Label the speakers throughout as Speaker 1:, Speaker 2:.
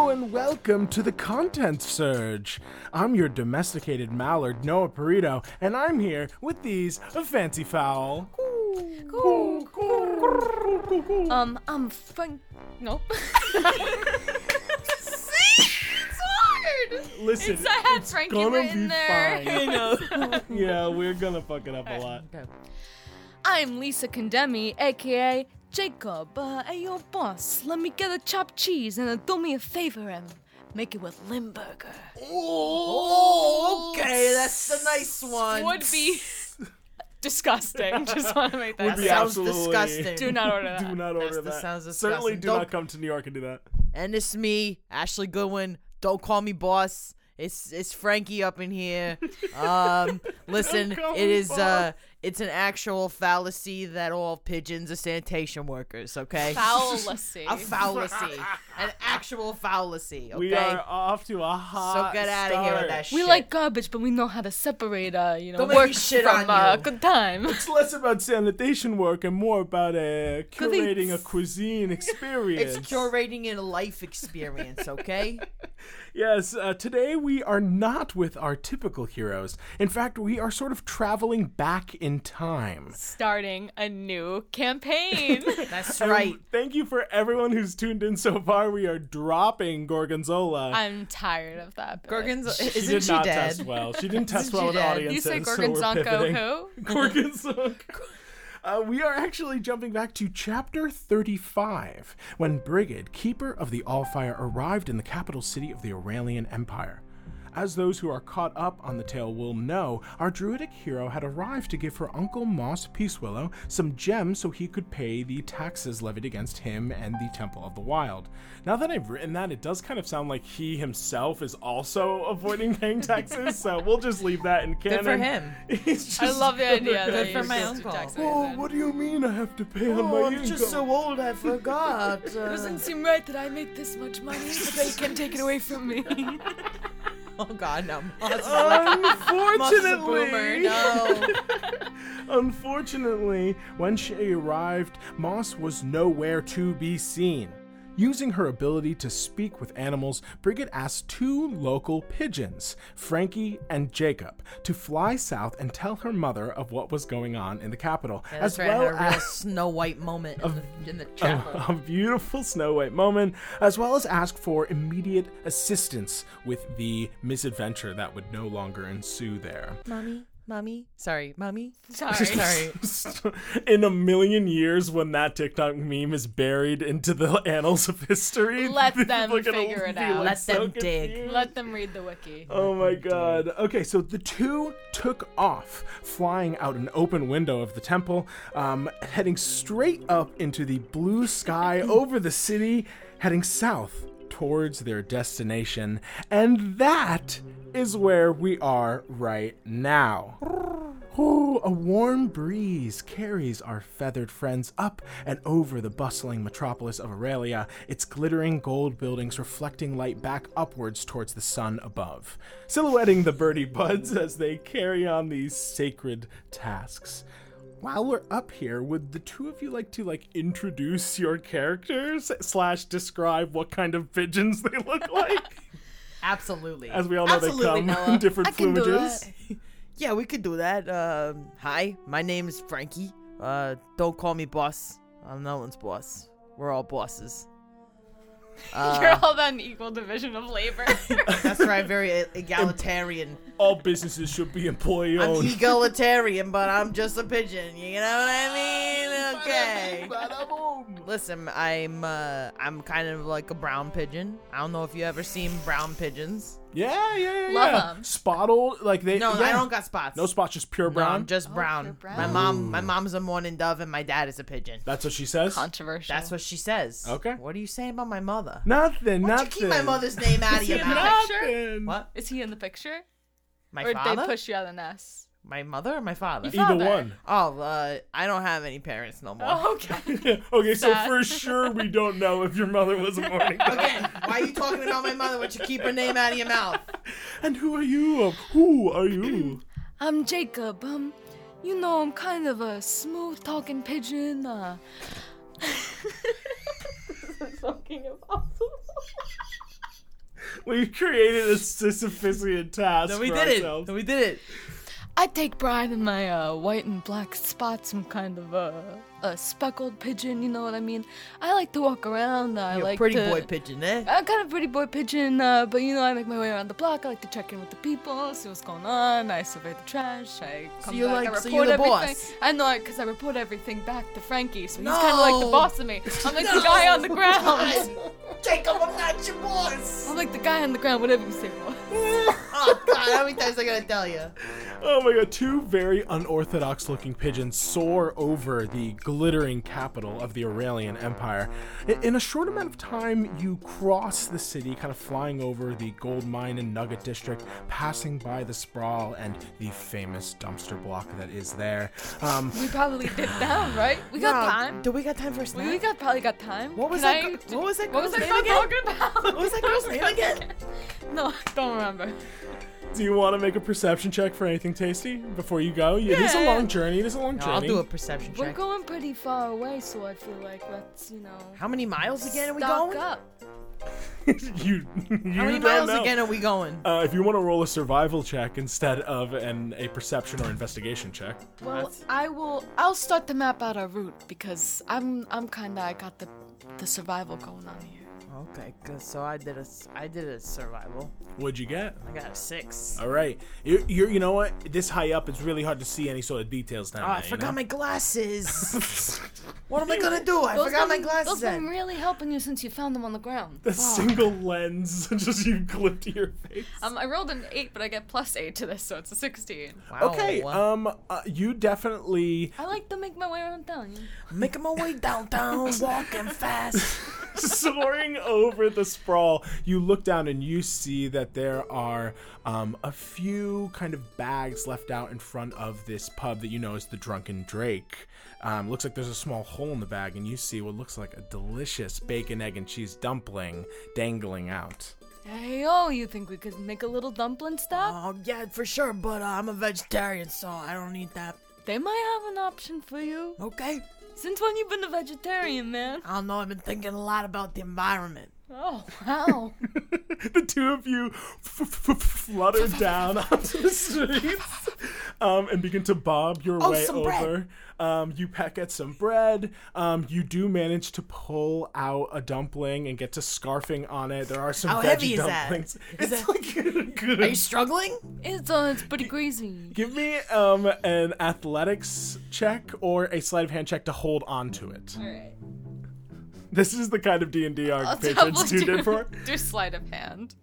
Speaker 1: Welcome to the Content Surge. I'm your domesticated mallard, Noah Perito, and I'm here with these fancy fowl.
Speaker 2: Um, I'm fun. Nope.
Speaker 3: See? It's hard!
Speaker 1: Listen,
Speaker 3: It's- I had Frankie
Speaker 1: gonna
Speaker 3: written
Speaker 1: be
Speaker 3: there.
Speaker 1: fine.
Speaker 2: know.
Speaker 1: yeah, we're gonna fuck it up a lot.
Speaker 2: I'm Lisa Condemi, aka Jacob. Uh, hey, yo, boss, let me get a chopped cheese and uh, do me a favor and make it with Limburger.
Speaker 4: Oh, okay, that's a nice one.
Speaker 3: Would be disgusting. Just want to make that
Speaker 1: Would be
Speaker 3: sound.
Speaker 4: sounds
Speaker 1: absolutely-
Speaker 4: disgusting.
Speaker 3: Do not order that.
Speaker 1: Do not order
Speaker 4: the
Speaker 1: that.
Speaker 4: sounds of
Speaker 1: Certainly
Speaker 4: disgusting.
Speaker 1: do
Speaker 4: Don't-
Speaker 1: not come to New York and do that.
Speaker 4: and it's me, Ashley Goodwin. Don't call me boss. It's it's Frankie up in here. Um, listen,
Speaker 1: Don't call
Speaker 4: it
Speaker 1: me
Speaker 4: is uh, it's an actual fallacy that all pigeons are sanitation workers. Okay,
Speaker 3: Fallacy.
Speaker 4: a fallacy, an actual fallacy. Okay,
Speaker 1: We are off to a hot
Speaker 4: so get out of here with that shit.
Speaker 2: We like garbage, but we know how to separate, uh, you know,
Speaker 4: Don't make me
Speaker 2: work
Speaker 4: shit
Speaker 2: from
Speaker 4: on
Speaker 2: uh,
Speaker 4: you.
Speaker 2: good time.
Speaker 1: It's less about sanitation work and more about uh, curating a
Speaker 2: eats.
Speaker 1: cuisine experience.
Speaker 4: It's curating a life experience, okay?
Speaker 1: Yes, uh, today we are not with our typical heroes. In fact, we are sort of traveling back in time.
Speaker 3: Starting a new campaign.
Speaker 4: That's
Speaker 1: And
Speaker 4: right.
Speaker 1: Thank you for everyone who's tuned in so far. We are dropping Gorgonzola.
Speaker 3: I'm tired of that. bit.
Speaker 4: Gorgon's
Speaker 1: she
Speaker 4: isn't
Speaker 1: did
Speaker 4: she
Speaker 1: not
Speaker 4: dead?
Speaker 1: test well. She didn't test
Speaker 4: Isn't
Speaker 1: well
Speaker 4: she
Speaker 1: with
Speaker 4: dead?
Speaker 1: audiences.
Speaker 3: You say
Speaker 1: so we're pivoting.
Speaker 3: Gorgonzonko who?
Speaker 1: Gorgonzola. Uh, we are actually jumping back to chapter 35 when Brigid, keeper of the Allfire, arrived in the capital city of the Aurelian Empire. As those who are caught up on the tale will know, our druidic hero had arrived to give her uncle Moss Peacewillow some gems so he could pay the taxes levied against him and the Temple of the Wild. Now that I've written that, it does kind of sound like he himself is also avoiding paying taxes, so we'll just leave that in canon.
Speaker 4: Good for him.
Speaker 1: He's
Speaker 3: I
Speaker 1: just
Speaker 3: love the
Speaker 1: never
Speaker 3: idea
Speaker 1: gonna
Speaker 3: that
Speaker 4: for
Speaker 3: you
Speaker 4: my
Speaker 3: just
Speaker 4: uncle.
Speaker 3: attack someone
Speaker 1: Oh,
Speaker 3: then.
Speaker 1: what do you mean I have to pay on my
Speaker 4: Oh, I'm
Speaker 1: income?
Speaker 4: just so old, I forgot. Uh,
Speaker 2: Doesn't seem right that I make this much money, but they can take it away from me.
Speaker 4: oh God, no. Moss is like- Moss is a boomer.
Speaker 1: Unfortunately,
Speaker 4: No.
Speaker 1: unfortunately, when she arrived, Moss was nowhere to be seen. Using her ability to speak with animals, Brigid asked two local pigeons, Frankie and Jacob, to fly south and tell her mother of what was going on in the capital,
Speaker 4: Yeah,
Speaker 1: as
Speaker 4: that's right.
Speaker 1: well
Speaker 4: had a real
Speaker 1: as Uh,
Speaker 4: Snow White moment in the, in the chapel.
Speaker 1: a beautiful Snow White moment, as well as ask for immediate assistance with the misadventure that would no longer ensue there.
Speaker 4: mommy, mommy. Sorry, mommy.
Speaker 3: Sorry.
Speaker 4: Sorry.
Speaker 1: in a million years, when that TikTok meme is buried into the annals of history,
Speaker 3: Let
Speaker 1: people
Speaker 3: them
Speaker 1: are gonna
Speaker 3: figure it
Speaker 1: be,
Speaker 3: out.
Speaker 1: like,
Speaker 4: Let
Speaker 1: so
Speaker 4: them dig.
Speaker 1: confused.
Speaker 3: Let them read the wiki.
Speaker 1: Oh my god. Okay, so the two took off, flying out an open window of the temple, um, heading straight up into the blue sky over the city, heading south towards their destination. And that is where we are right now. Ooh, a warm breeze carries our feathered friends up and over the bustling metropolis of Aurelia, its glittering gold buildings reflecting light back upwards towards the sun above, silhouetting the birdie buds as they carry on these sacred tasks. While we're up here, would the two of you like to like introduce your characters slash describe what kind of pigeons they look like?
Speaker 4: Absolutely.
Speaker 1: As we all know,
Speaker 4: Absolutely,
Speaker 1: they come
Speaker 4: Noah.
Speaker 1: in different
Speaker 2: I can do
Speaker 1: plumages.
Speaker 2: that.
Speaker 4: Yeah, we could do that. Um, hi, my name is Frankie. Uh, don't call me boss. I'm no one's boss. We're all bosses.
Speaker 2: Uh,
Speaker 3: You're all about an equal division of labor.
Speaker 4: That's right. Very e-, egalitarian.
Speaker 1: All businesses should be employee
Speaker 4: I'm
Speaker 1: owned.
Speaker 4: egalitarian, but I'm just a pigeon. You know what I mean? Okay. Listen, I'm uh, I'm kind of like a brown pigeon. I don't know if you ever seen brown pigeons.
Speaker 1: Yeah, yeah, yeah.
Speaker 3: Love
Speaker 1: yeah.
Speaker 3: 'em.
Speaker 1: Spottled, like they.
Speaker 4: No,
Speaker 1: Eh, yeah.
Speaker 4: I don't got spots.
Speaker 1: No spots, just pure
Speaker 4: No,
Speaker 1: brown.
Speaker 4: I'm just brown.
Speaker 3: Oh, you're brown.
Speaker 4: My mom, my mom's a morning dove, and my dad is a pigeon.
Speaker 1: That's what she says.
Speaker 3: Controversial.
Speaker 4: That's what she says.
Speaker 1: Okay.
Speaker 4: What are you saying about my mother?
Speaker 1: Nothing,
Speaker 4: Why don't
Speaker 1: nothing.
Speaker 4: you keep my mother's name out of your
Speaker 3: Yeah.
Speaker 4: mouth?
Speaker 1: Nothing.
Speaker 4: What?
Speaker 3: Is he in the picture?
Speaker 4: My
Speaker 3: or did
Speaker 4: father?
Speaker 3: they push you out of the nest?
Speaker 4: My mother or my father?
Speaker 1: Either
Speaker 3: Father.
Speaker 1: one.
Speaker 4: Oh, uh, I don't have any parents no more.
Speaker 3: Oh, okay.
Speaker 1: okay, so
Speaker 3: Sad.
Speaker 1: for sure we don't know if your mother was a morning dove.
Speaker 4: Again, why are you talking about my mother? Would you keep her name out of your mouth?
Speaker 1: And who are you? Who are you?
Speaker 2: I'm Jacob. Um, you know, I'm kind of a smooth talking pigeon. Uh,
Speaker 3: Fucking impossible.
Speaker 1: We've created a Sisyphean task.
Speaker 4: No, we
Speaker 1: for
Speaker 4: did it.
Speaker 1: ourselves.
Speaker 4: No, we did it.
Speaker 2: I take pride in my uh, white and black spot, some kind of a, a speckled pigeon. You know what I mean? I like to walk around. I
Speaker 4: You're a
Speaker 2: like
Speaker 4: pretty
Speaker 2: to,
Speaker 4: boy pigeon, eh?
Speaker 2: I'm kind of pretty boy pigeon, uh, but you know I make my way around the block. I like to check in with the people, see what's going on. I survey the trash. I come
Speaker 4: you're
Speaker 2: back. I
Speaker 4: like-
Speaker 2: report
Speaker 4: so you're the
Speaker 2: everything.
Speaker 4: boss.
Speaker 2: I know, because I report everything back to Frankie, so he's kind of like
Speaker 4: No.
Speaker 2: the boss of me. I'm like the guy on the ground.
Speaker 4: Jacob, I'm not your boss.
Speaker 2: I'm like the guy on the ground. Whatever you say. boss.
Speaker 4: oh God, how many times I gotta tell you?
Speaker 1: Oh my god, two very unorthodox looking pigeons soar over the glittering capital of the Aurelian Empire. I- In a short amount of time, you cross the city, kind of flying over the gold mine and nugget district, passing by the sprawl and the famous dumpster block that is there. Um,
Speaker 2: We probably did down, right? We got time.
Speaker 4: Do we got time for a
Speaker 2: We,
Speaker 4: snack?
Speaker 2: we got probably got time.
Speaker 4: What was
Speaker 2: Can
Speaker 4: that
Speaker 2: I-
Speaker 4: gir- what was that
Speaker 2: What was
Speaker 4: girl's
Speaker 2: that
Speaker 4: name
Speaker 2: girl
Speaker 4: again?
Speaker 2: talking about?
Speaker 4: what was that girl's name again?
Speaker 2: No, I don't remember.
Speaker 1: do you want to make a perception check for anything tasty before you go? Yeah, It is a
Speaker 2: Yeah.
Speaker 1: long journey. It is a long
Speaker 4: No,
Speaker 1: journey.
Speaker 4: I'll do a perception
Speaker 2: We're
Speaker 4: check.
Speaker 2: going pretty far away, so I feel like let's, you know.
Speaker 4: How many miles again are we
Speaker 2: stock
Speaker 4: going?
Speaker 2: up.
Speaker 1: you, you
Speaker 4: How many
Speaker 1: don't
Speaker 4: miles
Speaker 1: know.
Speaker 4: again are we going?
Speaker 1: Uh, if you want to roll a survival check instead of an a perception or investigation check.
Speaker 2: Well,
Speaker 4: That's-
Speaker 2: I will. I'll start to map out our route because I'm. I'm kind of. I got the, the survival going on here.
Speaker 4: Okay, good. So I did a, s- I did a survival.
Speaker 1: What'd you get?
Speaker 4: I got a six.
Speaker 1: All right, you're, you're you know what? This high up, it's really hard to see any sort of details down
Speaker 4: Oh,
Speaker 1: there.
Speaker 4: I
Speaker 1: you
Speaker 4: forgot
Speaker 1: know?
Speaker 4: my glasses. what am I gonna do? I forgot my
Speaker 2: been-
Speaker 4: glasses.
Speaker 2: Those been
Speaker 4: Then.
Speaker 2: really helping you since you found them on the ground.
Speaker 1: a single lens just you clip to your face.
Speaker 3: Um, I rolled an eight, but I get plus eight to this, so it's a sixteen.
Speaker 4: Wow.
Speaker 1: Okay, um, uh, you definitely
Speaker 2: I like to make my way around town. you know.
Speaker 4: making my way downtown, walking fast.
Speaker 1: soaring over the sprawl, you look down and you see that there are um, a few kind of bags left out in front of this pub that you know is the Drunken Drake. Um, looks like there's a small hole in the bag, and you see what looks like a delicious bacon, egg, and cheese dumpling dangling out.
Speaker 2: Hey, oh, you think we could make a little dumpling stop?
Speaker 4: Oh yeah, for sure. But uh, I'm a vegetarian, so I don't eat that.
Speaker 2: They might have an option for you.
Speaker 4: Okay.
Speaker 2: Since when you been a vegetarian, man?
Speaker 4: I don't know. I've been thinking a lot about the environment.
Speaker 2: Oh, wow.
Speaker 1: the two of you f- f- f- flutter down onto the streets um, and begin to bob your
Speaker 4: Oh,
Speaker 1: way
Speaker 4: some bread.
Speaker 1: over. Um, you peck at some bread. Um, you do manage to pull out a dumpling and get to scarfing on it. There are some
Speaker 4: How
Speaker 1: veggie
Speaker 4: heavy is that?
Speaker 1: dumplings.
Speaker 4: Is
Speaker 1: it's
Speaker 4: that-
Speaker 1: like good.
Speaker 4: Are you struggling?
Speaker 2: it's uh, it's pretty greasy.
Speaker 1: Give me um, an athletics check or a sleight of hand check to hold on to it.
Speaker 3: Alright.
Speaker 1: This is the kind of D and D our
Speaker 3: double
Speaker 1: patrons tuned
Speaker 3: do,
Speaker 1: in for.
Speaker 3: do sleight of hand.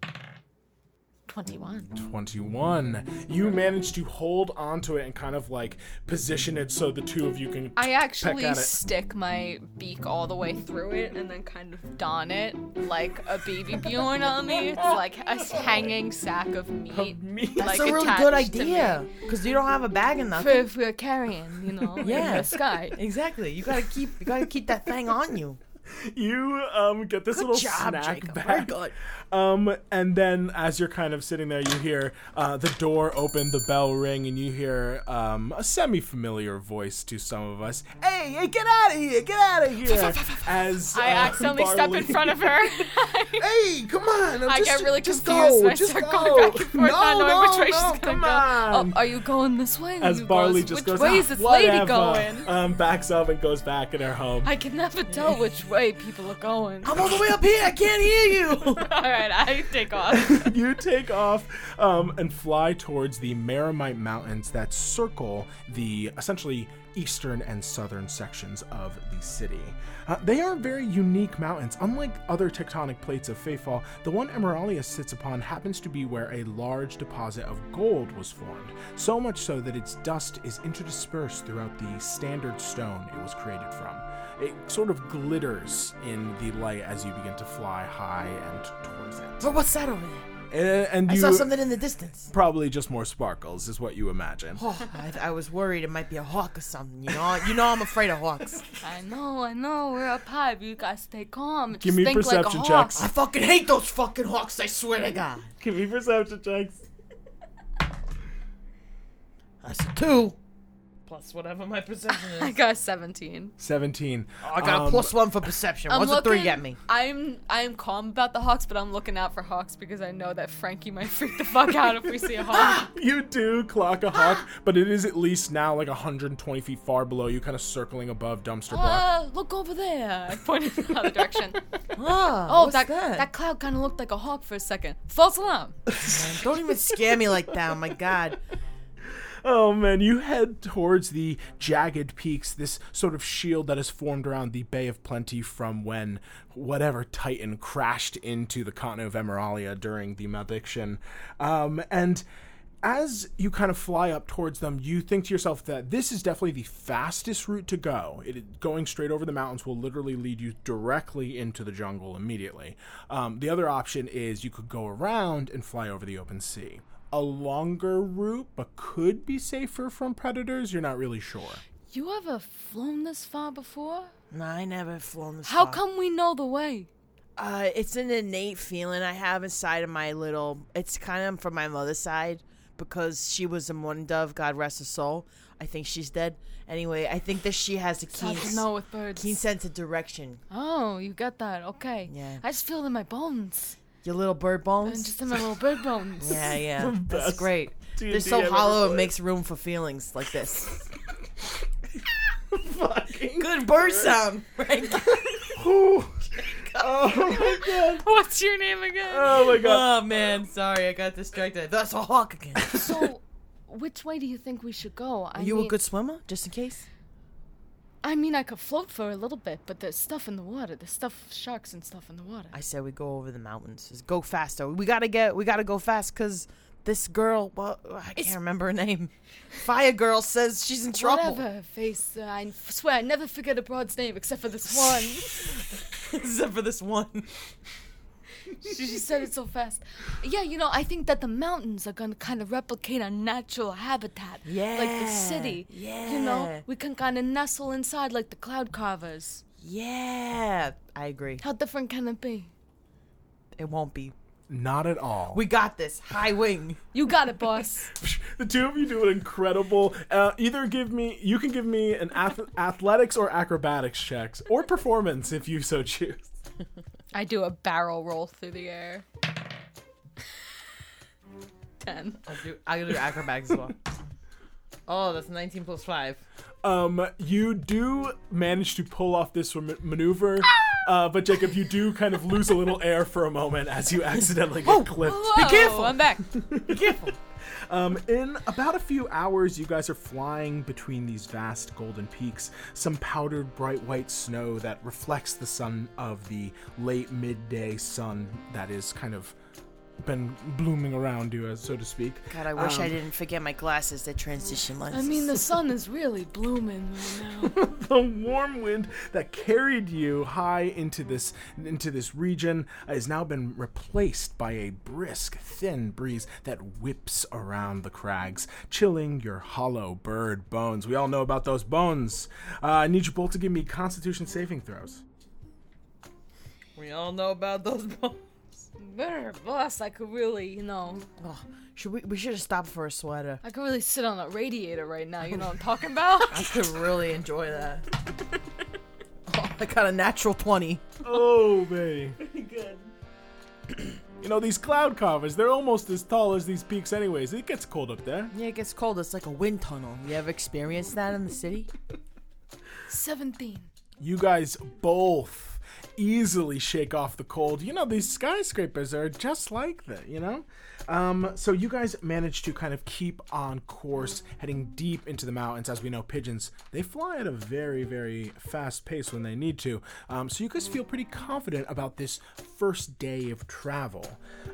Speaker 2: Twenty-one.
Speaker 1: 21. You manage to hold onto it and kind of like position it so the two of you can.
Speaker 3: I actually
Speaker 1: at it.
Speaker 3: stick my beak all the way through it and then kind of don it like a baby Bjorn on me. It's like a s- hanging sack of meat.
Speaker 1: meat.
Speaker 3: like,
Speaker 4: That's a really
Speaker 3: attached
Speaker 4: good
Speaker 3: to
Speaker 4: idea. Cause you don't have a bag enough.
Speaker 2: For if we're carrying, you know, in
Speaker 4: Yeah.
Speaker 2: the sky.
Speaker 4: Exactly. You gotta keep. You gotta keep that thing on you.
Speaker 1: You um get this
Speaker 4: Good
Speaker 1: little
Speaker 4: job,
Speaker 1: snack
Speaker 4: Jacob. Very
Speaker 1: back.
Speaker 4: good.
Speaker 1: Um and then as you're kind of sitting there, you hear uh, the door open, the bell ring, and you hear um a semi-familiar voice to some of us. Hey, hey, get out of here! Get out of here! as
Speaker 3: I
Speaker 1: um,
Speaker 3: accidentally step in
Speaker 1: Barley-
Speaker 3: front of her.
Speaker 1: Hey, come on! I'm
Speaker 3: I
Speaker 1: just,
Speaker 3: get really
Speaker 1: just
Speaker 3: confused
Speaker 1: Go,
Speaker 3: when I
Speaker 1: just
Speaker 3: start
Speaker 1: go.
Speaker 3: going back and forth,
Speaker 1: no,
Speaker 3: not knowing
Speaker 1: no,
Speaker 3: which way she's
Speaker 1: no,
Speaker 3: gonna
Speaker 1: come
Speaker 3: go.
Speaker 1: On.
Speaker 2: Oh, are you going this way?
Speaker 1: as
Speaker 2: You
Speaker 1: Barley
Speaker 2: goes,
Speaker 1: just
Speaker 2: which
Speaker 1: goes,
Speaker 2: way
Speaker 1: "Ah,
Speaker 2: is this lady
Speaker 1: whatever,"
Speaker 2: going?
Speaker 1: Um, backs up and goes back in her home.
Speaker 2: I can never tell which way people are going.
Speaker 4: I'm all the way up here. I can't hear you.
Speaker 3: Alright, I take off.
Speaker 1: you take off um, and fly towards the Maramite Mountains that circle the essentially eastern and southern sections of the city. Uh, they are very unique mountains. Unlike other tectonic plates of Fayfall, the one Emeralius sits upon happens to be where a large deposit of gold was formed, so much so that its dust is interdispersed throughout the standard stone it was created from. It sort of glitters in the light as you begin to fly high and towards it.
Speaker 4: But what's that over there?
Speaker 1: And, and
Speaker 4: I
Speaker 1: you
Speaker 4: saw something in the distance.
Speaker 1: probably just more sparkles is what you imagine.
Speaker 4: Oh, I, I was worried it might be a hawk or something. You know, you know I'm afraid of hawks.
Speaker 2: I know, I know, we're up high, but you guys stay calm. and
Speaker 1: Give
Speaker 2: just
Speaker 1: me
Speaker 2: think
Speaker 1: perception
Speaker 2: like a hawk.
Speaker 1: checks.
Speaker 4: I fucking hate those fucking hawks. I swear to God.
Speaker 1: Give me perception checks.
Speaker 4: That's a two. plus whatever my perception
Speaker 3: I
Speaker 4: is.
Speaker 3: got a 17.
Speaker 1: 17.
Speaker 4: Oh, I got a
Speaker 1: Um,
Speaker 4: plus one for perception. What's a three get me?
Speaker 3: I'm I'm calm about the Hawks, but I'm looking out for Hawks because I know that Frankie might freak the fuck out if we see a Hawk.
Speaker 1: You do clock a hawk, but it is at least now like 120 feet far below you, kind of circling above dumpster block.
Speaker 3: uh, look over there. I pointed in the other direction.
Speaker 4: Oh,
Speaker 3: Oh, that, that cloud kind of looked like a hawk for a second. False alarm.
Speaker 4: Don't even scare me like that. Oh my god.
Speaker 1: Oh man, you head towards the jagged peaks, this sort of shield that has formed around the Bay of Plenty from when whatever Titan crashed into the continent of Emeralia during the malediction. Um, and as you kind of fly up towards them, you think to yourself that this is definitely the fastest route to go. It, going straight over the mountains will literally lead you directly into the jungle immediately. Um, the other option is you could go around and fly over the open sea. A longer route, but could be safer from predators. You're not really sure.
Speaker 2: You ever flown this far before?
Speaker 4: No, I never flown this.
Speaker 2: How
Speaker 4: far.
Speaker 2: come we know the way?
Speaker 4: Uh, it's an innate feeling I have inside of my little. It's kind of from my mother's side because she was a mourning dove. God rest her soul. I think she's dead. Anyway, I think that she has a keen,
Speaker 2: I know with birds.
Speaker 4: keen sense of direction.
Speaker 2: Oh, you got that. Okay.
Speaker 4: Yeah.
Speaker 2: I just feel it in my bones.
Speaker 4: Your little bird
Speaker 2: And
Speaker 4: bones.
Speaker 2: just in my little bird bones.
Speaker 4: Yeah, yeah, that's
Speaker 1: best
Speaker 4: great.
Speaker 1: D&D
Speaker 4: They're so
Speaker 1: I've ever
Speaker 4: hollow it
Speaker 1: played.
Speaker 4: makes room for feelings like this.
Speaker 1: Fucking
Speaker 4: Good bird sound. Right?
Speaker 1: Oh my god.
Speaker 3: What's your name again?
Speaker 1: Oh my god.
Speaker 4: oh man, sorry, I got distracted. That's a hawk again.
Speaker 2: So, which way do you think we should go? I
Speaker 4: Are you
Speaker 2: mean,
Speaker 4: a good swimmer, just in case?
Speaker 2: I mean, I could float for a little bit, but there's stuff in the water. There's stuff, sharks and stuff in the water.
Speaker 4: I said we go over the mountains. Just go faster. We gotta get. We gotta go fast because this girl. Well, I can't remember her name. Fire girl says she's in trouble.
Speaker 2: Whatever, face. Uh, I f- swear, I never forget a broad's name except for this one.
Speaker 4: Except for this one.
Speaker 2: she just said it so fast. Yeah, you know, I think that the mountains are gonna kind of replicate our natural habitat. Like the
Speaker 4: Yeah,
Speaker 2: city. You know,
Speaker 4: yeah.
Speaker 2: we can kind of nestle inside like the cloud carvers.
Speaker 4: Yeah, I agree.
Speaker 2: How different can it be?
Speaker 4: It won't be.
Speaker 1: Not at all.
Speaker 4: We got this. High wing.
Speaker 2: You got it, boss.
Speaker 1: the two of you do an incredible. Uh, either give me, you can give me an ath- athletics or acrobatics checks, or performance if you so choose.
Speaker 3: I do a barrel roll through the air. Ten.
Speaker 4: I'll do. I gotta do acrobatics as well. Oh, that's 19 plus five.
Speaker 1: Um, you do manage to pull off this rem- maneuver, uh, but Jacob, you do kind of lose a little air for a moment as you accidentally get clipped.
Speaker 3: Whoa,
Speaker 2: Oh,
Speaker 4: careful.
Speaker 3: I'm back.
Speaker 1: Um, in about a few hours, you guys are flying between these vast golden peaks, some powdered bright white snow that reflects the sun of the late midday sun that is kind of been blooming around you, as so to speak. Um,
Speaker 4: God, I wish I didn't forget my glasses. They're transition lenses.
Speaker 2: I mean, the sun is really blooming right now.
Speaker 1: the warm wind that carried you high into this into this region has now been replaced by a brisk thin breeze that whips around the crags chilling your hollow bird bones we all know about those bones uh, i need you both to give me constitution saving throws
Speaker 4: we all know about those bones.
Speaker 2: Better, boss. I could really, you know,
Speaker 4: Oh, should we? We should have stopped for a sweater.
Speaker 2: I could really sit on a radiator right now. You know what I'm talking about?
Speaker 4: I could really enjoy that. Oh, I got a natural 20.
Speaker 1: oh baby good you know these cloud covers they're almost as tall as these peaks anyways it gets cold up there
Speaker 4: Yeah, it gets cold. It's like a wind tunnel. You ever experienced that in the city?
Speaker 2: 17.
Speaker 1: You guys both easily shake off the cold. You know, these skyscrapers are just like that, you know? Um, so you guys manage to kind of keep on course, heading deep into the mountains. As we know, pigeons, they fly at a very, very fast pace when they need to. Um, so you guys feel pretty confident about this first day of travel.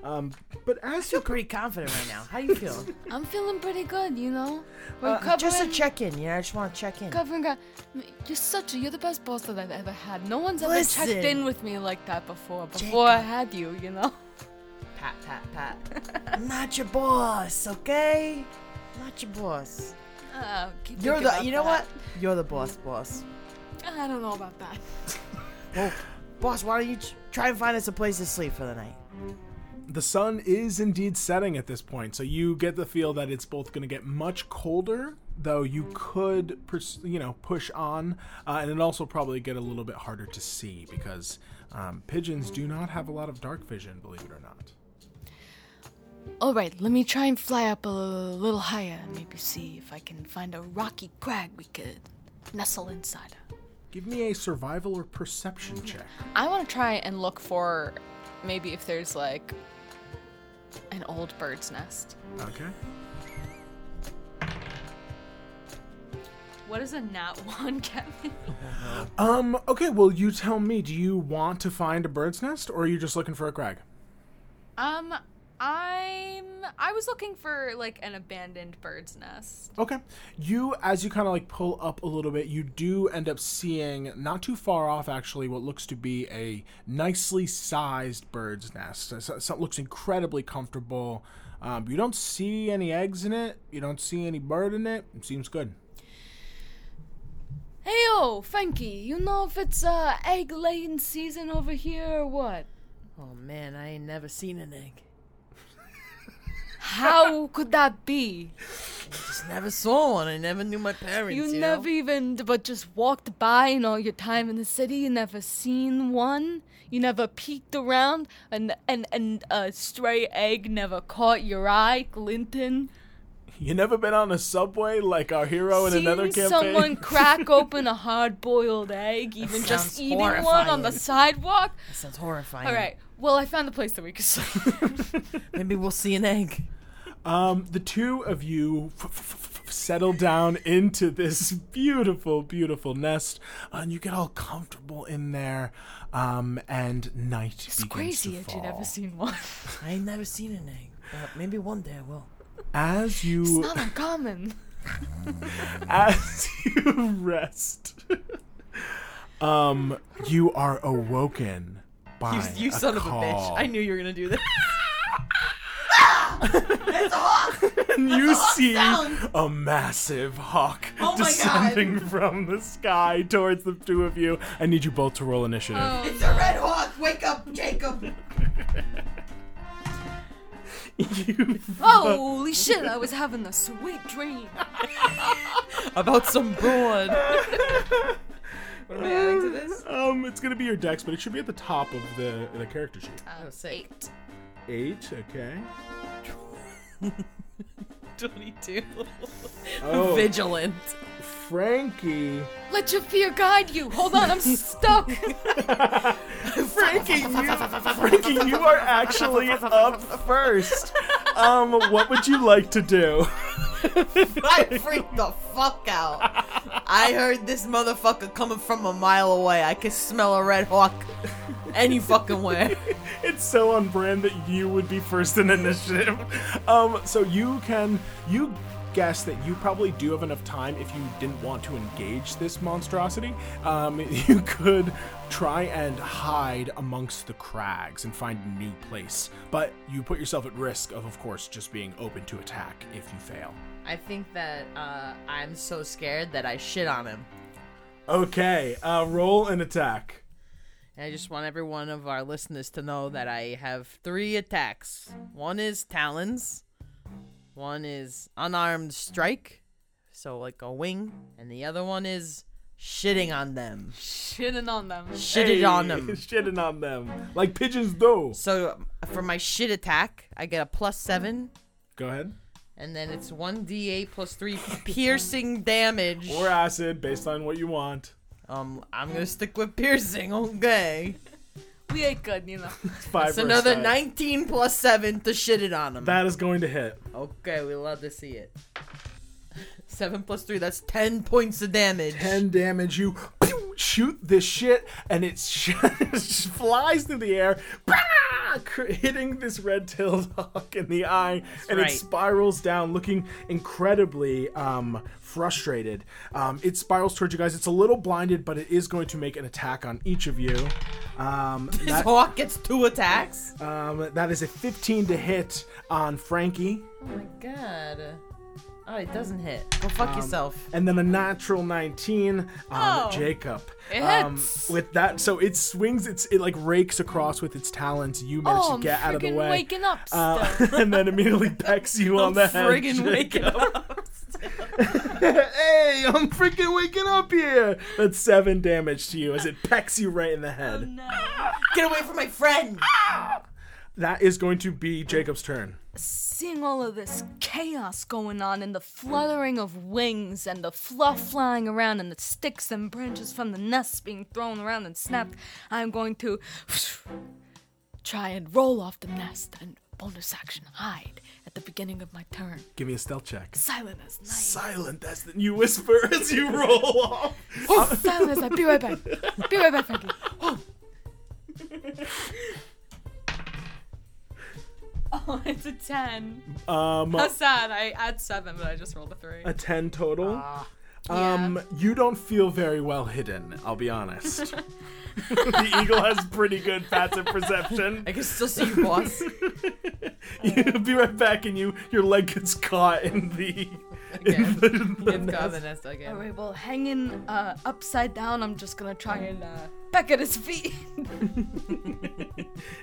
Speaker 1: Um, but as you
Speaker 4: Feel pretty confident right now. How do you feel?
Speaker 2: I'm feeling pretty good, you know? We're covering,
Speaker 4: Uh, Just a check in. You know, I just want to check in.
Speaker 2: covering ground. You're such a, you're the best boss that I've ever had. No one's ever checked
Speaker 4: Listen.
Speaker 2: in with me like that before, before I had you, you know?
Speaker 4: Pat, pat, pat. I'm not your boss, okay? I'm not your boss.
Speaker 2: Uh, keep
Speaker 4: You're
Speaker 2: thinking
Speaker 4: the.
Speaker 2: about
Speaker 4: You know
Speaker 2: that.
Speaker 4: what? You're the boss, boss.
Speaker 2: I don't know about that.
Speaker 4: Well, boss, why don't you ch- try and find us a place to sleep for the night?
Speaker 1: the sun is indeed setting at this point, so you get the feel that it's both going to get much colder, though you could, pers- you know, push on, uh, and it also probably get a little bit harder to see because um, pigeons do not have a lot of dark vision, believe it or not.
Speaker 2: All right, let me try and fly up a little higher and maybe see if I can find a rocky crag we could nestle inside. of.
Speaker 1: Give me a survival or perception check.
Speaker 3: I want to try and look for maybe if there's like an old bird's nest.
Speaker 1: Okay.
Speaker 3: What is a nat one, Kevin?
Speaker 1: Um. Okay. Well, you tell me. Do you want to find a bird's nest, or are you just looking for a crag?
Speaker 3: Um, I'm. I was looking for like an abandoned bird's nest.
Speaker 1: Okay. You, as you kind of like pull up a little bit, you do end up seeing not too far off, actually, what looks to be a nicely sized bird's nest. So- so- so It looks incredibly comfortable. Um, you don't see any eggs in it. You don't see any bird in it. It seems good.
Speaker 2: Hey, oh, Frankie, you know if it's uh, egg laying season over here or what?
Speaker 4: Oh man, I ain't never seen an egg.
Speaker 2: How could that be?
Speaker 4: Just never saw one. I never knew my parents.
Speaker 2: You
Speaker 4: You,
Speaker 2: never
Speaker 4: Know?
Speaker 2: even d- but just walked by in all your time in the city. You never seen one. You never peeked around, and and and a stray egg never caught your eye, Clinton.
Speaker 1: You never been on a subway like our hero in another
Speaker 2: Seen
Speaker 1: campaign?
Speaker 2: someone crack open a hard-boiled egg, even
Speaker 4: sounds
Speaker 2: just eating one on the
Speaker 4: horrifying.
Speaker 2: sidewalk.
Speaker 4: That sounds horrifying.
Speaker 2: All right. Well, I found the place that we could sleep.
Speaker 4: Maybe we'll see an egg.
Speaker 1: Um, the two of you f- f- f- settle down into this beautiful, beautiful nest, Uh, and you get all comfortable in there. Um, and night
Speaker 2: It's crazy that you never seen one.
Speaker 4: I ain't never seen an egg. But maybe one day I will.
Speaker 1: As
Speaker 2: It's
Speaker 1: you
Speaker 2: not uncommon.
Speaker 1: as you rest, um, you are awoken by
Speaker 4: You
Speaker 1: a
Speaker 4: son
Speaker 1: call.
Speaker 4: of a bitch. I knew you were gonna do that.
Speaker 1: And you see a massive hawk descending from the sky towards the two of you. I need you both to roll initiative.
Speaker 5: It's a red hawk. Wake up, Jacob.
Speaker 1: You
Speaker 2: Holy shit! I was having a sweet dream.
Speaker 4: About some broad.
Speaker 5: What am I adding to this?
Speaker 1: Um, it's gonna be your dex, but it should be at the top of the the character sheet.
Speaker 5: Uh.
Speaker 4: Oh, sick.
Speaker 3: Eight.
Speaker 1: Eight, okay.
Speaker 4: 22.
Speaker 1: Oh,
Speaker 4: Vigilant.
Speaker 1: Frankie.
Speaker 2: Let your fear guide you. Hold on, I'm stuck.
Speaker 1: Frankie, you, Frankie, you are actually up first. Um, what would you like to do?
Speaker 4: I freaked the fuck out. I heard this motherfucker coming from a mile away. I could smell a red hawk any fucking way.
Speaker 1: It's so on brand that you would be first in initiative. Um, so you can you guess that you probably do have enough time if you didn't want to engage this monstrosity. Um, you could try and hide amongst the crags and find a new place, but you put yourself at risk of, of course, just being open to attack if you fail.
Speaker 4: I think that uh, I'm so scared that I shit on him.
Speaker 1: Okay, uh, roll an attack.
Speaker 4: And I just want every one of our listeners to know that I have three attacks. One is talons, one is unarmed strike, so like a wing, and the other one is shitting on them.
Speaker 3: Shitting on them.
Speaker 4: Shitted on them.
Speaker 1: Shitting on them like pigeons do.
Speaker 4: So for my shit attack, I get a plus seven,
Speaker 1: Go ahead.
Speaker 4: and then it's one d8 plus three piercing damage.
Speaker 1: Or acid, based on what you want.
Speaker 4: Um, I'm gonna stick with piercing. Okay,
Speaker 3: We ain't good, you know.
Speaker 1: Five
Speaker 4: it's
Speaker 1: versus
Speaker 4: another
Speaker 1: five.
Speaker 4: 19 plus seven to shit it on them.
Speaker 1: That is going to hit.
Speaker 4: Okay, we love to see it. Seven plus three, that's ten points of damage.
Speaker 1: 10 damage. You shoot this shit, and it sh- flies through the air, cr- hitting this red tailed hawk in the eye, and
Speaker 4: right.
Speaker 1: it spirals down, looking incredibly um, frustrated. Um, it spirals towards you guys. It's a little blinded, but it is going to make an attack on each of you. Um,
Speaker 4: This
Speaker 1: that, Uh,
Speaker 4: hawk gets two attacks.
Speaker 1: um, that is a 15 to hit on Frankie.
Speaker 4: Oh my god. Oh, it doesn't hit. Go fuck
Speaker 1: Um,
Speaker 4: yourself.
Speaker 1: and then a natural 19 on
Speaker 4: Oh.
Speaker 1: Jacob. Um, with that, so it swings, its it like rakes across with its talons. You manage
Speaker 2: Oh, I'm
Speaker 1: to get out of the
Speaker 2: freaking
Speaker 1: way,
Speaker 2: waking up
Speaker 1: Uh,
Speaker 2: still.
Speaker 1: and then immediately pecks you on the head.
Speaker 4: friggin' waking
Speaker 1: up. hey, I'm freaking waking up here. That's seven damage to you as it pecks you right in the head.
Speaker 5: Get away from my friend.
Speaker 1: That is going to be Jacob's turn.
Speaker 2: Seeing all of this chaos going on and the fluttering of wings and the fluff flying around and the sticks and branches from the nests being thrown around and snapped, I'm going to try and roll off the nest and bonus action hide at the beginning of my turn.
Speaker 1: Give me a stealth check.
Speaker 2: Silent as night.
Speaker 1: Silent, that's the you whisper as you roll off.
Speaker 2: Silent as night. Be right back. Be right back, Frankie.
Speaker 3: Oh, it's a 10.
Speaker 1: Um,
Speaker 3: How sad. I add 7, but I just rolled a 3.
Speaker 1: a 10
Speaker 4: Ah.
Speaker 1: total. um, you don't feel very well hidden, I'll be honest. the eagle has pretty good passive perception.
Speaker 4: I can still see you, boss.
Speaker 1: You'll be right back, and you your leg gets caught in the. In the, the
Speaker 4: it's
Speaker 1: nest.
Speaker 4: got the nest again.
Speaker 2: All right, well, hanging uh, upside down, I'm just gonna try and uh, peck at his feet.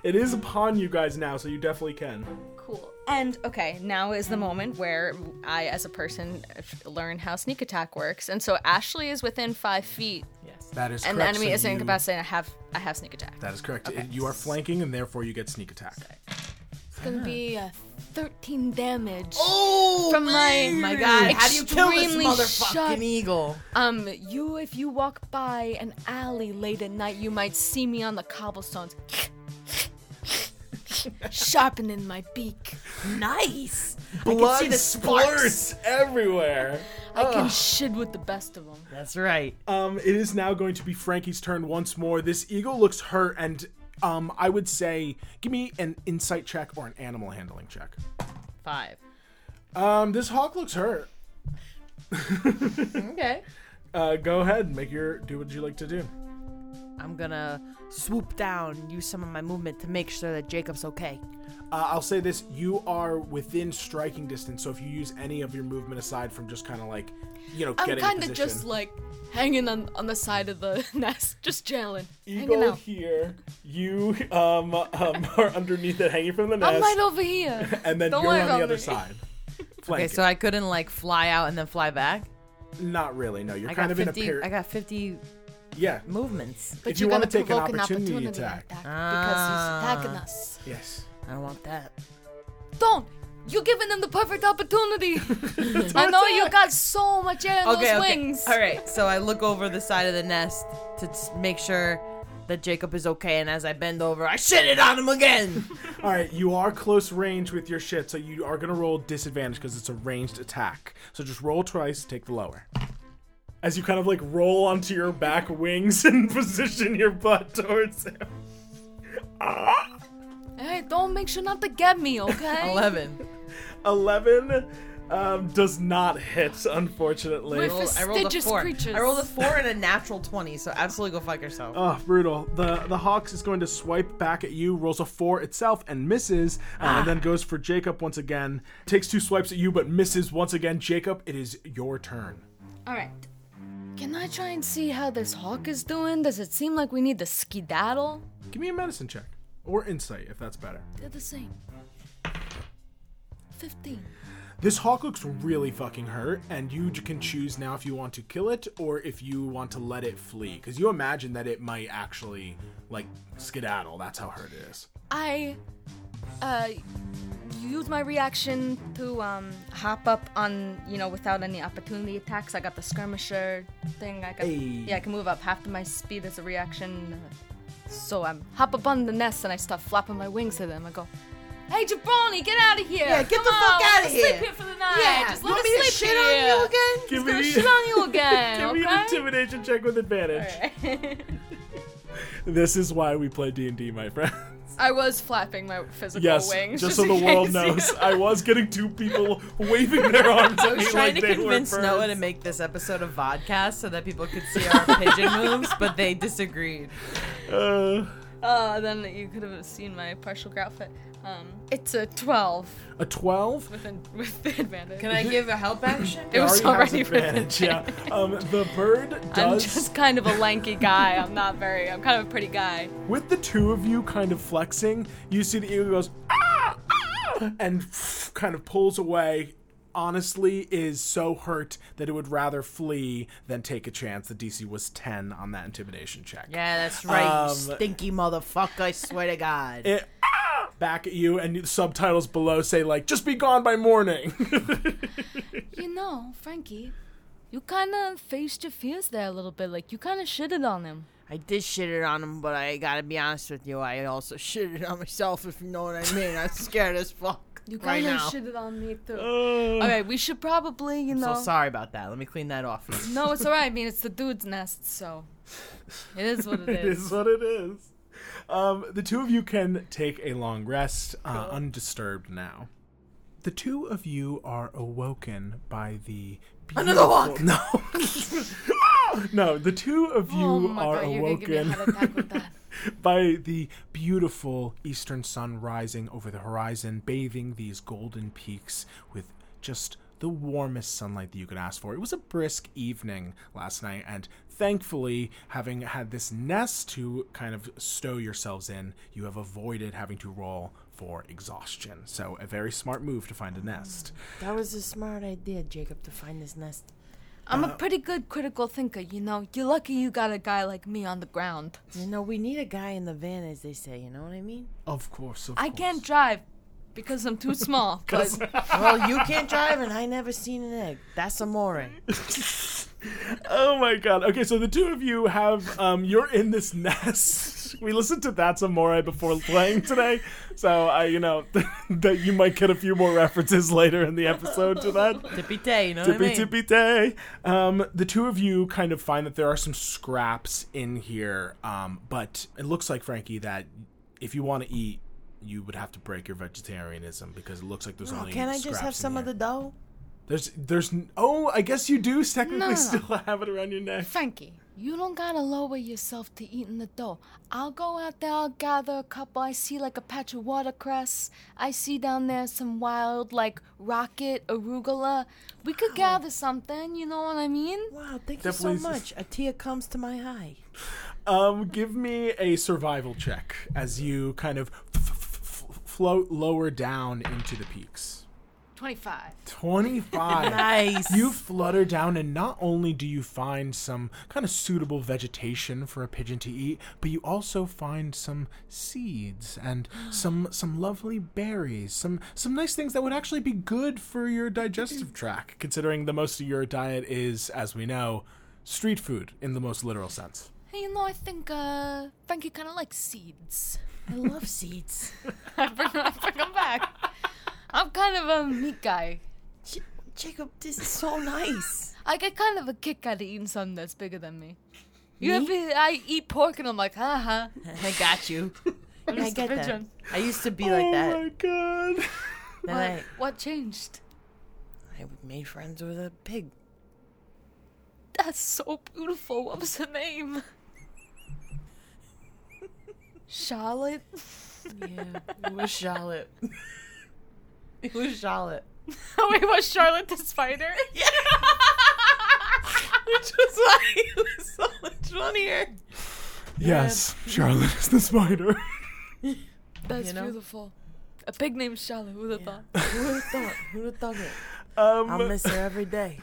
Speaker 1: It is upon you guys now, so you definitely can.
Speaker 3: Cool. And okay, now is the moment where I, as a person, f- learn how sneak attack works. And so Ashley is within five feet,
Speaker 4: Yes.
Speaker 1: That is
Speaker 3: and the
Speaker 1: correct.
Speaker 3: enemy
Speaker 1: so
Speaker 3: is
Speaker 1: you-
Speaker 3: incapacitated. and I have I have sneak attack.
Speaker 1: That is correct. You are flanking, and therefore you get sneak attack.
Speaker 2: It's gonna be uh, 13 damage.
Speaker 4: Oh
Speaker 2: From my-
Speaker 4: my god! How do you kill this
Speaker 2: extremely
Speaker 4: motherfucking
Speaker 2: shut-
Speaker 4: eagle?
Speaker 2: Um, you, if you walk by an alley late at night, you might see me on the cobblestones. Sharpening my beak.
Speaker 5: Nice.
Speaker 1: Blood
Speaker 5: see the sparks.
Speaker 1: splurts everywhere.
Speaker 2: I can shit with the best of them.
Speaker 4: That's right.
Speaker 1: Um, it is now going to be Frankie's turn once more. This eagle looks hurt, and um, I would say, give me an insight check or an animal handling check.
Speaker 4: Five.
Speaker 1: Um, this hawk looks hurt.
Speaker 4: Okay.
Speaker 1: Uh, go ahead, and make your do what you like to do.
Speaker 4: I'm gonna swoop down, use some of my movement to make sure that Jacob's okay.
Speaker 1: Uh, I'll say this: you are within striking distance, so if you use any of your movement aside from just kind of like, you know,
Speaker 2: I'm
Speaker 1: getting in
Speaker 2: kind of
Speaker 1: position.
Speaker 2: just like hanging on, on the side of the nest, just chilling, hanging
Speaker 1: eagle
Speaker 2: out.
Speaker 1: here, you um, um are underneath it, hanging from the nest,
Speaker 2: I'm right over here.
Speaker 1: and then
Speaker 2: Don't
Speaker 1: you're
Speaker 2: worry
Speaker 1: on
Speaker 2: about
Speaker 1: the other
Speaker 2: me.
Speaker 1: side.
Speaker 4: Okay,
Speaker 1: Flanking.
Speaker 4: so I couldn't like fly out and then fly back.
Speaker 1: Not really. No, you're
Speaker 4: I
Speaker 1: kind
Speaker 4: got
Speaker 1: of in a
Speaker 4: fifty.
Speaker 1: period.
Speaker 4: I got fifty
Speaker 1: Yeah.
Speaker 4: movements.
Speaker 2: But
Speaker 1: if
Speaker 2: you're
Speaker 1: you want to
Speaker 2: gonna
Speaker 1: take an
Speaker 2: provoke
Speaker 1: opportunity, attack.
Speaker 2: because he's attacking
Speaker 4: Ah.
Speaker 2: us.
Speaker 1: Yes.
Speaker 4: I don't want that.
Speaker 2: Don't. You're giving them the perfect opportunity. I know you got so much air in those wings.
Speaker 4: All right. So I look over the side of the nest to t- make sure that Jacob is okay, and as I bend over, I shit it on him again.
Speaker 1: All right, you are close range with your shit, so you are gonna roll disadvantage because it's a ranged attack. So just roll twice, take the lower. As you kind of like roll onto your back wings and position your butt towards him. Ah!
Speaker 2: Hey, don't make sure not to get me, okay?
Speaker 4: Eleven.
Speaker 1: 11 um, does not hit, unfortunately.
Speaker 2: We're
Speaker 4: I rolled a
Speaker 2: fastidious
Speaker 4: four.
Speaker 2: creatures.
Speaker 4: I rolled a four and a natural twenty, so absolutely go fuck yourself.
Speaker 1: Oh, brutal. The the Hawks is going to swipe back at you, rolls a four itself, and misses, uh, and then goes for Jacob once again. Takes two swipes at you, but misses once again. Jacob, it is your turn.
Speaker 2: All right. Can I try and see how this hawk is doing? Does it seem like we need to skedaddle?
Speaker 1: Give me a medicine check. Or insight, if that's better.
Speaker 2: They're the same. 15.
Speaker 1: This hawk looks really fucking hurt, and you j- can choose now if you want to kill it or if you want to let it flee. Because you imagine that it might actually, like, skedaddle. That's how hurt it is.
Speaker 2: I uh use my reaction to um hop up on you know without any opportunity attacks. I got the skirmisher thing. I can
Speaker 1: Hey.
Speaker 2: yeah I can move up half to my speed as a reaction. uh, So I'm hop up on the nest and I start flapping my wings at them. I go, Hey Jabroni, get out of here! Yeah,
Speaker 4: get the fuck outta
Speaker 2: Sleep
Speaker 4: here.
Speaker 2: here for the night. just let
Speaker 4: want
Speaker 2: us
Speaker 4: me to
Speaker 2: sleep
Speaker 4: shit on
Speaker 2: here.
Speaker 4: you again?
Speaker 1: Give
Speaker 2: Gonna shit on you again.
Speaker 1: Give me an
Speaker 2: okay?
Speaker 1: intimidation check with advantage. this is why we play D and D, my friends.
Speaker 3: I was flapping my physical
Speaker 1: Yes,
Speaker 3: wings.
Speaker 1: just so the
Speaker 3: in
Speaker 1: world
Speaker 3: case.
Speaker 1: knows, I was getting two people waving their arms at
Speaker 4: I
Speaker 1: me
Speaker 4: was trying
Speaker 1: like
Speaker 4: to
Speaker 1: they
Speaker 4: convince
Speaker 1: were birds.
Speaker 4: Noah to make this episode a vodcast so that people could see our pigeon moves, but they disagreed.
Speaker 1: Uh,
Speaker 3: Uh, then you could have seen my partial outfit. Um, it's a 12
Speaker 1: A 12?
Speaker 3: with, an, with the advantage.
Speaker 4: Can I give a help action?
Speaker 3: it was
Speaker 1: Ari has
Speaker 3: already with
Speaker 1: advantage, yeah. Um, the bird
Speaker 3: I'm
Speaker 1: does,
Speaker 3: just kind of a lanky guy. I'm not very. I'm kind of a pretty guy.
Speaker 1: with the two of you kind of flexing, you see the eagle goes, ah, ah, and kind of pulls away. Honestly, is so hurt that it would rather flee than take a chance. The DC was 10 on that intimidation check.
Speaker 4: Yeah, that's right. you
Speaker 1: Um,
Speaker 4: stinky motherfucker! I swear to God.
Speaker 1: It, ah, back at you, and the subtitles below say, like, just be gone by morning.
Speaker 2: You know, Frankie, you kind of faced your fears there a little bit. Like, you kind of shitted on him.
Speaker 4: I did shit it on him, but I gotta be honest with you. I also shit it on myself, if you know what I mean. I'm scared as fuck
Speaker 2: You
Speaker 4: right
Speaker 2: kind of
Speaker 4: now.
Speaker 2: shitted on me, too. okay, we should probably, you know.
Speaker 4: So sorry about that. Let me clean that off. you.
Speaker 2: no, it's alright. I mean, it's the dude's nest, so. It is what
Speaker 1: it is what it is. Um, the two of you can take a long rest, uh, undisturbed now. The two of you are awoken by the another walk. Oh No, Ah! no, the two of you
Speaker 2: Oh
Speaker 1: are awoken by the beautiful eastern sun rising over the horizon, bathing these golden peaks with just the warmest sunlight that you could ask for. It was a brisk evening last night, and thankfully, having had this nest to kind of stow yourselves in, you have avoided having to roll for exhaustion. So, a very smart move to find a nest.
Speaker 5: That was a smart idea, Jacob, to find this nest.
Speaker 2: I'm
Speaker 4: Uh,
Speaker 2: a pretty good critical thinker, you know. You're lucky you got a guy like me on the ground.
Speaker 5: You know, we need a guy in the van, as they say. You know what I mean?
Speaker 1: Of course, of
Speaker 2: I can't drive because I'm too small. But
Speaker 5: well, you can't drive, and I never seen an egg. That's amore.
Speaker 1: Oh my god. Okay, so the two of you have um you're in this nest. We listened to That's Amore before playing today. So I you know that you might get a few more references later in the episode to that.
Speaker 4: Tippy tay, you know what I
Speaker 1: Tippy
Speaker 4: mean?
Speaker 1: tippy day. Um, the two of you kind of find that there are some scraps in here, um, but it looks like Frankie that if you want to eat, you would have to break your vegetarianism because it looks like there's
Speaker 5: Oh,
Speaker 1: only.
Speaker 5: can I just
Speaker 1: scraps
Speaker 5: have
Speaker 1: in
Speaker 5: some of the
Speaker 1: here.
Speaker 5: dough?
Speaker 1: There's there's n- oh I guess you do technically
Speaker 2: No.
Speaker 1: still have it around your neck.
Speaker 2: Frankie, you don't gotta lower yourself to eating the dough. I'll go out there, I'll gather a couple. I see like a patch of watercress. I see down there some wild, like rocket, arugula. We could gather something, you know what I mean?
Speaker 5: Wow, thank
Speaker 1: Definitely
Speaker 5: you
Speaker 1: s-
Speaker 5: so much. A tear comes to my eye.
Speaker 1: Um, give me a survival check as you kind of f- f- f- float lower down into the peaks.
Speaker 2: 25.
Speaker 1: 25.
Speaker 5: Nice.
Speaker 1: you flutter down, and not only do you find some kind of suitable vegetation for a pigeon to eat, but you also find some seeds and some some lovely berries, some some nice things that would actually be good for your digestive tract, considering the most of your diet is, as we know, street food in the most literal sense.
Speaker 2: Hey, you know, I think uh, Frankie kind of likes seeds.
Speaker 5: I love seeds.
Speaker 2: bring, bring 'em back. I'm kind of a meat guy.
Speaker 5: J- Jacob, this is so nice.
Speaker 2: I get kind of a kick out of eating something that's bigger than me. You ever, I eat pork and I'm like, "Uh-huh." haha.
Speaker 4: I got you.
Speaker 5: I get that.
Speaker 2: pigeon.
Speaker 4: I used to be like that.
Speaker 1: Oh my god.
Speaker 5: Then I,
Speaker 2: What changed?
Speaker 5: I made friends with a pig.
Speaker 2: That's so beautiful. What was her name? Charlotte?
Speaker 5: Yeah, it was Charlotte. It was Charlotte.
Speaker 3: Wait, was Charlotte the spider?
Speaker 5: Yeah. Which was why it was so much funnier.
Speaker 1: Yes, Charlotte is the spider.
Speaker 2: That's
Speaker 5: You know?
Speaker 2: beautiful. A pig named Charlotte. Who'd have thought?
Speaker 5: Who would have thought? Who would have thought it? I'll
Speaker 1: Um,
Speaker 5: miss her every day.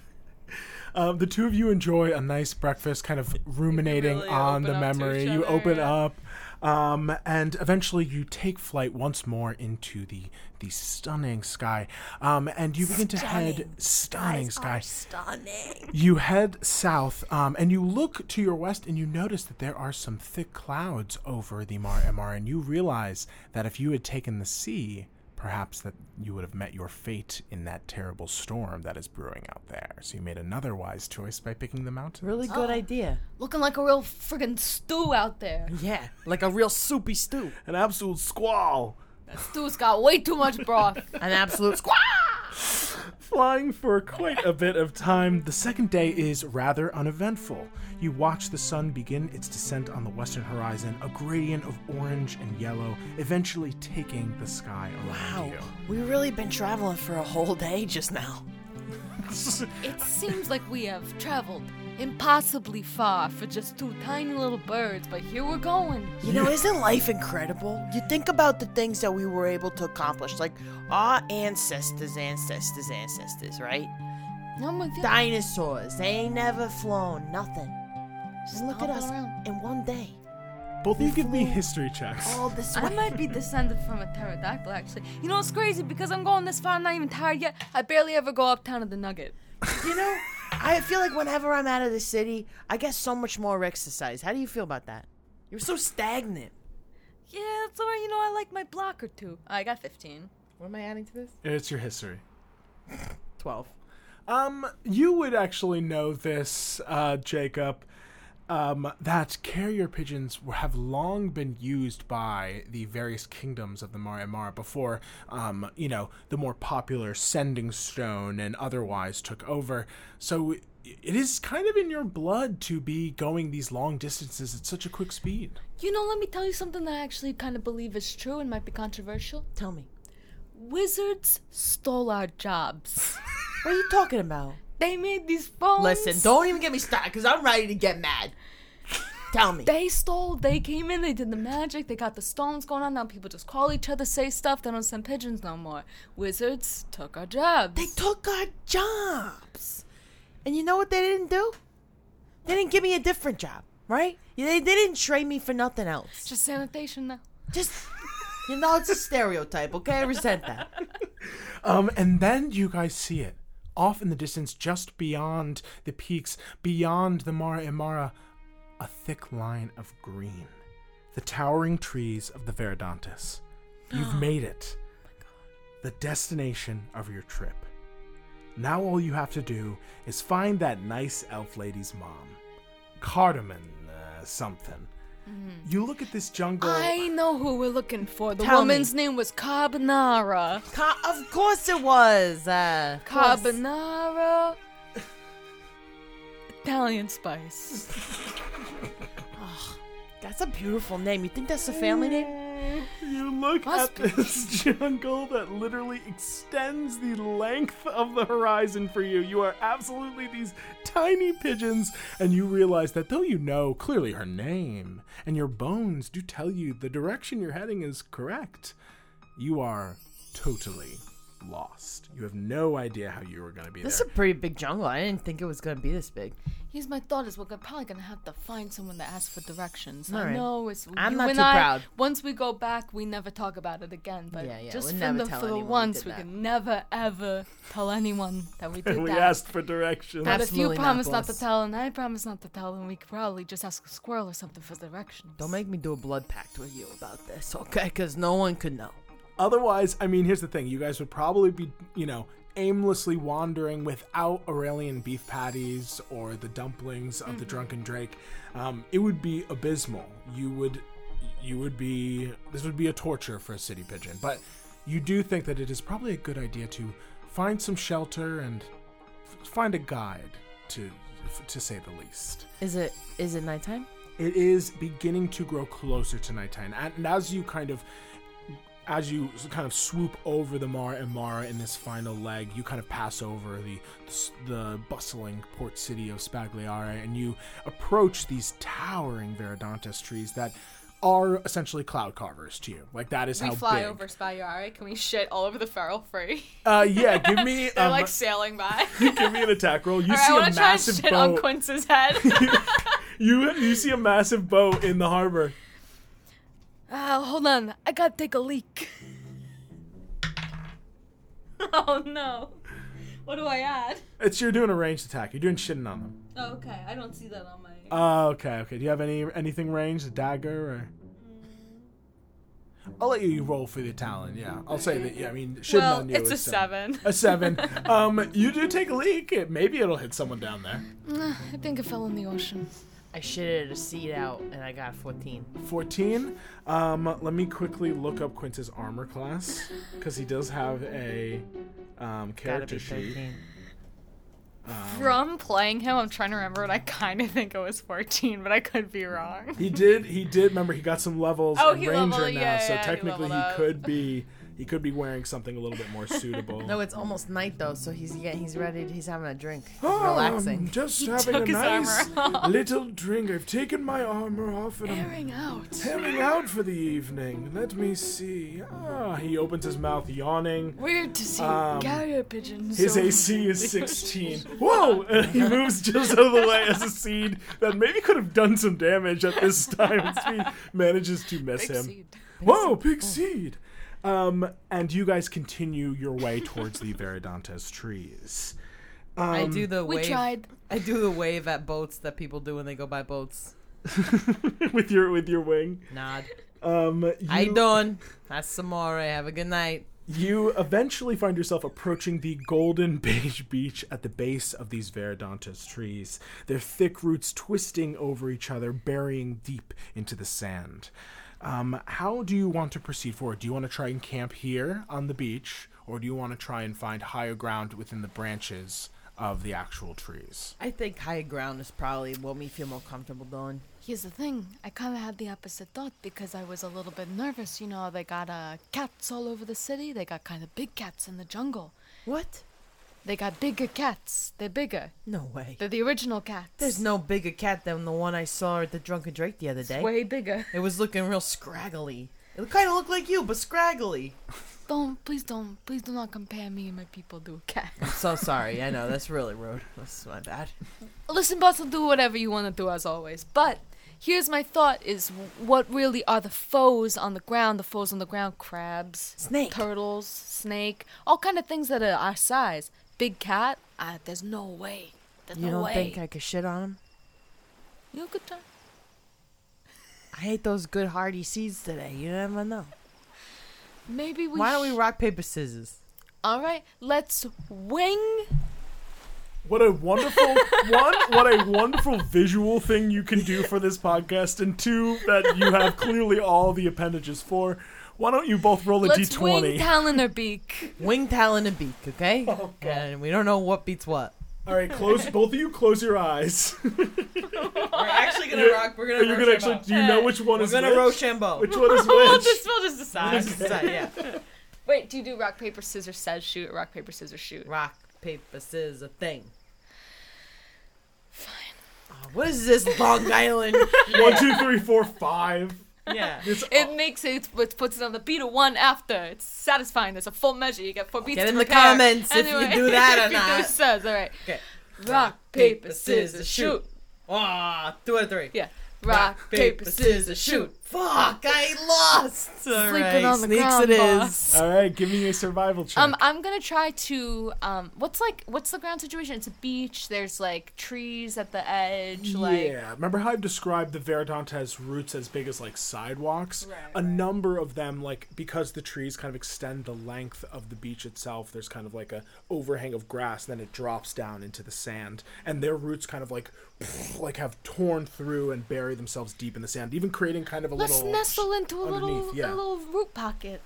Speaker 1: um, the two of you enjoy a nice breakfast, kind of ruminating
Speaker 4: really
Speaker 1: on the
Speaker 4: open up to
Speaker 1: memory.
Speaker 4: each
Speaker 1: You
Speaker 4: other,
Speaker 1: open
Speaker 4: yeah.
Speaker 1: up, um, and eventually you take flight once more into the the stunning sky, um, and you begin to head stunning sky.
Speaker 5: Stunning.
Speaker 1: You head south, um, and you look to your west, and you notice that there are some thick clouds over the Mar Mr. And you realize that if you had taken the sea, perhaps that you would have met your fate in that terrible storm that is brewing out there. So you made another wise choice by picking the mountain.
Speaker 5: Really good idea.
Speaker 2: Looking like a real friggin' stew out there.
Speaker 5: Yeah, like a real soupy stew.
Speaker 1: An absolute squall.
Speaker 2: Stew's got way too much broth.
Speaker 4: An absolute squaw.
Speaker 1: Flying for quite a bit of time, the second day is rather uneventful. You watch the sun begin its descent on the western horizon, a gradient of orange and yellow, eventually taking the sky around
Speaker 6: we Oh, really been traveling for a whole day just now.
Speaker 1: you.
Speaker 2: It seems like we have traveled impossibly far for just two tiny little birds, but here we're going.
Speaker 6: You know, isn't life incredible? You think about the things that we were able to accomplish, like our ancestors, ancestors, ancestors, right?
Speaker 2: I'm with you.
Speaker 6: Dinosaurs, they ain't never flown, nothing. Just look at
Speaker 2: Hopping
Speaker 6: us
Speaker 2: around.
Speaker 6: in one day.
Speaker 1: Both of you give me history checks.
Speaker 6: All this
Speaker 2: I
Speaker 6: way.
Speaker 2: might be descended from a pterodactyl, actually. You know, it's crazy because I'm going this far, I'm not even tired yet. I barely ever go uptown to the Nugget.
Speaker 6: You know, I feel like whenever I'm out of the city, I get so much more exercise. How do you feel about that? You're so stagnant.
Speaker 2: Yeah, that's alright. You know, I like my block or two. I got 15.
Speaker 4: What am I adding to this?
Speaker 1: It's your history.
Speaker 4: 12.
Speaker 1: Um, you would actually know this, uh, Jacob. Um, that carrier pigeons were, have long been used by the various kingdoms of the Mara Mara before, um, you know, the more popular Sending Stone and otherwise took over. So it it is kind of in your blood to be going these long distances at such a quick speed.
Speaker 2: You know, let me tell you something that I actually kind of believe is true and might be controversial.
Speaker 6: Tell me,
Speaker 2: Wizards stole our jobs.
Speaker 6: what are you talking about?
Speaker 2: they made these phones.
Speaker 4: Listen, don't even get me started because I'm ready to get mad.
Speaker 6: Tell me.
Speaker 2: They stole. They came in. They did the magic. They got the stones going on. Now people just call each other, say stuff. They don't send pigeons no more. Wizards took our jobs.
Speaker 6: They took our jobs. And you know what they didn't do? They didn't give me a different job, right? Yeah, They, they didn't train me for nothing else.
Speaker 2: just sanitation now.
Speaker 6: Just,
Speaker 4: You know, it's a stereotype, okay? I resent that.
Speaker 1: Um, and then you guys see it off in the distance, just beyond the peaks, beyond the Mara Imara, a thick line of green, the towering trees of the Veridontis. You've made it, the destination of your trip. Now all you have to do is find that nice elf lady's mom, Cardamon uh, something. You look at this jungle.
Speaker 2: I know who we're looking for. The
Speaker 4: Tell me.
Speaker 2: woman's name was Carbonara.
Speaker 4: Ca- of course it was. Uh,
Speaker 2: Carbonara. Italian spice.
Speaker 6: that's a beautiful name. You think that's a family name?
Speaker 1: You look
Speaker 2: Must
Speaker 1: at
Speaker 2: be.
Speaker 1: this jungle that literally extends the length of the horizon for you. You are absolutely these tiny pigeons, and you realize that though you know clearly her name, and your bones do tell you the direction you're heading is correct, you are totally lost. You have no idea how you were going to be
Speaker 4: This is a
Speaker 1: there.
Speaker 4: pretty big jungle. I didn't think it was going to be this big.
Speaker 2: Here's my thought: is we're gonna- probably gonna have to find someone to ask for directions.
Speaker 4: All
Speaker 2: I
Speaker 4: right.
Speaker 2: know it's.
Speaker 4: I'm
Speaker 2: you
Speaker 4: not
Speaker 2: and
Speaker 4: too
Speaker 2: I-
Speaker 4: proud.
Speaker 2: Once we go back, we never talk about it again. But
Speaker 4: Yeah, yeah,
Speaker 2: just
Speaker 4: we'll
Speaker 2: from
Speaker 4: never
Speaker 2: the
Speaker 4: tell
Speaker 2: for
Speaker 4: anyone we
Speaker 2: once,
Speaker 4: did
Speaker 2: we,
Speaker 4: that.
Speaker 2: can never ever tell anyone that we did
Speaker 1: we
Speaker 2: that.
Speaker 1: asked for directions.
Speaker 2: but if you
Speaker 4: Absolutely not,
Speaker 2: promise not, to
Speaker 4: boss.
Speaker 2: tell, and I promise not to tell, then we could probably just ask a squirrel or something for directions.
Speaker 4: Don't make me do a blood pact with you about this, okay? Because no one could know.
Speaker 1: Otherwise, I mean, here's the thing: you guys would probably be, you know, aimlessly wandering without Aurelian beef patties or the dumplings of the drunken Drake. Um, it would be abysmal. You would, you would be. This would be a torture for a city pigeon. But you do think that it is probably a good idea to find some shelter and f- find a guide, to f- to say the least.
Speaker 4: Is it is it nighttime?
Speaker 1: It is beginning to grow closer to nighttime, and and as you kind of, as you s- kind of swoop over the Mara and Mara in this final leg, you kind of pass over the s- the bustling port city of Spagliare, and you approach these towering Veridontis trees that are essentially cloud carvers to you. Like that is
Speaker 3: We
Speaker 1: how
Speaker 3: fly
Speaker 1: big.
Speaker 3: over Spyare. Can we shit all over the feral free?
Speaker 1: Uh, yeah, give me
Speaker 3: They're
Speaker 1: um,
Speaker 3: like sailing by.
Speaker 1: give me an attack roll. You
Speaker 3: All right,
Speaker 1: see
Speaker 3: I
Speaker 1: a
Speaker 3: want to try and
Speaker 1: massive
Speaker 3: shit on
Speaker 1: boat.
Speaker 3: Quince's head.
Speaker 1: you you see a massive boat in the harbor.
Speaker 2: Ah, hold on, I gotta take a leak.
Speaker 3: oh no. What do I add?
Speaker 1: It's you're doing a ranged attack. You're doing shitting on them.
Speaker 3: Oh, okay. I don't see that on my.
Speaker 1: Oh, okay, okay. Do you have any anything ranged, a dagger or? I'll let you roll for the talon. Yeah, I'll say that. Yeah, I mean, shitting
Speaker 3: well,
Speaker 1: on you.
Speaker 3: it's a
Speaker 1: is
Speaker 3: seven.
Speaker 1: A seven. um, you do take a leak. It, maybe it'll hit someone down there.
Speaker 2: I think it fell in the ocean.
Speaker 4: I shitted a seed out and I got 14.
Speaker 1: 14. Um, let me quickly look up Quince's armor class because he does have a um,
Speaker 4: Gotta
Speaker 1: character
Speaker 4: be
Speaker 1: sheet.
Speaker 4: 13.
Speaker 3: From playing him, I'm trying to remember it. I kind of think it was 14, but I could be wrong.
Speaker 1: He did. He did. Remember, he got some levels
Speaker 3: Oh,
Speaker 1: in
Speaker 3: he
Speaker 1: Ranger
Speaker 3: leveled-
Speaker 1: now,
Speaker 3: yeah,
Speaker 1: so
Speaker 3: yeah, he
Speaker 1: technically he,
Speaker 3: leveled up.
Speaker 1: could be. He could be wearing something a little bit more suitable.
Speaker 4: No, it's almost night though, so he's yeah, he's ready. He's having a drink. He's
Speaker 1: Oh, I'm
Speaker 4: relaxing.
Speaker 1: just having
Speaker 3: took
Speaker 1: a
Speaker 3: his
Speaker 1: nice
Speaker 3: armor off.
Speaker 1: little drink. I've taken my armor off and I'm
Speaker 3: Airing out.
Speaker 1: heading out for the evening. Let me see. Ah, he opens his mouth, yawning.
Speaker 3: Weird to see
Speaker 1: Um,
Speaker 3: carrier pigeons.
Speaker 1: His
Speaker 3: so-
Speaker 1: AC is 16. Whoa! And he moves just out of the way as a seed that maybe could have done some damage at this time. Speed manages to miss him. Whoa,
Speaker 3: Oh.
Speaker 1: big seed! Um, and you guys continue your way towards the Veridantes trees.
Speaker 4: I do the
Speaker 2: We
Speaker 4: wave.
Speaker 2: tried.
Speaker 4: I do the wave at boats that people do when they go by boats.
Speaker 1: with your with your wing.
Speaker 4: Nod.
Speaker 1: Um, you,
Speaker 4: I done. That's Samore. Have a good night.
Speaker 1: you eventually find yourself approaching the golden beige beach at the base of these Veridantes trees, their thick roots twisting over each other, burying deep into the sand. Um, how do you want to proceed forward? Do you want to try and camp here on the beach, or do you want to try and find higher ground within the branches of the actual trees?
Speaker 4: I think high ground is probably what me feel more comfortable doing.
Speaker 2: Here's the thing. I kind of had the opposite thought because I was a little bit nervous. You know, they got uh, cats all over the city. They got kind of big cats in the jungle.
Speaker 4: What?
Speaker 2: They got bigger cats. They're bigger.
Speaker 4: No way.
Speaker 2: They're the original cats.
Speaker 4: There's no bigger cat than the one I saw at the Drunken Drake the other day.
Speaker 2: way bigger.
Speaker 4: It was looking real scraggly. It kind of looked like you, but scraggly.
Speaker 2: Don't, please don't, please do not compare me and my people to a cat.
Speaker 4: I'm so sorry. I know that's really rude. That's my bad.
Speaker 2: Listen, Bustle, do whatever you want to do as always. But here's my thought: is what really are the foes on the ground? The foes on the ground: crabs,
Speaker 4: Snake.
Speaker 2: turtles, snake, all kind of things that are our size. Big cat? Uh, there's no way. There's
Speaker 4: You
Speaker 2: no
Speaker 4: don't
Speaker 2: way.
Speaker 4: think I could shit on him?
Speaker 2: You could try.
Speaker 4: I hate those good hardy seeds today. You never know.
Speaker 2: Maybe we.
Speaker 4: Why don't we
Speaker 2: sh-
Speaker 4: rock paper scissors?
Speaker 2: all right, let's wing.
Speaker 1: What a wonderful one! What a wonderful visual thing you can do for this podcast, and two that you have clearly all the appendages for. Why don't you both roll a
Speaker 2: Let's wing
Speaker 1: twenty?
Speaker 2: Talon or Beak.
Speaker 4: Wing, talon, and beak. Okay. and we don't know what beats what.
Speaker 1: All right, close both of you. Close your eyes.
Speaker 5: We're actually gonna rock. We're gonna.
Speaker 1: You're gonna actually. Do you know which one
Speaker 4: We're
Speaker 1: is
Speaker 4: gonna
Speaker 1: which?
Speaker 4: Rochambeau.
Speaker 1: Which one is which?
Speaker 3: we'll just decide.
Speaker 4: yeah.
Speaker 3: Wait, do you do rock, paper, scissors, says shoot, rock, paper, scissors, shoot?
Speaker 4: Rock paper scissors thing. Fine. what is this Long Island?
Speaker 1: one, two, three, four, five.
Speaker 4: yeah.
Speaker 1: It's
Speaker 3: It makes it, it puts it on the beat of one after. It's satisfying. There's a full measure. You get four beats.
Speaker 4: Get
Speaker 3: to
Speaker 4: in the
Speaker 3: prepare.
Speaker 4: comments if you do that or
Speaker 3: if you do
Speaker 4: not.
Speaker 3: says, all right.
Speaker 4: Okay.
Speaker 3: Rock, paper, scissors, shoot.
Speaker 4: Ah, two out of three.
Speaker 3: Yeah. Rock, paper, scissors, shoot.
Speaker 4: Fuck, I lost. Sleeping
Speaker 2: on the
Speaker 4: Sneaks
Speaker 2: ground,
Speaker 4: it is.
Speaker 2: boss.
Speaker 1: all right. Give me a survival check.
Speaker 2: Um, I'm gonna try to um, what's like what's the ground situation? It's a beach. There's like trees at the edge. Like
Speaker 1: yeah, remember how I've described the Veridantes roots as big as like sidewalks? a number of them, like because the trees kind of extend the length of the beach itself, there's kind of like a overhang of grass, then it drops down into the sand, and their roots kind of like like have torn through and bury themselves deep in the sand, even creating kind of a
Speaker 2: let's
Speaker 1: little.
Speaker 2: nestle into a little
Speaker 1: underneath, yeah.
Speaker 2: a little root pocket,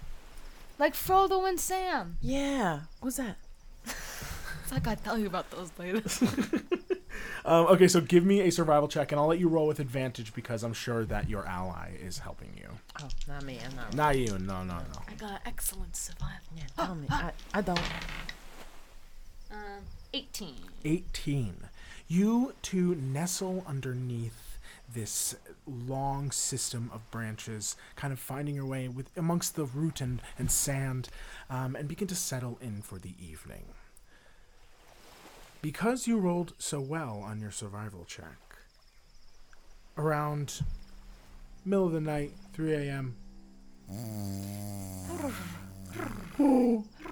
Speaker 2: like Frodo and Sam.
Speaker 4: Yeah. What's that?
Speaker 2: It's like I tell you about those later.
Speaker 1: Um, okay, so give me a survival check, and I'll let you roll with advantage because I'm sure that your ally is helping you.
Speaker 4: Oh, not me. I'm not.
Speaker 1: Not you. No, no, no.
Speaker 2: I got excellent survival.
Speaker 4: Yeah, tell me. I, I don't.
Speaker 2: Um, 18.
Speaker 1: 18. You two nestle underneath this long system of branches, kind of finding your way with amongst the root and, and sand, um, and begin to settle in for the evening. Because you rolled so well on your survival check, around middle of the night, 3 a.m.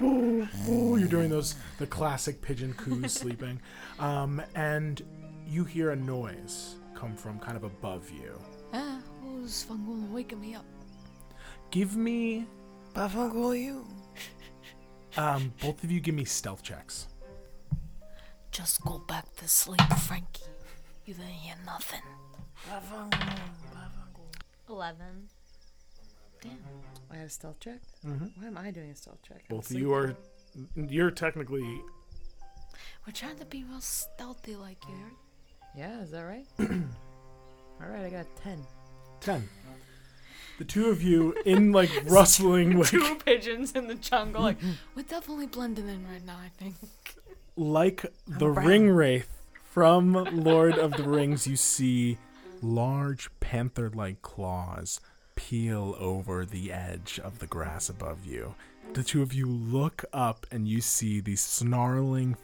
Speaker 1: Oh, you're doing those the classic pigeon coos sleeping, um, and you hear a noise come from kind of above you.
Speaker 2: Ah, who's Fangul waking me up?
Speaker 1: Give me,
Speaker 6: Buffalo, you.
Speaker 1: um, both of you, give me stealth checks.
Speaker 2: Just go back to sleep, Frankie. You didn't hear nothing.
Speaker 3: Eleven.
Speaker 4: I had a stealth check. Why am I doing a stealth check?
Speaker 1: Both of you are. You're technically.
Speaker 3: We're trying to be real stealthy like you.
Speaker 4: Yeah, is that right? All right, I got a ten.
Speaker 1: 10. The two of you in like rustling like,
Speaker 3: Two pigeons in the jungle. Like we're definitely blending in right now. I think.
Speaker 1: like the ring wraith from Lord of the Rings you see large panther-like claws peel over the edge of the grass above you. The two of you look up and you see the snarling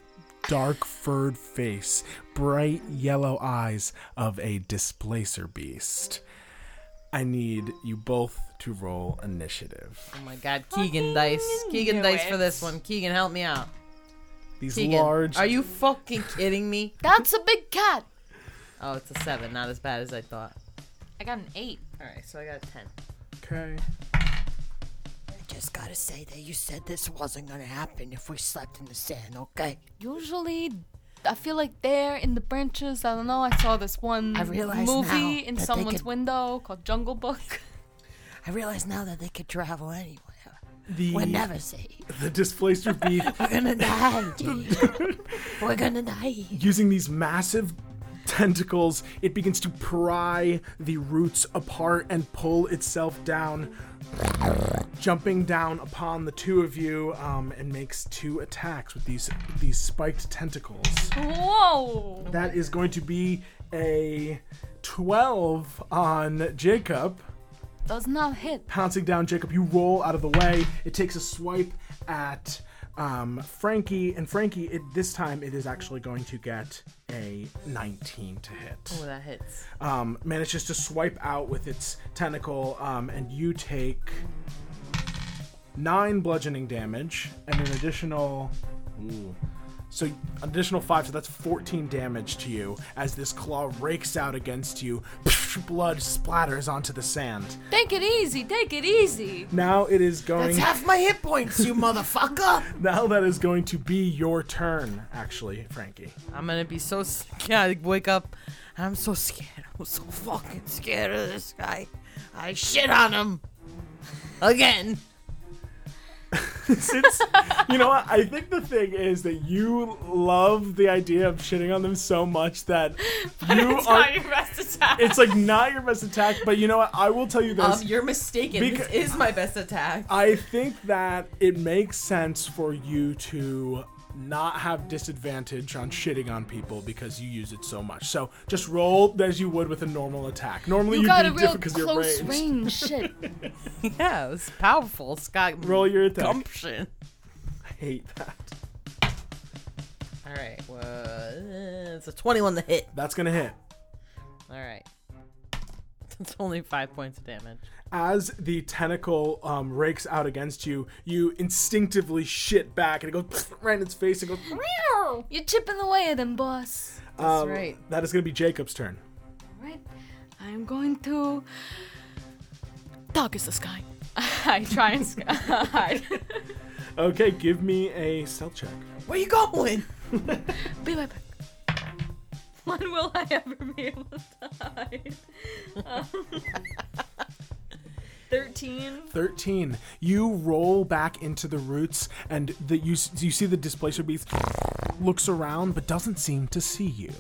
Speaker 1: dark furred face, bright yellow eyes of a displacer beast. I need you both to roll initiative.
Speaker 4: Oh my God, Keegan dice. Keegan dice for this one. Keegan, help me out.
Speaker 1: These
Speaker 4: Keegan,
Speaker 1: large
Speaker 4: are you fucking kidding me?
Speaker 2: That's a big cat.
Speaker 4: Oh, it's a seven. Not as bad as I thought.
Speaker 3: I got an eight.
Speaker 4: All right, so I got a ten.
Speaker 1: Okay.
Speaker 6: Just gotta say that you said this wasn't gonna happen if we slept in the sand, okay?
Speaker 2: Usually, I feel like they're in the branches. I don't know. I saw this one
Speaker 6: I realize
Speaker 2: movie
Speaker 6: now
Speaker 2: in
Speaker 6: that they
Speaker 2: someone's
Speaker 6: could-
Speaker 2: window called Jungle Book.
Speaker 6: I realize now that they could travel anywhere.
Speaker 1: The
Speaker 6: We're never safe.
Speaker 1: the displacer beast
Speaker 6: We're gonna die, Jay. We're gonna die.
Speaker 1: using these massive tentacles, it begins to pry the roots apart and pull itself down, jumping down upon the two of you, um, and makes two attacks with these these spiked tentacles.
Speaker 3: Whoa!
Speaker 1: That is going to be a twelve on Jacob.
Speaker 2: Does not hit.
Speaker 1: Pouncing down, Jacob, you roll out of the way. It takes a swipe at um, Frankie, and Frankie, it, this time it is actually going to get a 19 to hit
Speaker 4: Oh, that hits.
Speaker 1: um, manages to swipe out with its tentacle, um, and you take nine bludgeoning damage and an additional. Ooh. So, an additional five, so that's 14 damage to you as this claw rakes out against you. Blood splatters onto the sand.
Speaker 2: Take it easy. Take it easy.
Speaker 1: Now it is going.
Speaker 6: That's half my hit points, you motherfucker.
Speaker 1: now that is going to be your turn, actually, Frankie.
Speaker 4: I'm gonna be so scared. I wake up. I'm so scared. I'm so fucking scared of this guy. I shit on him again.
Speaker 1: since you know what I think the thing is that you love the idea of shitting on them so much that you
Speaker 3: It's
Speaker 1: are
Speaker 3: not your best attack.
Speaker 1: it's like not your best attack but you know what I will tell you this
Speaker 5: Um, you're mistaken.
Speaker 1: Beca-
Speaker 5: this is my best attack.
Speaker 1: I think that it makes sense for you to not have disadvantage on shitting on people because you use it so much so just roll as you would with a normal attack normally
Speaker 2: You
Speaker 1: would
Speaker 2: got
Speaker 1: be
Speaker 2: a real
Speaker 1: different because you're
Speaker 2: close
Speaker 1: ranged
Speaker 2: range shit.
Speaker 4: Yeah, it's powerful. It's got
Speaker 1: roll your attack
Speaker 4: gumption.
Speaker 1: I hate that
Speaker 4: All right, well, uh, it's a 21 to hit.
Speaker 1: that's gonna hit
Speaker 4: All right, it's only five points of damage.
Speaker 1: as the tentacle um, rakes out against you, you instinctively shit back, and it goes right in its face and goes.
Speaker 2: You're chipping away at them, boss.
Speaker 1: Um,
Speaker 4: right.
Speaker 1: That is going to be Jacob's turn.
Speaker 2: Right? I'm going to. Dog is this guy.
Speaker 3: I try and sc- hide.
Speaker 1: Okay, give me a stealth check.
Speaker 5: Where you going?
Speaker 2: Be right back.
Speaker 3: when will I ever be able to hide? Um, Thirteen.
Speaker 1: Thirteen. You roll back into the roots, and the, you s- you see the displacer beast looks around but doesn't seem to see you.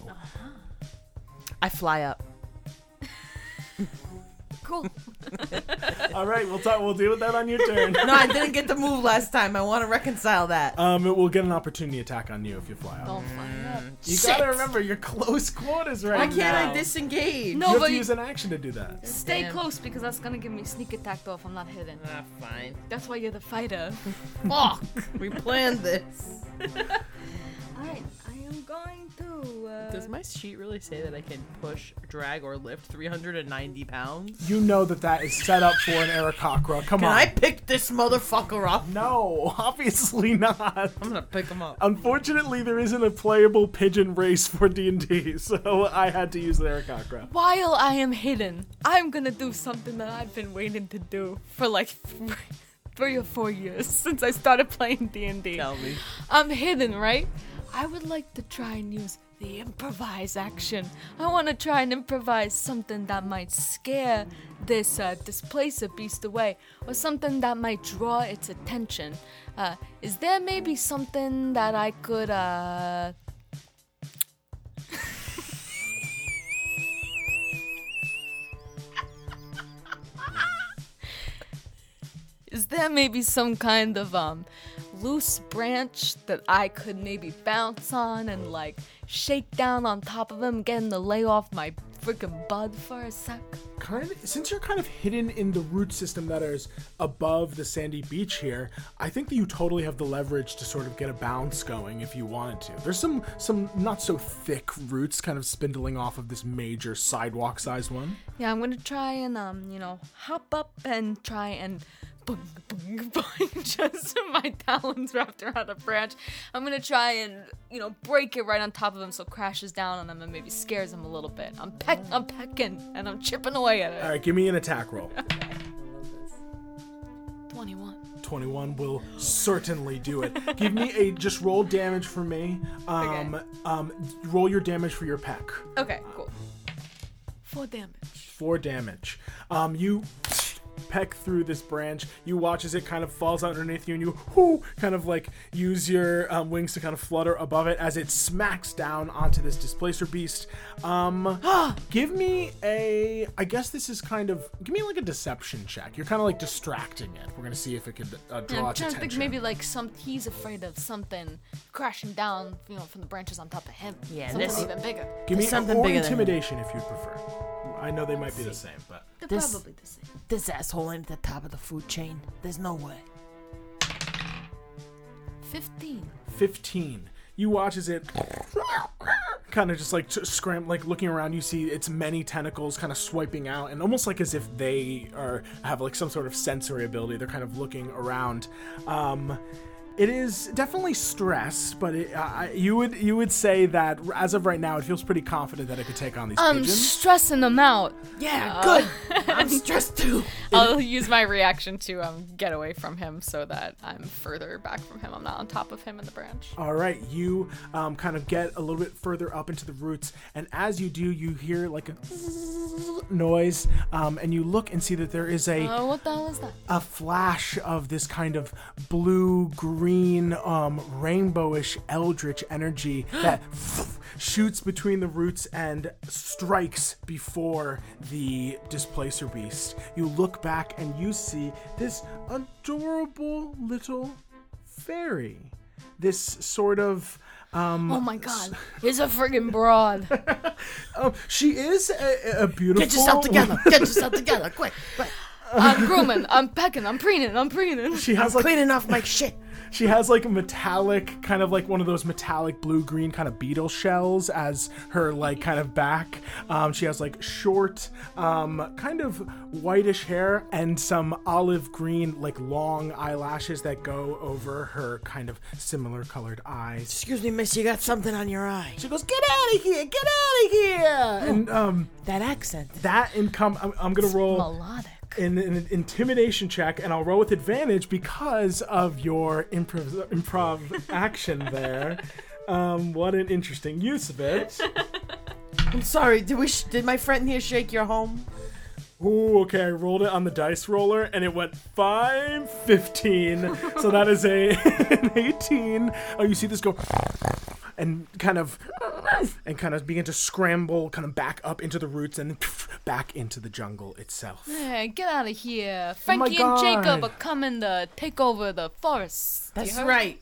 Speaker 4: I fly up.
Speaker 2: Cool.
Speaker 1: All right, we'll talk. We'll deal with that on your turn.
Speaker 5: No, I didn't get the move last time. I want to reconcile that.
Speaker 1: Um, it will get an opportunity attack on you if you fly out. You gotta remember your close quarters right
Speaker 5: Why can't
Speaker 1: now.
Speaker 5: I disengage?
Speaker 1: You
Speaker 2: No,
Speaker 1: have
Speaker 2: but
Speaker 1: to
Speaker 2: you
Speaker 1: use an action to do that.
Speaker 2: stay
Speaker 4: Damn.
Speaker 2: close because that's gonna give me sneak attack though if I'm not hidden.
Speaker 4: Ah, fine.
Speaker 2: That's why you're the fighter.
Speaker 4: Fuck. we planned this.
Speaker 2: Alright, I am going to. Uh...
Speaker 4: Does my sheet really say that I can push, drag, or lift 390 pounds?
Speaker 1: You know that that is set up for an Arakakra. Come
Speaker 4: Can
Speaker 1: on.
Speaker 4: I pick this motherfucker up?
Speaker 1: No, obviously not.
Speaker 4: I'm gonna pick him
Speaker 1: Oh,
Speaker 4: up.
Speaker 1: Unfortunately, there isn't a playable pigeon race for D&D, so I had to use the Arakakra.
Speaker 2: While I am hidden, I'm gonna do something that I've been waiting to do for like three or four years since I started playing D&D.
Speaker 4: Tell me.
Speaker 2: I'm hidden, right? I would like to try and use the improvise action. I want to try and improvise something that might scare this uh, displacer beast away, or something that might draw its attention. Uh, is there maybe something that I could uh? Is there maybe some kind of um loose branch that I could maybe bounce on and like shake down on top of him, getting the lay off my freaking bud for a sec?
Speaker 1: Kind of, since you're kind of hidden in the root system that is above the sandy beach here, I think that you totally have the leverage to sort of get a bounce going if you wanted to. There's some some not so thick roots kind of spindling off of this major sidewalk sized one.
Speaker 2: Yeah, I'm gonna try and um, you know, hop up and try and boing, boing, boing, just my talons wrapped around a branch. I'm gonna try and you know break it right on top of him so it crashes down on him and maybe scares him a little bit. I'm peck, I'm pecking and I'm chipping away at
Speaker 1: All
Speaker 2: it.
Speaker 1: right, give me an attack roll.
Speaker 2: 21.
Speaker 1: 21 will certainly do it. Give me a just roll damage for me. Um, um, roll your damage for your pack.
Speaker 2: Okay, cool. Four damage.
Speaker 1: Four damage. Um, you peck through this branch. You watch as it kind of falls out underneath you, and you whoo, kind of like use your um, wings to kind of flutter above it as it smacks down onto this displacer beast. Um, give me a. I guess this is kind of. Give me like a deception check. You're kind of like distracting it. We're gonna see if it could uh, draw
Speaker 2: I'm
Speaker 1: its
Speaker 2: trying to
Speaker 1: attention.
Speaker 2: think maybe like some he's afraid of something crashing down, you know, from the branches on top of him.
Speaker 6: Yeah,
Speaker 2: something
Speaker 6: this-
Speaker 2: even bigger.
Speaker 1: Give me
Speaker 6: something
Speaker 1: or
Speaker 6: bigger than-
Speaker 1: intimidation if you'd prefer. I know they might be the same, but
Speaker 2: They're
Speaker 6: This-
Speaker 2: probably the same.
Speaker 6: This asshole ain't at the top of the food chain. There's no way.
Speaker 2: 15.
Speaker 1: 15. You watch as it kind of just like t- scram, like looking around. You see its many tentacles kind of swiping out, and almost like as if they are have like some sort of sensory ability. They're kind of looking around. Um, it is definitely stress, but it, I I- you would you would say that as of right now, it feels pretty confident that it could take on these
Speaker 2: I'm
Speaker 1: pigeons.
Speaker 2: stressing them out.
Speaker 6: Yeah, good. I'm stressed too.
Speaker 3: I'll use my reaction to um get away from him so that I'm further back from him. I'm not on top of him in the branch.
Speaker 1: All right, you um, kind of get a little bit further up into the roots, and as you do, you hear like a noise, um, and you look and see that there is a
Speaker 2: Oh, what the hell is that?
Speaker 1: a flash of this kind of blue green um, rainbowish eldritch energy that shoots between the roots and strikes before the displacer beast you look back and you see this adorable little fairy this sort of um,
Speaker 2: Oh my god, he's a friggin' broad.
Speaker 1: um, she is a, a beautiful
Speaker 6: Get yourself together. Get yourself together. Quick, quick.
Speaker 2: I'm grooming, I'm pecking, I'm preening, I'm preening.
Speaker 1: she has like
Speaker 6: Cleaning off my shit.
Speaker 1: She has like a metallic, kind of like one of those metallic blue green kind of beetle shells as her like kind of back. Um, she has like short, um, kind of whitish hair and some olive green, like long eyelashes that go over her kind of similar colored eyes.
Speaker 6: Excuse me, miss. You got something on your eye.
Speaker 1: She goes, Get out of here! Get out of here! And um,
Speaker 6: That accent.
Speaker 1: that income, I'm, I'm gonna roll
Speaker 2: Melodic.
Speaker 1: in an intimidation check, and I'll roll with advantage because of your improv, improv action there. Um, what an interesting use of it.
Speaker 6: I'm sorry. Did we? Sh- did my friend here shake your home?
Speaker 1: Ooh, okay, I rolled it on the dice roller, and it went 5, 15. so that is a an 18. Oh, you see this go and kind of and kind of begin to scramble kind of back up into the roots and back into the jungle itself.
Speaker 2: Hey, get out of here. Frankie and
Speaker 1: Oh God.
Speaker 2: Jacob are coming to take over the forest.
Speaker 6: That's right.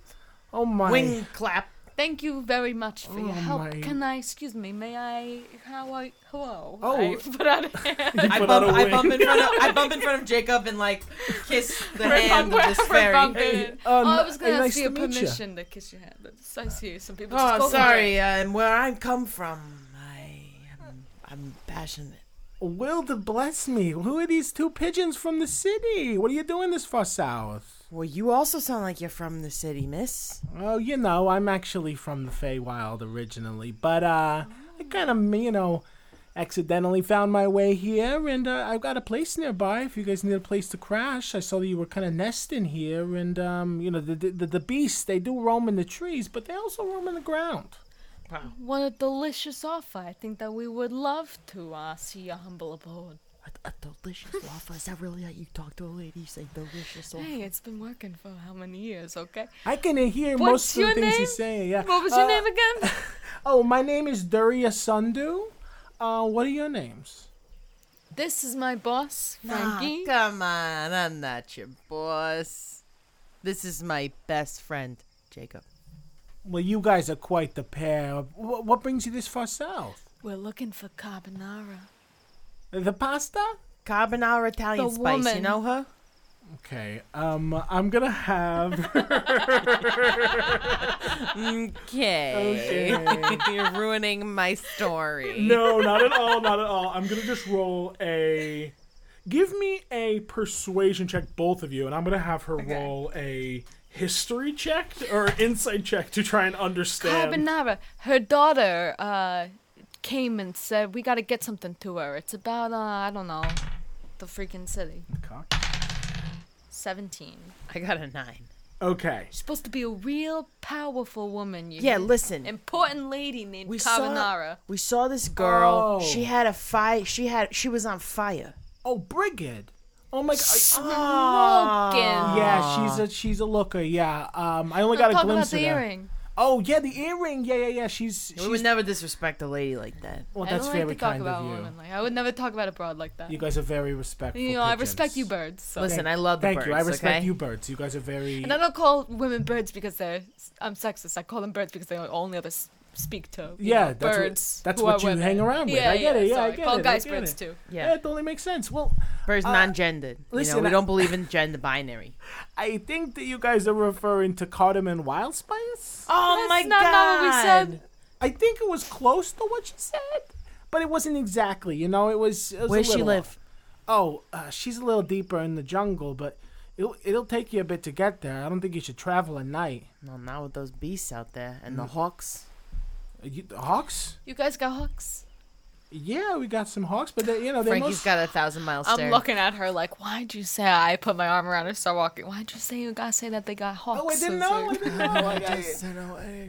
Speaker 1: Oh my
Speaker 6: Wing clap.
Speaker 2: Thank you very much for your help.
Speaker 1: Oh my-
Speaker 2: Can I, excuse me, may I, how I, hello?
Speaker 1: Oh.
Speaker 2: I put out a hand.
Speaker 1: You
Speaker 4: I
Speaker 1: put
Speaker 4: bump,
Speaker 1: out a
Speaker 4: I bump
Speaker 1: wing.
Speaker 4: in front of I bump in front of Jacob and like kiss the hand of this
Speaker 3: We're
Speaker 4: fairy.
Speaker 3: bumping.
Speaker 1: Um,
Speaker 2: oh, I was gonna
Speaker 1: nice
Speaker 2: ask for your
Speaker 1: to meet ya.
Speaker 2: permission to kiss your hand. That's- I see some people just go
Speaker 6: Oh,
Speaker 2: for it.
Speaker 6: sorry. Um, where I come from, I am, I'm passionate.
Speaker 1: Will to bless me. Who are these two pigeons from the city? What are you doing this far south?
Speaker 6: Well, you also sound like you're from the city, miss.
Speaker 1: Oh, you know, I'm actually from the Feywild originally, but uh, I kind of, you know, accidentally found my way here, and uh, I've got a place nearby. If you guys need a place to crash, I saw that you were kind of nesting here, and um, you know, the the, the beasts they do roam in the trees, but they also roam in the ground.
Speaker 2: What a delicious offer. I think that we would love to uh, see your humble abode.
Speaker 6: A, a delicious waffle. Is that really how you talk to a lady? You say delicious waffle.
Speaker 2: Hey, it's been working for how many years, okay?
Speaker 1: I can hear
Speaker 2: What's
Speaker 1: most of
Speaker 2: your
Speaker 1: the things
Speaker 2: name?
Speaker 1: he's saying. Yeah.
Speaker 2: What was your
Speaker 1: Uh,
Speaker 2: name again?
Speaker 1: Oh, my name is Durya Sundu. Uh, what are your names?
Speaker 2: this is my boss,
Speaker 4: Ah,
Speaker 2: Frankie.
Speaker 4: come on, I'm not your boss. This is my best friend, Jacob.
Speaker 1: Well, you guys are quite the pair. What, what brings you this far south?
Speaker 2: We're looking for carbonara.
Speaker 1: The pasta?
Speaker 4: Carbonara Italian
Speaker 2: The spice, you woman. know
Speaker 4: her?
Speaker 1: Okay. Um, I'm gonna have.
Speaker 4: Okay. You're ruining my story.
Speaker 1: no, not at all. Not at all. I'm gonna just roll a. Give me a persuasion check, both of you, and I'm gonna have her roll a history check or insight check to try and understand.
Speaker 2: Carbonara. Her daughter uh, came and said, We gotta get something to her. It's about, uh, I don't know, the freaking city.
Speaker 1: Cock.
Speaker 2: 17.
Speaker 4: I got a nine.
Speaker 1: Okay.
Speaker 2: Supposed to be a real powerful woman. You
Speaker 6: Yeah,
Speaker 2: hear?
Speaker 6: listen.
Speaker 2: Important lady named
Speaker 6: We saw-
Speaker 2: Carbonara.
Speaker 6: We saw this girl.
Speaker 1: Oh.
Speaker 6: She had a fire. She had. She was on fire.
Speaker 1: Oh, Brigid. Oh my god.
Speaker 2: Broken.
Speaker 1: Yeah, she's a she's a looker. Yeah. Um, I only
Speaker 2: Not
Speaker 1: got a
Speaker 2: talking
Speaker 1: glimpse
Speaker 2: about
Speaker 1: of
Speaker 2: the
Speaker 1: her.
Speaker 2: earring.
Speaker 1: Oh yeah, the earring. Yeah, yeah, yeah. She's
Speaker 4: We would
Speaker 1: she's.
Speaker 4: never disrespect a lady like that.
Speaker 1: Well,
Speaker 2: I
Speaker 1: that's
Speaker 2: don't like
Speaker 1: very
Speaker 2: to talk
Speaker 1: kind
Speaker 2: about
Speaker 1: of you.
Speaker 2: women. Like I would never talk about a broad like that.
Speaker 1: You
Speaker 2: You,
Speaker 1: guys are very respectful.
Speaker 2: know, I
Speaker 1: pigeons.
Speaker 2: respect you birds. So.
Speaker 4: Listen, I love the
Speaker 1: Thank
Speaker 4: birds.
Speaker 1: you. I respect
Speaker 4: okay?
Speaker 1: you birds. You guys are very.
Speaker 2: And I don't call women birds because they're. I'm sexist. I call them birds because they are only others speak to. you
Speaker 1: Yeah,
Speaker 2: know,
Speaker 1: that's what-
Speaker 2: birds.
Speaker 1: that's
Speaker 2: who
Speaker 1: what
Speaker 2: are
Speaker 1: you
Speaker 2: women.
Speaker 1: hang around with.
Speaker 2: Yeah,
Speaker 1: I get
Speaker 2: yeah,
Speaker 1: it, yeah, I
Speaker 2: sorry.
Speaker 1: get
Speaker 2: call
Speaker 1: it, I
Speaker 2: guys
Speaker 1: get
Speaker 2: birds
Speaker 1: it.
Speaker 2: too.
Speaker 1: Yeah, it only makes sense. Well,
Speaker 4: Birds
Speaker 1: Uh,
Speaker 4: non-gendered. you
Speaker 1: listen,
Speaker 4: know, we
Speaker 1: I-
Speaker 4: don't believe in gender binary.
Speaker 1: I think that you guys are referring to cardamom wild spice.
Speaker 6: Oh
Speaker 2: That's
Speaker 6: my
Speaker 2: not,
Speaker 6: god!
Speaker 2: not what we said.
Speaker 1: I think it was close to what you said, but it wasn't exactly. You know, it was. It was a
Speaker 6: Where's she
Speaker 1: little
Speaker 6: live?
Speaker 1: off. Oh, uh, she's a little deeper in the jungle, but it'll it'll take you a bit to get there. I don't think you should travel at night.
Speaker 4: No, not with those beasts out there and the hawks.
Speaker 1: Uh, You, the hawks?
Speaker 2: You guys got hooks.
Speaker 1: Yeah, we got some hawks, but they, you know they're most-
Speaker 4: Frankie's got a thousand miles
Speaker 2: I'm looking at her like, why'd you say? I put my arm around her, start walking. Why'd you say you guys say that they got hawks?
Speaker 1: Oh, I didn't
Speaker 2: was
Speaker 1: know. I
Speaker 2: like-
Speaker 1: didn't know. I got-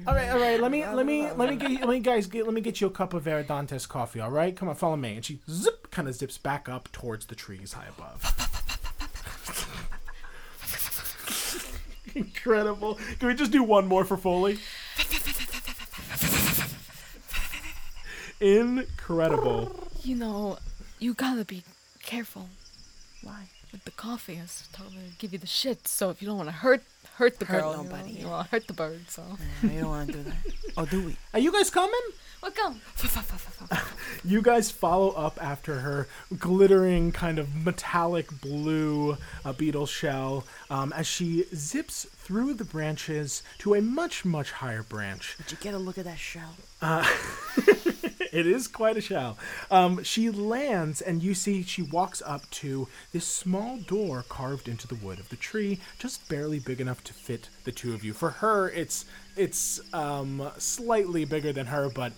Speaker 1: All right, all right. Let me, let me, let me get, you- let me guys get, let me get you a cup of Veradantes coffee. All right, come on, follow me. And she zip kind of zips back up towards the trees high above. Incredible. Can we just do one more for Foley? Incredible.
Speaker 2: You know, you gotta be careful. Why? With the coffee, I was totally give you the shit. So if you don't want to hurt hurt the girl, nobody. You, want to hurt the bird. So
Speaker 4: We don't want to do that. Oh, do we?
Speaker 1: Are you guys coming?
Speaker 2: welcome.
Speaker 1: You guys follow up after her glittering, kind of metallic blue uh, beetle shell um, as she zips through the branches to a much, much higher branch.
Speaker 6: Did you get a look at that shell?
Speaker 1: It is quite a shell. Um, she lands, and you see she walks up to this small door carved into the wood of the tree, just barely big enough to fit the two of you. For her, it's it's um, slightly bigger than her, but.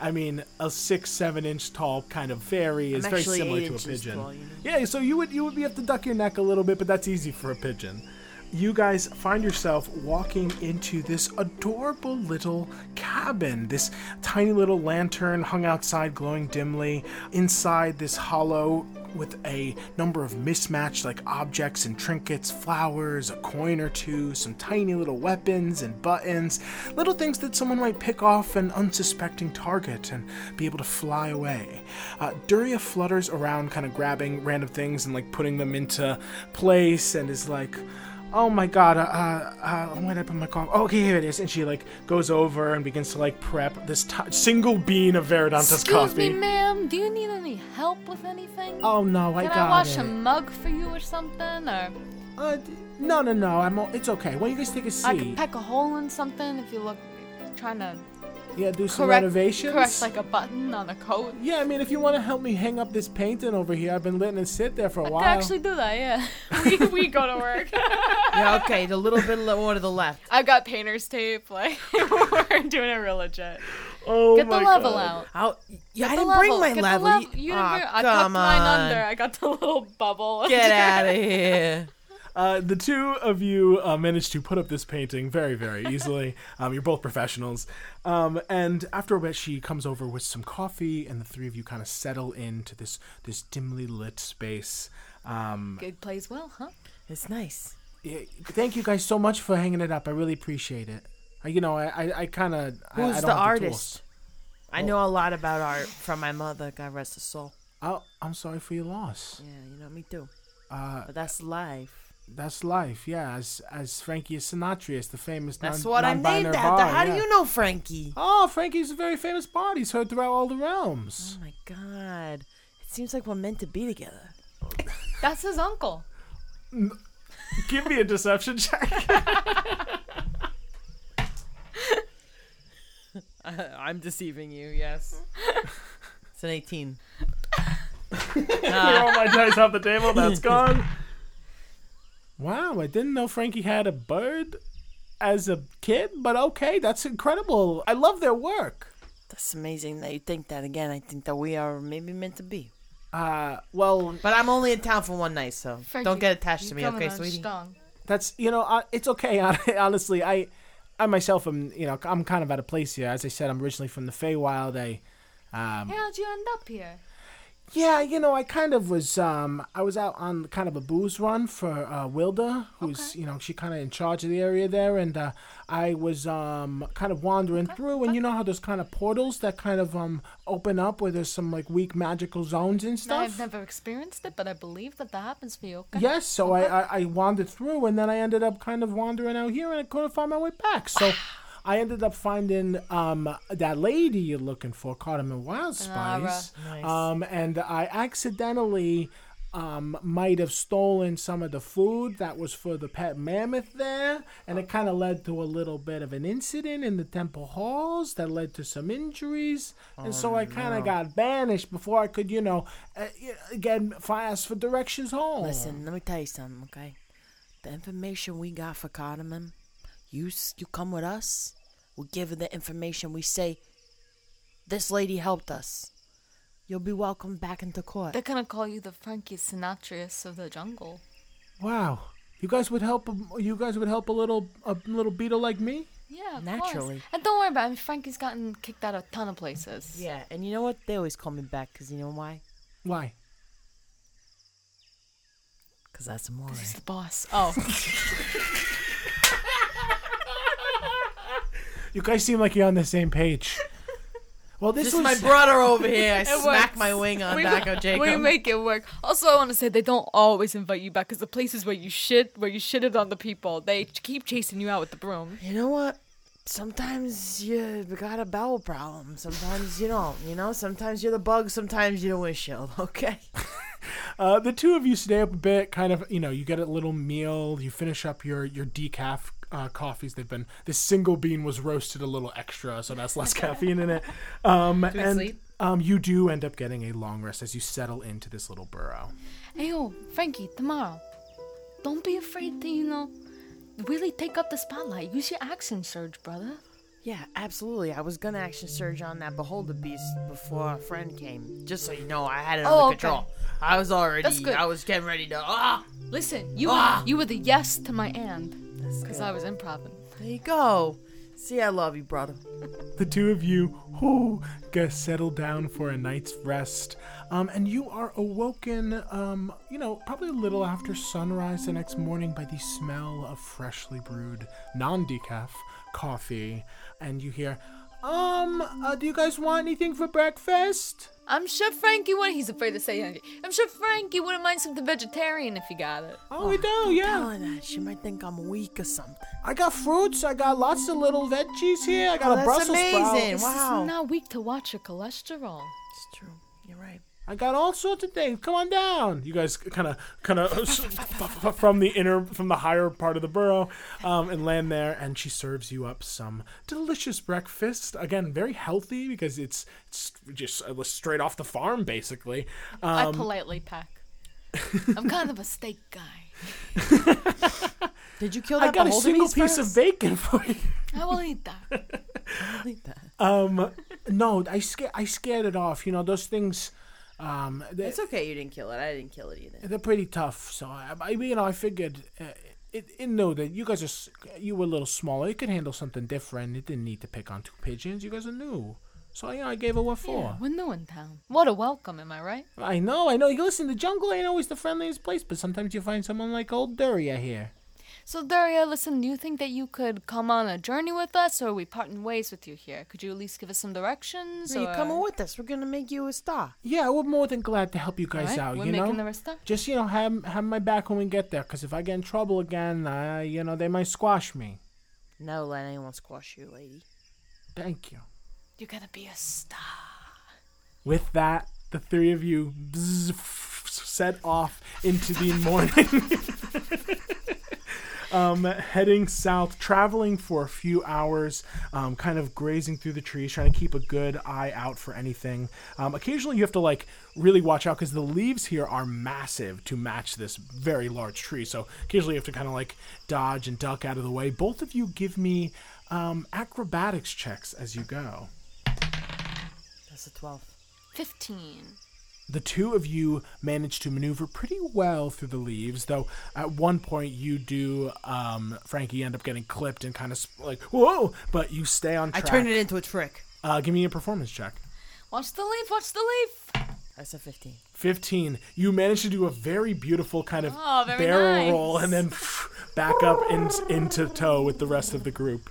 Speaker 1: I mean, a six, seven inch tall kind of fairy is very
Speaker 4: actually
Speaker 1: similar
Speaker 4: eight
Speaker 1: to a
Speaker 4: inches
Speaker 1: pigeon.
Speaker 4: tall, you know?
Speaker 1: Yeah, so you would you would be have to duck your neck a little bit, but that's easy for a pigeon. You guys find yourself walking into this adorable little cabin. This tiny little lantern hung outside, glowing dimly. Inside this hollow, with a number of mismatched like objects and trinkets, flowers, a coin or two, some tiny little weapons and buttons, little things that someone might pick off an unsuspecting target and be able to fly away. Uh, Duria flutters around, kind of grabbing random things and like putting them into place, and is like, "Oh my god, uh, uh, uh, where did I put my coffee? Oh, okay, here it is." And she like goes over and begins to like prep this t- single bean of Veradanta's
Speaker 2: Excuse
Speaker 1: coffee.
Speaker 2: me, ma'am. Do you need any help with anything?
Speaker 1: Oh no, I
Speaker 2: Can
Speaker 1: got
Speaker 2: I wash
Speaker 1: it.
Speaker 2: a mug for you or something? Or
Speaker 1: Uh, d- no, no, no. I'm. All, it's okay. Why don't you guys take a seat?
Speaker 2: I can peck a hole in something if you look trying to
Speaker 1: yeah, do some
Speaker 2: correct
Speaker 1: renovations.
Speaker 2: correct like a button on a coat.
Speaker 1: yeah, I mean, if you want to help me hang up this painting over here, I've been letting it sit there for a
Speaker 2: I
Speaker 4: Oh.
Speaker 1: while.
Speaker 2: could actually do that. Yeah, we we go to work.
Speaker 4: Yeah, okay. The little bit of water to the left.
Speaker 2: I've got painter's tape. Like we're doing it real legit.
Speaker 1: oh
Speaker 2: Get the level out.
Speaker 4: How?
Speaker 6: Yeah, I
Speaker 2: The
Speaker 6: didn't bring
Speaker 2: level. Ah,
Speaker 6: my
Speaker 2: Get the
Speaker 6: level.
Speaker 2: lev-
Speaker 6: You-
Speaker 2: you didn't
Speaker 4: Aw,
Speaker 2: bring-
Speaker 4: come
Speaker 2: I tucked mine
Speaker 4: on.
Speaker 2: under. I got the little bubble.
Speaker 4: Get out of here.
Speaker 1: Uh, the two of you uh, managed to put up this painting very, very easily. um, you're both professionals. Um, and after a bit, she comes over with some coffee, and the three of you kind of settle into this this dimly lit space. Um,
Speaker 2: Good plays well, huh?
Speaker 6: It's nice.
Speaker 1: yeah, thank you guys so much for hanging it up. I really appreciate it. I, you know, I, I, I kind of. I,
Speaker 6: Who's
Speaker 1: I don't
Speaker 6: the
Speaker 1: have
Speaker 6: artist?
Speaker 1: tools.
Speaker 6: I know a lot about art from my mother. God rest her soul.
Speaker 1: Oh, I'm sorry for your loss.
Speaker 6: Yeah, you know me too.
Speaker 1: Uh,
Speaker 6: But that's life.
Speaker 1: that's life, yeah. As as Frankie Sinatra is the famous.
Speaker 4: That's
Speaker 1: non-
Speaker 4: what I
Speaker 1: non-binary
Speaker 4: named
Speaker 1: bar,
Speaker 4: after. How do
Speaker 1: yeah.
Speaker 4: you know Frankie?
Speaker 1: Oh, Frankie's a very famous bard. He's heard throughout all the realms.
Speaker 6: Oh my god. It seems like we're meant to be together.
Speaker 2: That's his uncle.
Speaker 1: Give me a deception check.
Speaker 4: I'm deceiving you. Yes. it's an 18.
Speaker 1: all my dice off the table. That's gone. Wow, I didn't know Frankie had a bird as a kid, but okay, that's incredible. I love their work.
Speaker 6: That's amazing that you think that again. I think that we are maybe meant to be.
Speaker 1: Uh, well,
Speaker 4: But I'm only in town for one night, so don't get attached to me, okay, sweetie?
Speaker 1: that's you know, uh, it's okay. hon- Honestly, I, I myself am, you know, I'm kind of out of place here. As I said, I'm originally from the Feywild. I, um,
Speaker 2: How'd you end up here?
Speaker 1: Yeah, you know, I kind of was. Um, I was out on kind of a booze run for uh, Wilda, who's you know she kind of in charge of the area there, and uh, I was um kind of wandering through, and you know how there's kind of portals that kind of um open up where there's some like weak magical zones and
Speaker 2: No,
Speaker 1: stuff.
Speaker 2: I've never experienced it, but I believe that that happens for you. Okay.
Speaker 1: Yes, so I, I I wandered through, and then I ended up kind of wandering out here, and I couldn't find my way back. So. I ended up finding um, that lady you're looking for, caught him in
Speaker 2: Ah,
Speaker 1: Wild Spice. Um, and I accidentally um, might have stolen some of the food that was for the pet mammoth there. And it kind of led to a little bit of an incident in the temple halls that led to some injuries. And
Speaker 2: Oh,
Speaker 1: so I kind of got banished before I could, you know, uh, y- again, fi- ask for directions home.
Speaker 6: Listen, let me tell you something, okay? The information we got for Cardamom, you s- you come with us. We give her the information. We say, this lady helped us. You'll be welcome back into court.
Speaker 2: They're gonna call you the Frankie Sinatra of the jungle.
Speaker 1: Wow. You guys would help. a- You guys would help a little, a little beetle like me.
Speaker 2: Yeah, of
Speaker 6: Naturally.
Speaker 2: Course. And don't worry about him. Frankie's gotten kicked out of a ton of places.
Speaker 6: yeah, and you know what? They always call me back because you know why?
Speaker 1: Why?
Speaker 6: Because that's more.
Speaker 2: He's the boss. Oh,
Speaker 1: You guys seem like you're on the same page. Well, this
Speaker 4: This
Speaker 1: was
Speaker 4: is my brother over here. I
Speaker 2: works.
Speaker 4: smack my wing on back of Jacob.
Speaker 2: Oh, we make it work. Also, I want to say they don't always invite you back because the places where you shit, where you shitted on the people, they ch- keep chasing you out with the broom.
Speaker 6: You know what? Sometimes you got a bowel problem. Sometimes you don't. You know, sometimes you're the bug. Sometimes you're the windshield. Okay.
Speaker 1: Uh, the two of you stay up a bit, kind of, you know, you get a little meal, you finish up your your decaf uh, coffees. They've been this single bean was roasted a little extra, so that's less caffeine in it. Um, and um, you do end up getting a long rest as you settle into this little burrow.
Speaker 2: Hey, yo, Frankie, tomorrow. Don't be afraid to, you know, really take up the spotlight. Use your accent surge, brother.
Speaker 6: Yeah, absolutely. I was gonna action surge on that beholder beast before our friend came. Just so you know, I had it under
Speaker 2: Oh, okay.
Speaker 6: control. I was already.
Speaker 2: That's good.
Speaker 6: I was getting ready to. Ah,
Speaker 2: Listen, you were, you were the yes to my and because I was improving.
Speaker 6: there you go. See, I love you, brother.
Speaker 1: the two of you who get settled down for a night's rest um, and you are awoken um, you know probably a little after sunrise the next morning by the smell of freshly brewed non-decaf coffee and you hear um uh, do you guys want anything for breakfast
Speaker 2: I'm sure Frankie would. He's afraid to say anything. I'm sure Frankie wouldn't mind something vegetarian if you got it.
Speaker 1: oh we do yeah
Speaker 6: Telling that she might think I'm weak or something.
Speaker 1: i got fruits i got lots of little veggies here i got
Speaker 4: Oh,
Speaker 1: a
Speaker 4: that's
Speaker 1: brussels
Speaker 4: amazing.
Speaker 1: sprout
Speaker 4: Wow.
Speaker 2: It's not weak to watch your cholesterol.
Speaker 6: It's true. You're right.
Speaker 1: I got all sorts of things. Come on down. You guys kind of, kind of from the inner, from the higher part of the burrow, um, and land there. And she serves you up some delicious breakfast. Again, very healthy because it's it's just uh, straight off the farm, basically. Um,
Speaker 2: I politely pack. I'm kind of a steak guy.
Speaker 6: Did you kill that
Speaker 1: I got a
Speaker 6: beholder
Speaker 1: single
Speaker 6: beast
Speaker 1: piece
Speaker 6: first?
Speaker 1: of bacon for you.
Speaker 2: I will eat that.
Speaker 6: I think that.
Speaker 1: Um, no, I sca- I scared it off. You know those things.
Speaker 7: Um, they-
Speaker 5: It's okay you didn't kill it. I didn't kill it either.
Speaker 7: they're pretty tough. So I, I you know, I figured, uh, it, it know that you guys are, s- you were a little smaller. You could handle something different. It didn't need to pick on two pigeons. You guys are new. So you know, I gave her what for.
Speaker 2: We're new in town.
Speaker 3: What a welcome, am I right?
Speaker 7: I know, I know. You listen, the jungle ain't always the friendliest place, but sometimes you find someone like old Duria here.
Speaker 3: So, Daria, listen, do you think that you could come on a journey with us, or are we parting ways with you here? Could you at least give us some directions?
Speaker 6: So you
Speaker 3: or-
Speaker 2: uh,
Speaker 6: coming with us? We're gonna make you a star.
Speaker 7: Yeah, we're more than glad to help you guys
Speaker 3: Alright,
Speaker 7: out.
Speaker 3: we're
Speaker 7: you know,
Speaker 3: making the rest up.
Speaker 7: just you know, have have my back when we get there, 'cause if I get in trouble again, uh, you know, they might squash me.
Speaker 6: No, let anyone squash you, lady.
Speaker 7: Thank you.
Speaker 3: You're gonna be a star.
Speaker 1: With that, the three of you bzz, set off into the morning. um, heading south, traveling for a few hours, um, kind of grazing through the trees, trying to keep a good eye out for anything. Um, occasionally, you have to like really watch out because the leaves here are massive to match this very large tree. So occasionally, you have to kind of like dodge and duck out of the way. Both of you give me um, acrobatics checks as you go.
Speaker 6: That's a twelve.
Speaker 3: 15.
Speaker 1: the two of you manage to maneuver pretty well through the leaves though at one point you do um, frankie you end up getting clipped and kind of sp- like whoa but you stay on
Speaker 4: I
Speaker 1: track
Speaker 4: turned it into a trick.
Speaker 1: uh, give me a performance check
Speaker 3: Watch the leaf, watch the leaf!
Speaker 6: That's a fifteen.
Speaker 1: 15 you manage to do a very beautiful kind of
Speaker 3: Oh, very
Speaker 1: barrel
Speaker 3: nice.
Speaker 1: roll and then back up in, into tow with the rest of the group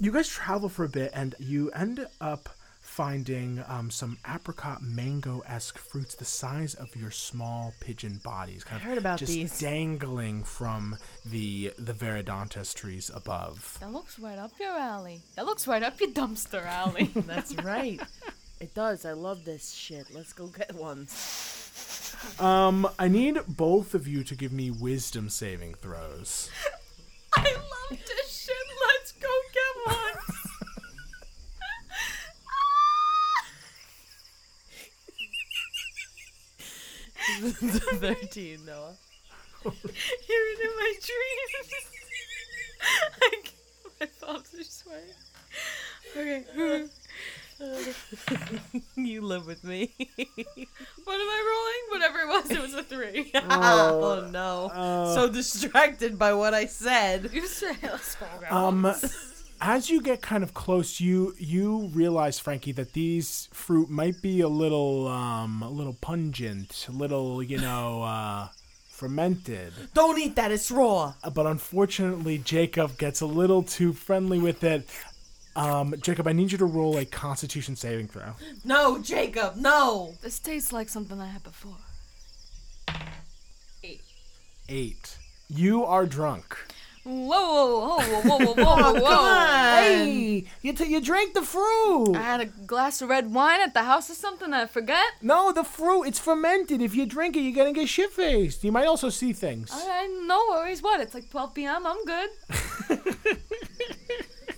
Speaker 1: you guys travel for a bit and you end up finding um, some apricot mango-esque fruits the size of your small pigeon bodies kind of
Speaker 4: heard about
Speaker 1: just
Speaker 4: these.
Speaker 1: dangling from the the veridontus trees above
Speaker 3: That looks right up your alley. That looks right up your dumpster alley.
Speaker 5: That's right. It does. I love this shit. Let's go get one.
Speaker 1: um i need both of you to give me wisdom saving throws
Speaker 3: I love this shit. Let's go get one.
Speaker 5: Thirteen, Noah.
Speaker 3: Hear it in my dreams. I can't- my palms are sweating. Okay.
Speaker 5: You live with me.
Speaker 3: What am I rolling? Whatever it was, it was a three.
Speaker 5: oh no.
Speaker 4: so distracted by what I said.
Speaker 3: You say let's go grab
Speaker 1: Um, as you get kind of close, you you realize, Frankie, that these fruit might be a little um a little pungent, a little you know uh, fermented.
Speaker 4: Don't eat that, it's raw.
Speaker 1: Uh, But unfortunately, Jacob gets a little too friendly with it. Um, Jacob, I need you to roll a Constitution saving throw.
Speaker 4: No, Jacob, no.
Speaker 2: This tastes like something I had before.
Speaker 1: Eight. You are drunk.
Speaker 3: Whoa, whoa, whoa, whoa, whoa, whoa, whoa, whoa.
Speaker 7: Hey, you t- you drank the fruit.
Speaker 2: I had a glass of red wine at the house or something. I forget.
Speaker 7: No, the fruit. It's fermented. If you drink it, you're gonna get shit faced. You might also see things.
Speaker 2: All right, no worries. What? It's like 12 p.m. I'm good.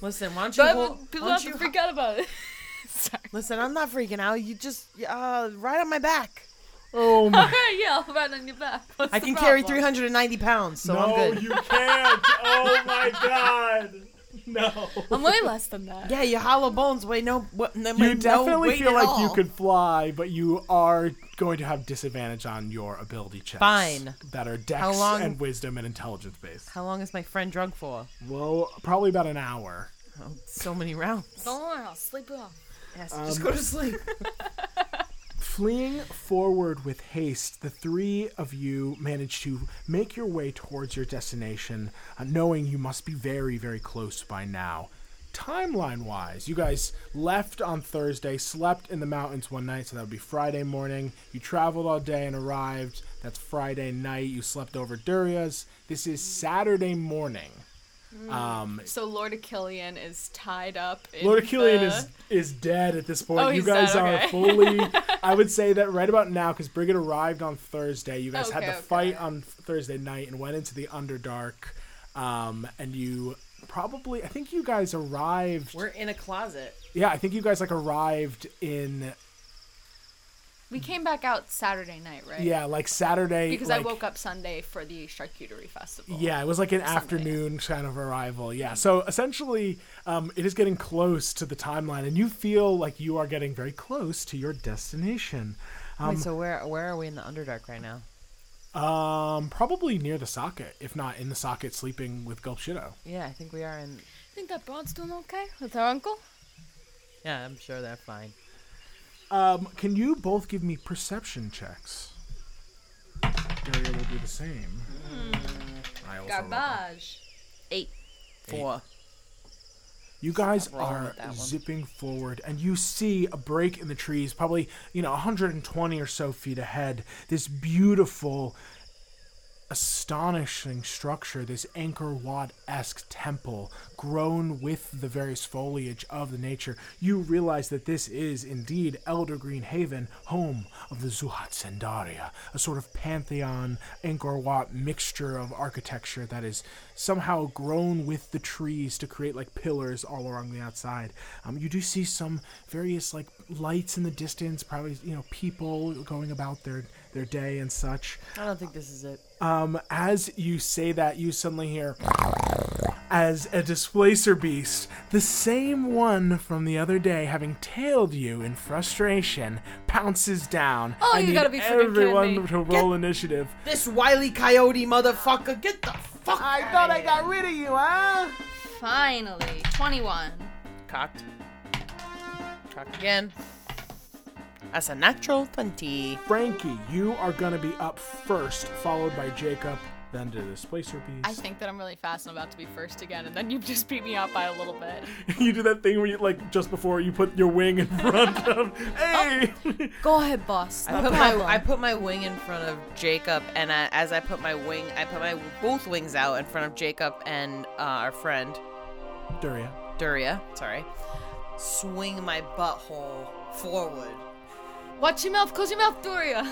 Speaker 5: Listen, why don't you
Speaker 2: But
Speaker 5: roll,
Speaker 2: people
Speaker 5: why
Speaker 2: have
Speaker 5: don't
Speaker 2: to
Speaker 5: you,
Speaker 2: freak out about it. Sorry.
Speaker 6: Listen, I'm not freaking out. You just uh, ride on my back.
Speaker 1: Oh my!
Speaker 2: Alright, yeah, I'll ride on your back. What's
Speaker 4: I
Speaker 2: the
Speaker 4: can carry
Speaker 2: problem?
Speaker 4: 390 pounds, so
Speaker 1: no,
Speaker 4: I'm good.
Speaker 1: you can't. oh my god. No.
Speaker 2: I'm way less than that.
Speaker 4: Yeah, your hollow bones weigh no. What, no
Speaker 1: You
Speaker 4: no
Speaker 1: definitely
Speaker 4: weight
Speaker 1: feel
Speaker 4: at
Speaker 1: like
Speaker 4: all.
Speaker 1: you could fly, but you are going to have disadvantage on your ability checks.
Speaker 4: Fine.
Speaker 1: That are dex
Speaker 4: How long-
Speaker 1: and wisdom and intelligence based.
Speaker 4: How long is my friend drunk for?
Speaker 1: Well, probably about an hour.
Speaker 4: Oh, so many rounds.
Speaker 2: Don't worry, I'll sleep it off.
Speaker 4: Yes, just go to sleep.
Speaker 1: Fleeing forward with haste, the three of you manage to make your way towards your destination, uh, knowing you must be very, very close by now. Timeline wise, you guys left on Thursday, slept in the mountains one night, so that would be Friday morning. You traveled all day and arrived. That's Friday night. You slept over Duria's. This is Saturday morning. Um,
Speaker 3: So Lord Achillean is tied up. In
Speaker 1: Lord Killian
Speaker 3: the-
Speaker 1: is is dead at this point.
Speaker 3: uh, Oh,
Speaker 1: you
Speaker 3: he's
Speaker 1: guys
Speaker 3: dead,
Speaker 1: are
Speaker 3: okay.
Speaker 1: fully. I would say that right about now, because Brigid arrived on Thursday. You guys had
Speaker 3: Okay,
Speaker 1: the
Speaker 3: okay.
Speaker 1: fight on Thursday night and went into the Underdark, um, and you probably. I think you guys arrived.
Speaker 5: we're in a closet.
Speaker 1: yeah, I think you guys like arrived in.
Speaker 3: We came back out Saturday night, right?
Speaker 1: Yeah, like Saturday.
Speaker 3: Because I
Speaker 1: like-
Speaker 3: woke up Sunday for the charcuterie festival.
Speaker 1: Yeah, it was like an afternoon kind of arrival. Yeah. So essentially, um, it is getting close to the timeline, and you feel like you are getting very close to your destination. Um,
Speaker 4: Wait, so where where are we in the Underdark right now?
Speaker 1: um, probably near the socket, if not in the socket, sleeping with Gulp Shido.
Speaker 4: Yeah, I think we are in.
Speaker 2: Think that broad's doing okay with her uncle?
Speaker 4: Yeah, I'm sure they're fine.
Speaker 1: Um, can you both give me perception checks? Daria will do the same.
Speaker 5: Hmm.
Speaker 1: I also rolled that.
Speaker 2: Garbage.
Speaker 5: Four.
Speaker 1: You guys
Speaker 5: rolling
Speaker 1: are
Speaker 5: with that one.
Speaker 1: zipping forward, and you see a break in the trees, probably, you know, 120 or so feet ahead. This beautiful, astonishing structure, this Angkor Wat esque temple, grown with the various foliage of the nature. You realize that this is indeed Elder Green Haven, home of the Zuhat Sendaria, a sort of pantheon Angkor Wat mixture of architecture that is somehow grown with the trees to create like pillars all along the outside. Um, you do see some various like lights in the distance, probably you know people going about their their day and such.
Speaker 4: I don't think this is it.
Speaker 1: Um, as you say that, you suddenly hear as a displacer beast, the same one from the other day having tailed you in frustration, pounces down.
Speaker 2: Oh,
Speaker 1: I
Speaker 2: you
Speaker 1: need
Speaker 2: gotta be freaking kidding
Speaker 1: everyone
Speaker 2: me.
Speaker 1: to roll initiative.
Speaker 6: This wily coyote motherfucker, get the fuck. I thought I got rid of you, huh?
Speaker 3: Finally, 21.
Speaker 5: Cocked. Cocked again. That's a natural 20.
Speaker 1: Frankie, you are gonna be up first, followed by Jacob, then to displacer
Speaker 3: I
Speaker 1: beast.
Speaker 3: think that I'm really fast and I'm about to be first again, and then you just beat me out by a little bit.
Speaker 1: you do that thing where you like just before you put your wing in front of.
Speaker 2: Oh.
Speaker 1: Hey.
Speaker 2: Go ahead, boss.
Speaker 4: I put my I put my wing in front of Jacob, and I, as I put my wing, I put my both wings out in front of Jacob and uh, our friend
Speaker 1: Daria.
Speaker 4: Duria. Sorry, swing my butthole forward.
Speaker 2: Watch your mouth, close your mouth, Doria.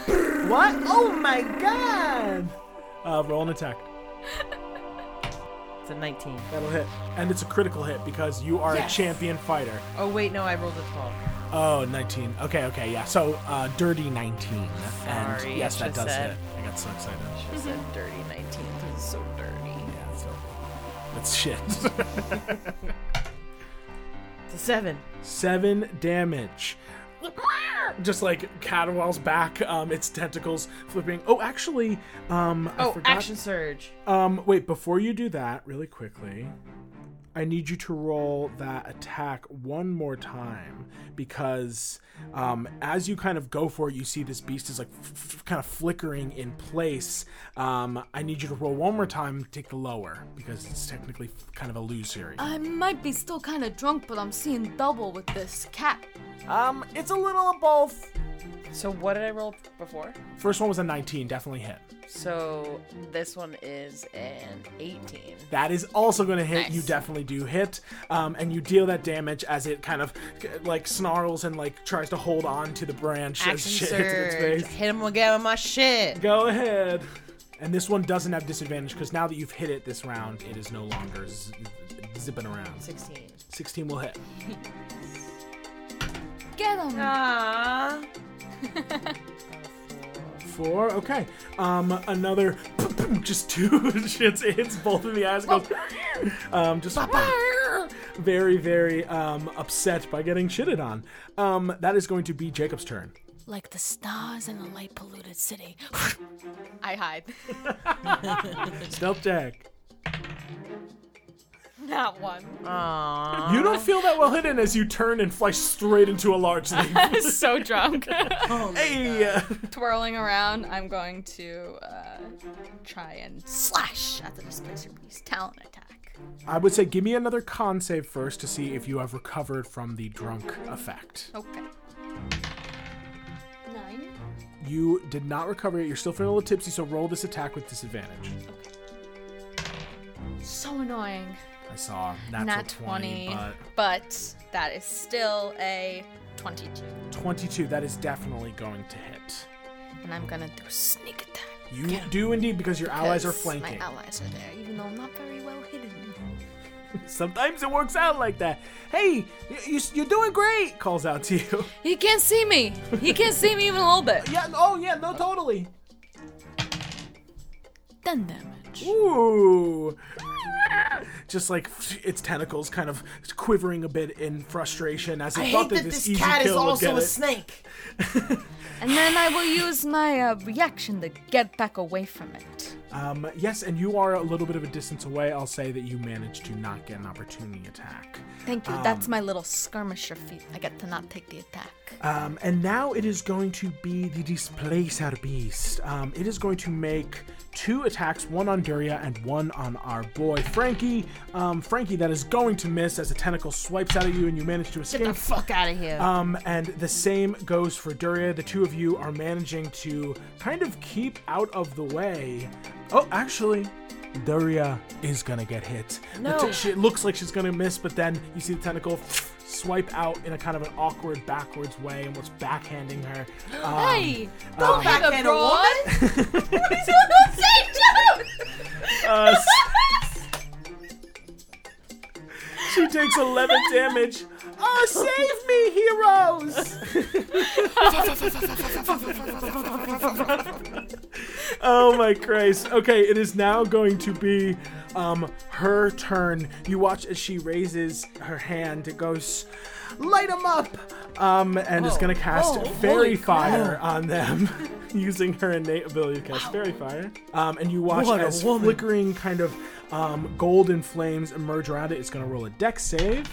Speaker 1: What? Oh my god! Uh, roll an attack.
Speaker 4: It's a 19.
Speaker 1: That'll hit. And it's a critical hit because you are a champion fighter.
Speaker 4: Oh wait, no, I rolled a 12.
Speaker 1: Oh, 19. Okay, okay, yeah. So, uh, dirty 19.
Speaker 4: Sorry,
Speaker 1: and yes,
Speaker 4: I
Speaker 1: that does
Speaker 4: should've said.
Speaker 1: hit. I got so excited.
Speaker 4: She said
Speaker 1: Mm-hmm.
Speaker 4: dirty 19 because it's so dirty.
Speaker 1: Yeah, so. That's shit.
Speaker 4: It's a seven.
Speaker 1: Seven damage. Just like caterwaul's back, um, its tentacles flipping. Oh, actually, um, I
Speaker 4: Oh,
Speaker 1: forgot.
Speaker 4: action surge.
Speaker 1: Um, wait, before you do that, really quickly, I need you to roll that attack one more time because um, as you kind of go for it, you see this beast is like f- f- kind of flickering in place. Um, I need you to roll one more time, take the lower because it's technically f- kind of illusory.
Speaker 2: I might be still kind of drunk, but I'm seeing double with this cat.
Speaker 1: Um, it's a little of both.
Speaker 5: So what did I roll before?
Speaker 1: First one was a 19, definitely hit.
Speaker 5: So this one is an 18.
Speaker 1: That is also going to hit. You definitely do hit, um, and you deal that damage as it kind of like snarls and like tries to hold on to the branch as Oh, shit
Speaker 4: Action
Speaker 1: hits its
Speaker 4: surge.
Speaker 1: face.
Speaker 4: Hit him again with my shit.
Speaker 1: Go ahead. And this one doesn't have disadvantage because now that you've hit it this round, it is no longer z- zipping around.
Speaker 4: 16.
Speaker 1: 16 will hit.
Speaker 2: Get him.
Speaker 1: Four. Okay. Um, another. Just two shits. It hits both in the eyes. and Goes. Um, just. Very, very um, upset by getting shitted on. Um, that is going to be Jacob's turn.
Speaker 2: Like the stars in a light polluted city.
Speaker 3: I hide.
Speaker 1: Stealth check.
Speaker 3: Not one.
Speaker 4: Aww.
Speaker 1: You don't feel that well hidden as you turn and fly straight into a large leaf.
Speaker 3: so drunk.
Speaker 1: hey! uh,
Speaker 3: Twirling around, I'm going to uh, try and slash at the displacer beast. Talent attack.
Speaker 1: I would say give me another con save first to see if you have recovered from the drunk effect.
Speaker 3: Okay. Nine.
Speaker 1: You did not recover yet. You're still feeling a little tipsy, so roll this attack with disadvantage.
Speaker 3: So annoying.
Speaker 1: I saw natural
Speaker 3: Not
Speaker 1: 20,
Speaker 3: 20, but that is still a 22.
Speaker 1: but 22. That is definitely going to hit.
Speaker 3: And I'm gonna do sneak attack.
Speaker 1: You do indeed because your allies are
Speaker 3: 'cause
Speaker 1: flanking.
Speaker 3: My allies are there, even though I'm not very well hidden.
Speaker 1: Sometimes it works out like that. Hey, y- you, you're doing great, calls out to you.
Speaker 2: He can't see me. He can't see me even a little bit.
Speaker 1: yeah, oh, yeah, no, totally.
Speaker 2: Done damage.
Speaker 1: Ooh. just like its tentacles kind of quivering a bit in frustration as it
Speaker 6: I
Speaker 1: thought
Speaker 6: hate
Speaker 1: that,
Speaker 6: that
Speaker 1: this,
Speaker 6: this
Speaker 1: easy
Speaker 6: cat is
Speaker 1: kill would
Speaker 6: also
Speaker 1: get
Speaker 6: a
Speaker 1: it.
Speaker 6: snake.
Speaker 2: And then I will use my uh, reaction to get back away from it.
Speaker 1: Um, yes, and you are a little bit of a distance away. I'll say that you managed to not get an opportunity attack.
Speaker 2: Thank you. That's my little skirmisher feat. I get to not take the attack.
Speaker 1: Um, and now it is going to be the Displacer Beast. Um, it is going to make two attacks, one on Duria and one on our boy Frankie. Um, Frankie, that is going to miss as a tentacle swipes out at you and you manage to escape.
Speaker 6: Get the fuck out of here.
Speaker 1: Um, and the same goes for Duria. The two of you are managing to kind of keep out of the way. Oh, actually, Duria is gonna get hit. No. she looks like she's gonna miss, but then you see the tentacle swipe out in a kind of an awkward backwards way and what's backhanding her. Um,
Speaker 2: hey!
Speaker 1: um,
Speaker 4: Backhand a woman?
Speaker 1: uh, she takes 11 damage. Oh, save me, heroes! oh my Christ. Okay, it is now going to be um, her turn. You watch as she raises her hand. It goes, light them up! Um, and
Speaker 7: Oh.
Speaker 1: is going to cast Fairy Fire on them using her innate ability to cast Fairy Fire. Um, and you watch
Speaker 7: What a
Speaker 1: as
Speaker 7: woman.
Speaker 1: flickering kind of um, golden flames emerge around it. It's going to roll a deck save.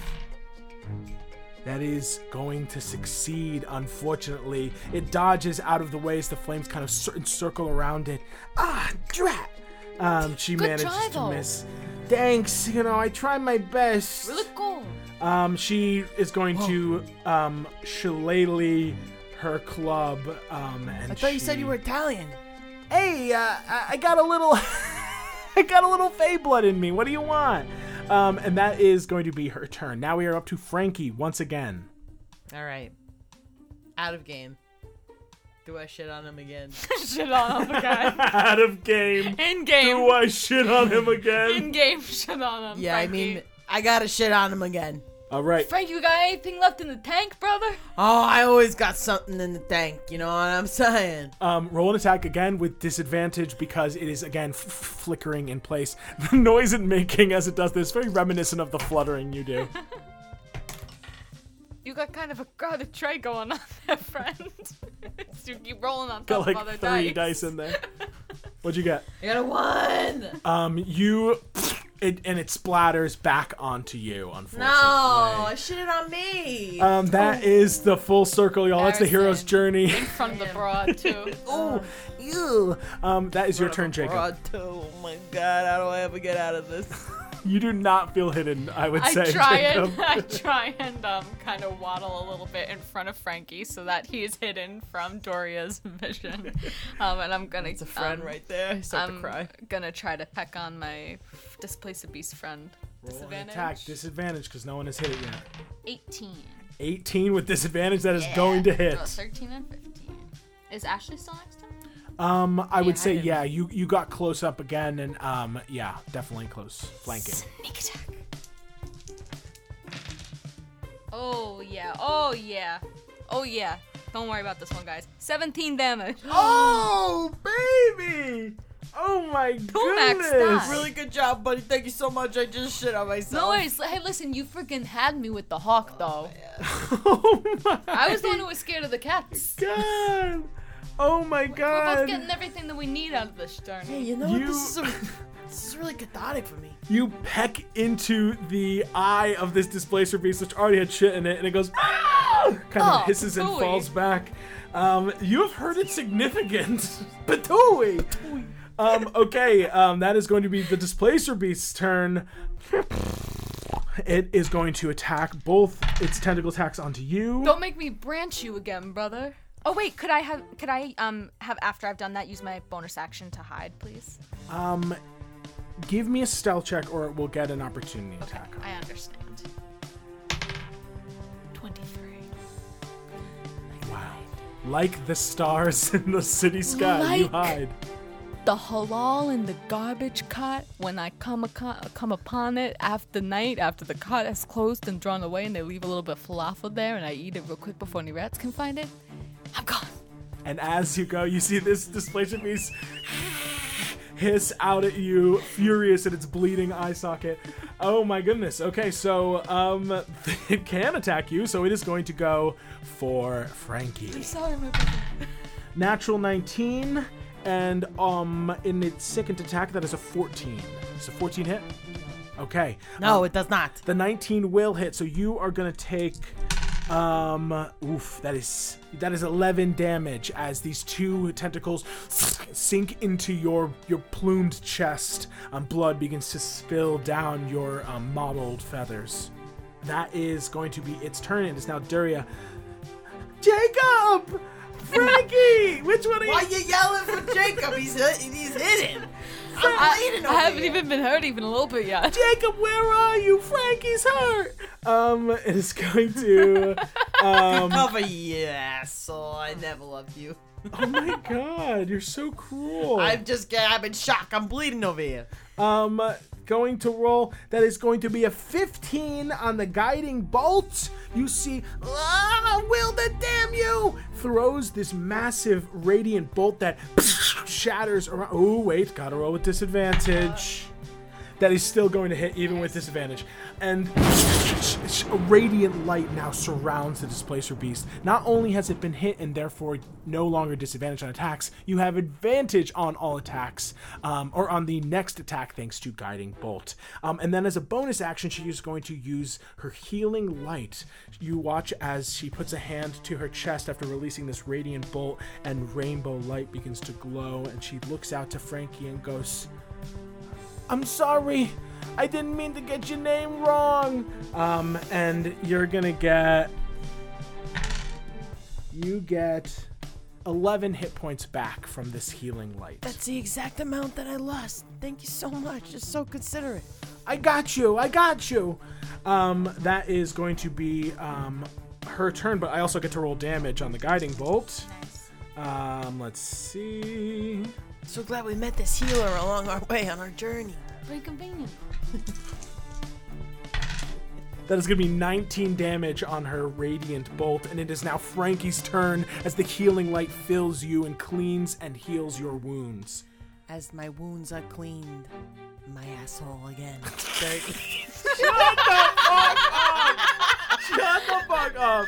Speaker 1: That is going to succeed, unfortunately. It dodges out of the way as the flames kind of cir- circle around it. Ah, drat! Um, she
Speaker 2: Good
Speaker 1: manages
Speaker 2: try,
Speaker 1: to
Speaker 2: though.
Speaker 1: miss. Thanks, you know, I try my best.
Speaker 2: Look cool.
Speaker 1: Um, she is going to um, shillelagh her club. Um, and I thought you said you were Italian. Hey, uh, I, I got a little, I got a little Fey blood in me. What do you want? Um, and that is going to be her turn. Now we are up to Frankie once again.
Speaker 4: All right. Out of game. Do I shit on him again?
Speaker 3: shit on him again.
Speaker 1: Out of game.
Speaker 3: In game.
Speaker 1: I shit on him again?
Speaker 3: In game. Shit on him.
Speaker 4: yeah, I
Speaker 3: Frankie.
Speaker 4: mean, I gotta shit on him again.
Speaker 1: All right.
Speaker 2: Frank, you got anything left in the tank, brother?
Speaker 4: Oh, I always got something in the tank. You know what I'm saying?
Speaker 1: Um, roll an attack again with disadvantage because it is again f- flickering in place. The noise it's making as it does this very reminiscent of the fluttering you do.
Speaker 3: You got kind of a crowded tray going on there, friend. so you keep rolling on
Speaker 1: got
Speaker 3: top of
Speaker 1: like
Speaker 3: other
Speaker 1: three
Speaker 3: dice.
Speaker 1: dice. in there. What'd you get?
Speaker 4: I got a one.
Speaker 1: Um, you it, and it splatters back onto you. Unfortunately,
Speaker 4: No, shit it on me.
Speaker 1: Um,
Speaker 3: Oh.
Speaker 1: that is the full circle, y'all. That's the hero's journey.
Speaker 3: In front of the broad, too.
Speaker 1: Ooh, ew. Um, that is your turn, Jacob.
Speaker 4: Broad two. Oh my god, how do I ever get out of this?
Speaker 1: You do not feel hidden. I would
Speaker 3: I
Speaker 1: say.
Speaker 3: try
Speaker 1: Jacob.
Speaker 3: and I try and um, kind of waddle a little bit in front of Frankie so that he is hidden from Doria's vision. Um, and I'm gonna
Speaker 4: It's a friend
Speaker 3: um,
Speaker 4: right there. I start
Speaker 3: I'm
Speaker 4: to cry.
Speaker 3: gonna try to peck on my displace a beast friend.
Speaker 1: Roll an
Speaker 3: Disadvantage.
Speaker 1: attack disadvantage because no one has hit it yet.
Speaker 3: 18.
Speaker 1: 18 with disadvantage. That is going to hit.
Speaker 3: No, 13 and 15. Is Ashley still next to him?
Speaker 1: Um, I would
Speaker 4: I
Speaker 1: say
Speaker 4: didn't.
Speaker 1: yeah. You you got close up again, and um, yeah, definitely close flanking.
Speaker 3: Sneak attack. Oh yeah. Oh yeah. Oh yeah. Don't worry about this one, guys. 17 damage.
Speaker 1: Oh baby! Oh my
Speaker 3: max
Speaker 1: goodness!
Speaker 3: die.
Speaker 4: Really good job, buddy. Thank you so much. I just shit on myself.
Speaker 2: No worries. Hey, listen, you freaking had me with the hawk, though.
Speaker 1: Oh my
Speaker 2: I was the one who was scared of the cats.
Speaker 1: god! Oh my
Speaker 3: We're both
Speaker 1: god!
Speaker 3: getting everything that we need out of this journey.
Speaker 6: you know
Speaker 1: You-
Speaker 6: what? This is, a, this is really cathartic for me.
Speaker 1: You peck into the eye of this displacer beast, which already had shit in it, and it goes "Ah!" kind of
Speaker 3: Oh,
Speaker 1: hisses and
Speaker 3: patooey.
Speaker 1: falls back. Um, you have heard its significance, Patooey. Um, okay, um, that is going to be the displacer beast's turn. It is going to attack both its tentacle attacks onto you.
Speaker 2: Don't make me branch you again, brother.
Speaker 3: Oh wait, could I have could I um have after I've done that use my bonus action to hide, please?
Speaker 1: Um, give me a stealth check, or it will get an opportunity attack.
Speaker 3: I understand. 23.
Speaker 1: Wow. Like the stars in the city sky, you
Speaker 2: Like-
Speaker 1: hide.
Speaker 2: The halal in the garbage cart, when I come, aco- come upon it after night, after the cart has closed and drawn away, and they leave a little bit of falafel there, and I eat it real quick before any rats can find it, I'm gone.
Speaker 1: And as you go, you see this displacement beast hiss out at you, furious at its bleeding eye socket. Oh my goodness. Okay, so um, it can attack you, so it is going to go for Frankie.
Speaker 5: Sorry, my brother.
Speaker 1: Natural 19, and um, in its second attack, that is a 14. It's a 14 hit. Okay.
Speaker 4: No, it does not.
Speaker 1: The 19 will hit, so you are gonna take um oof, that is that is 11 damage as these two tentacles sink into your your plumed chest. Um, blood begins to spill down your um, mottled feathers. That is going to be its turn, and it's now Duria. Jacob, Frankie, which one are you?
Speaker 4: Why you yelling for Jacob? He's he's hidden. I'm
Speaker 2: I,
Speaker 4: bleeding
Speaker 2: I
Speaker 4: over
Speaker 2: haven't
Speaker 4: here.
Speaker 2: even been hurt even a little bit yet.
Speaker 1: Jacob, where are you? Frankie's hurt. Um, it is going to. Um,
Speaker 4: Cover you, asshole. I never loved you.
Speaker 1: oh my god, you're so cruel.
Speaker 4: I've just I've been shocked. I'm bleeding over here.
Speaker 1: Um, going to roll. That is going to be a 15 on the guiding bolt. You see, ah, will the damn you throws this massive radiant bolt that shatters around. Oh wait, gotta roll with disadvantage. That is still going to hit even with disadvantage. And a radiant light now surrounds the displacer beast. Not only has it been hit and therefore no longer disadvantage on attacks, you have advantage on all attacks, um, or on the next attack thanks to Guiding Bolt. Um, and then as a bonus action, she is going to use her healing light. You watch as she puts a hand to her chest after releasing this radiant bolt, and rainbow light begins to glow, and she looks out to Frankie and goes, I'm sorry. I didn't mean to get your name wrong. Um, and you're gonna get. You get 11 hit points back from this healing light.
Speaker 6: That's the exact amount that I lost. Thank you so much. You're so considerate.
Speaker 1: I got you. I got you. Um, that is going to be um, her turn, but I also get to roll damage on the guiding bolt. Um, let's see.
Speaker 6: So glad we met this healer along our way on our journey.
Speaker 2: Very convenient.
Speaker 1: That is going to be 19 damage on her Radiant Bolt, and it is now Frankie's turn as the healing light fills you and cleans and heals your wounds.
Speaker 6: As my wounds are cleaned, my asshole again.
Speaker 1: Shut the fuck up!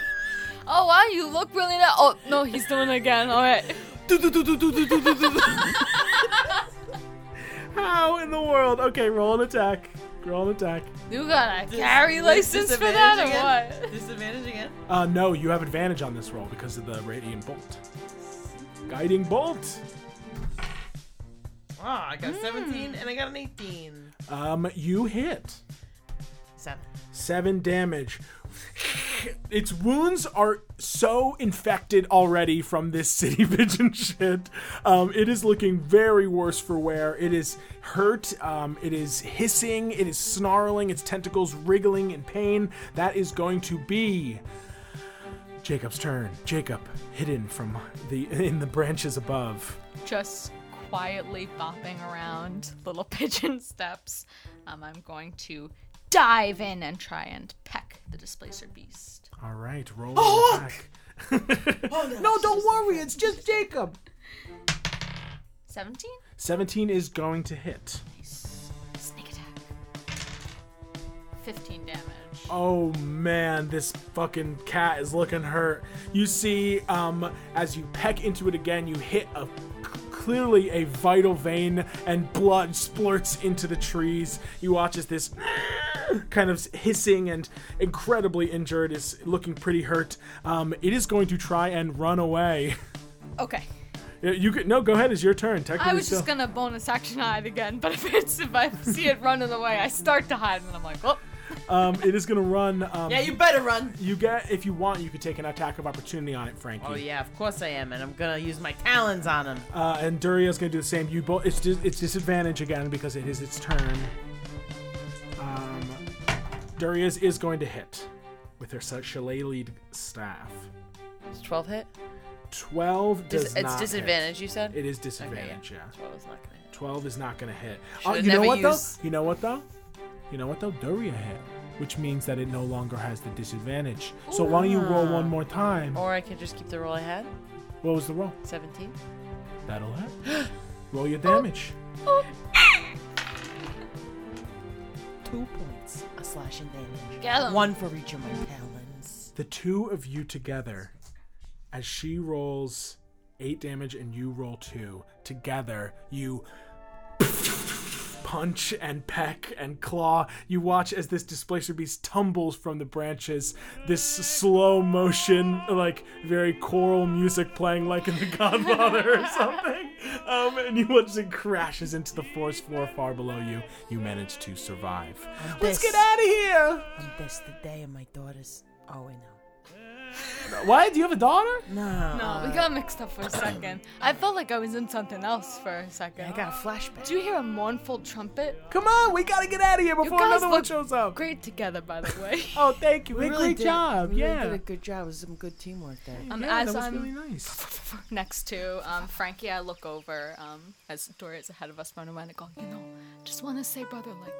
Speaker 2: Oh wow, you look really nice. Oh no, he's doing it again. All right.
Speaker 1: How in the world? Okay, roll an attack. Roll an attack.
Speaker 2: You got a carry
Speaker 5: with
Speaker 2: license for that or
Speaker 5: disadvantage
Speaker 2: what?
Speaker 5: Disadvantage again?
Speaker 1: Uh, no, you have advantage on this roll because of the Radiant Bolt. Guiding Bolt!
Speaker 4: Oh, I
Speaker 6: Mm.
Speaker 4: got 17 and I got an 18.
Speaker 1: Um, you hit.
Speaker 4: Seven.
Speaker 1: Seven damage. its wounds are so infected already from this city pigeon shit. Um, it is looking very worse for wear. It is hurt. Um, it is hissing. It is snarling. Its tentacles wriggling in pain. That is going to be Jacob's turn. Jacob, hidden from the in the branches above.
Speaker 3: just quietly bopping around little pigeon steps. Um, I'm going to dive in and try and peck the displacer beast.
Speaker 1: All right, roll oh, back. no, don't worry. It's just Jacob.
Speaker 3: 17?
Speaker 1: 17 is going to hit.
Speaker 3: Sneak attack. 15 damage.
Speaker 1: Oh man, this fucking cat is looking hurt. You see, um, as you peck into it again, you hit a clearly a vital vein, and blood splurts into the trees. You watch as this kind of hissing and incredibly injured is looking pretty hurt. Um, it is going to try and run away.
Speaker 3: Okay.
Speaker 1: Yeah, You could no, go ahead. It's your turn. Technically,
Speaker 3: I was just
Speaker 1: still-
Speaker 3: gonna bonus action hide again, but if it's if I see it running away, I start to hide and then I'm like, oh,
Speaker 1: um, it is gonna run. Um,
Speaker 4: Yeah, you better run.
Speaker 1: you get if you want, you could take an attack of opportunity on it, Frankie.
Speaker 4: Oh yeah, of course I am, and I'm gonna use my talons on him.
Speaker 1: Uh, and Duria's gonna do the same. You both. It's dis- it's disadvantage again because it is its turn. Um, Duria's is going to hit with her sa- shillelied staff.
Speaker 5: It's 12 hit?
Speaker 1: Twelve does
Speaker 5: Dis-
Speaker 1: not
Speaker 5: it's
Speaker 1: hit.
Speaker 5: disadvantage, you said?
Speaker 1: It is disadvantage. yeah.
Speaker 5: 12 is not gonna hit.
Speaker 1: Twelve is not gonna hit.
Speaker 5: Should've
Speaker 1: Oh, you know
Speaker 5: never
Speaker 1: what
Speaker 5: used-
Speaker 1: though? You know what though? You know what though? Duria hit, which means that it no longer has the disadvantage. So why don't you roll one more time?
Speaker 5: Or I can just keep the roll I had.
Speaker 1: What was the roll?
Speaker 5: 17.
Speaker 1: That'll hit. roll your damage.
Speaker 6: Two points of slashing damage.
Speaker 3: Get 'em.
Speaker 6: One for each of my talons.
Speaker 1: The two of you together, as she rolls eight damage and you roll two, together you punch and peck and claw. You watch as this displacer beast tumbles from the branches. This slow motion, like very choral music playing, like in The Godfather or something. Um, and you watch as it crashes into the forest floor far below you. You manage to survive. Let's
Speaker 6: this-
Speaker 1: get out of here!
Speaker 6: On this the day of my daughter's. Oh, wait, no.
Speaker 1: Why? Do you have a daughter?
Speaker 6: No.
Speaker 2: No, Oh, we got mixed up for a second. I felt like I was in something else for a
Speaker 6: I
Speaker 2: second.
Speaker 6: got a flashback.
Speaker 2: Do you hear a mournful trumpet?
Speaker 1: Come on, we gotta get out of here
Speaker 2: You
Speaker 1: before
Speaker 2: guys
Speaker 1: another one
Speaker 2: look
Speaker 1: shows up.
Speaker 2: Great together, by the way.
Speaker 1: Oh, thank you.
Speaker 6: We really
Speaker 1: great
Speaker 6: did-
Speaker 1: job.
Speaker 6: we really
Speaker 1: yeah.
Speaker 6: did a good job. It was some good teamwork there.
Speaker 3: Um,
Speaker 1: yeah,
Speaker 3: as
Speaker 1: that was
Speaker 3: I'm
Speaker 1: really nice.
Speaker 3: next to um, Frankie, I look over um, as Dory is ahead of us running around and go, you know, just want to say, brother, like,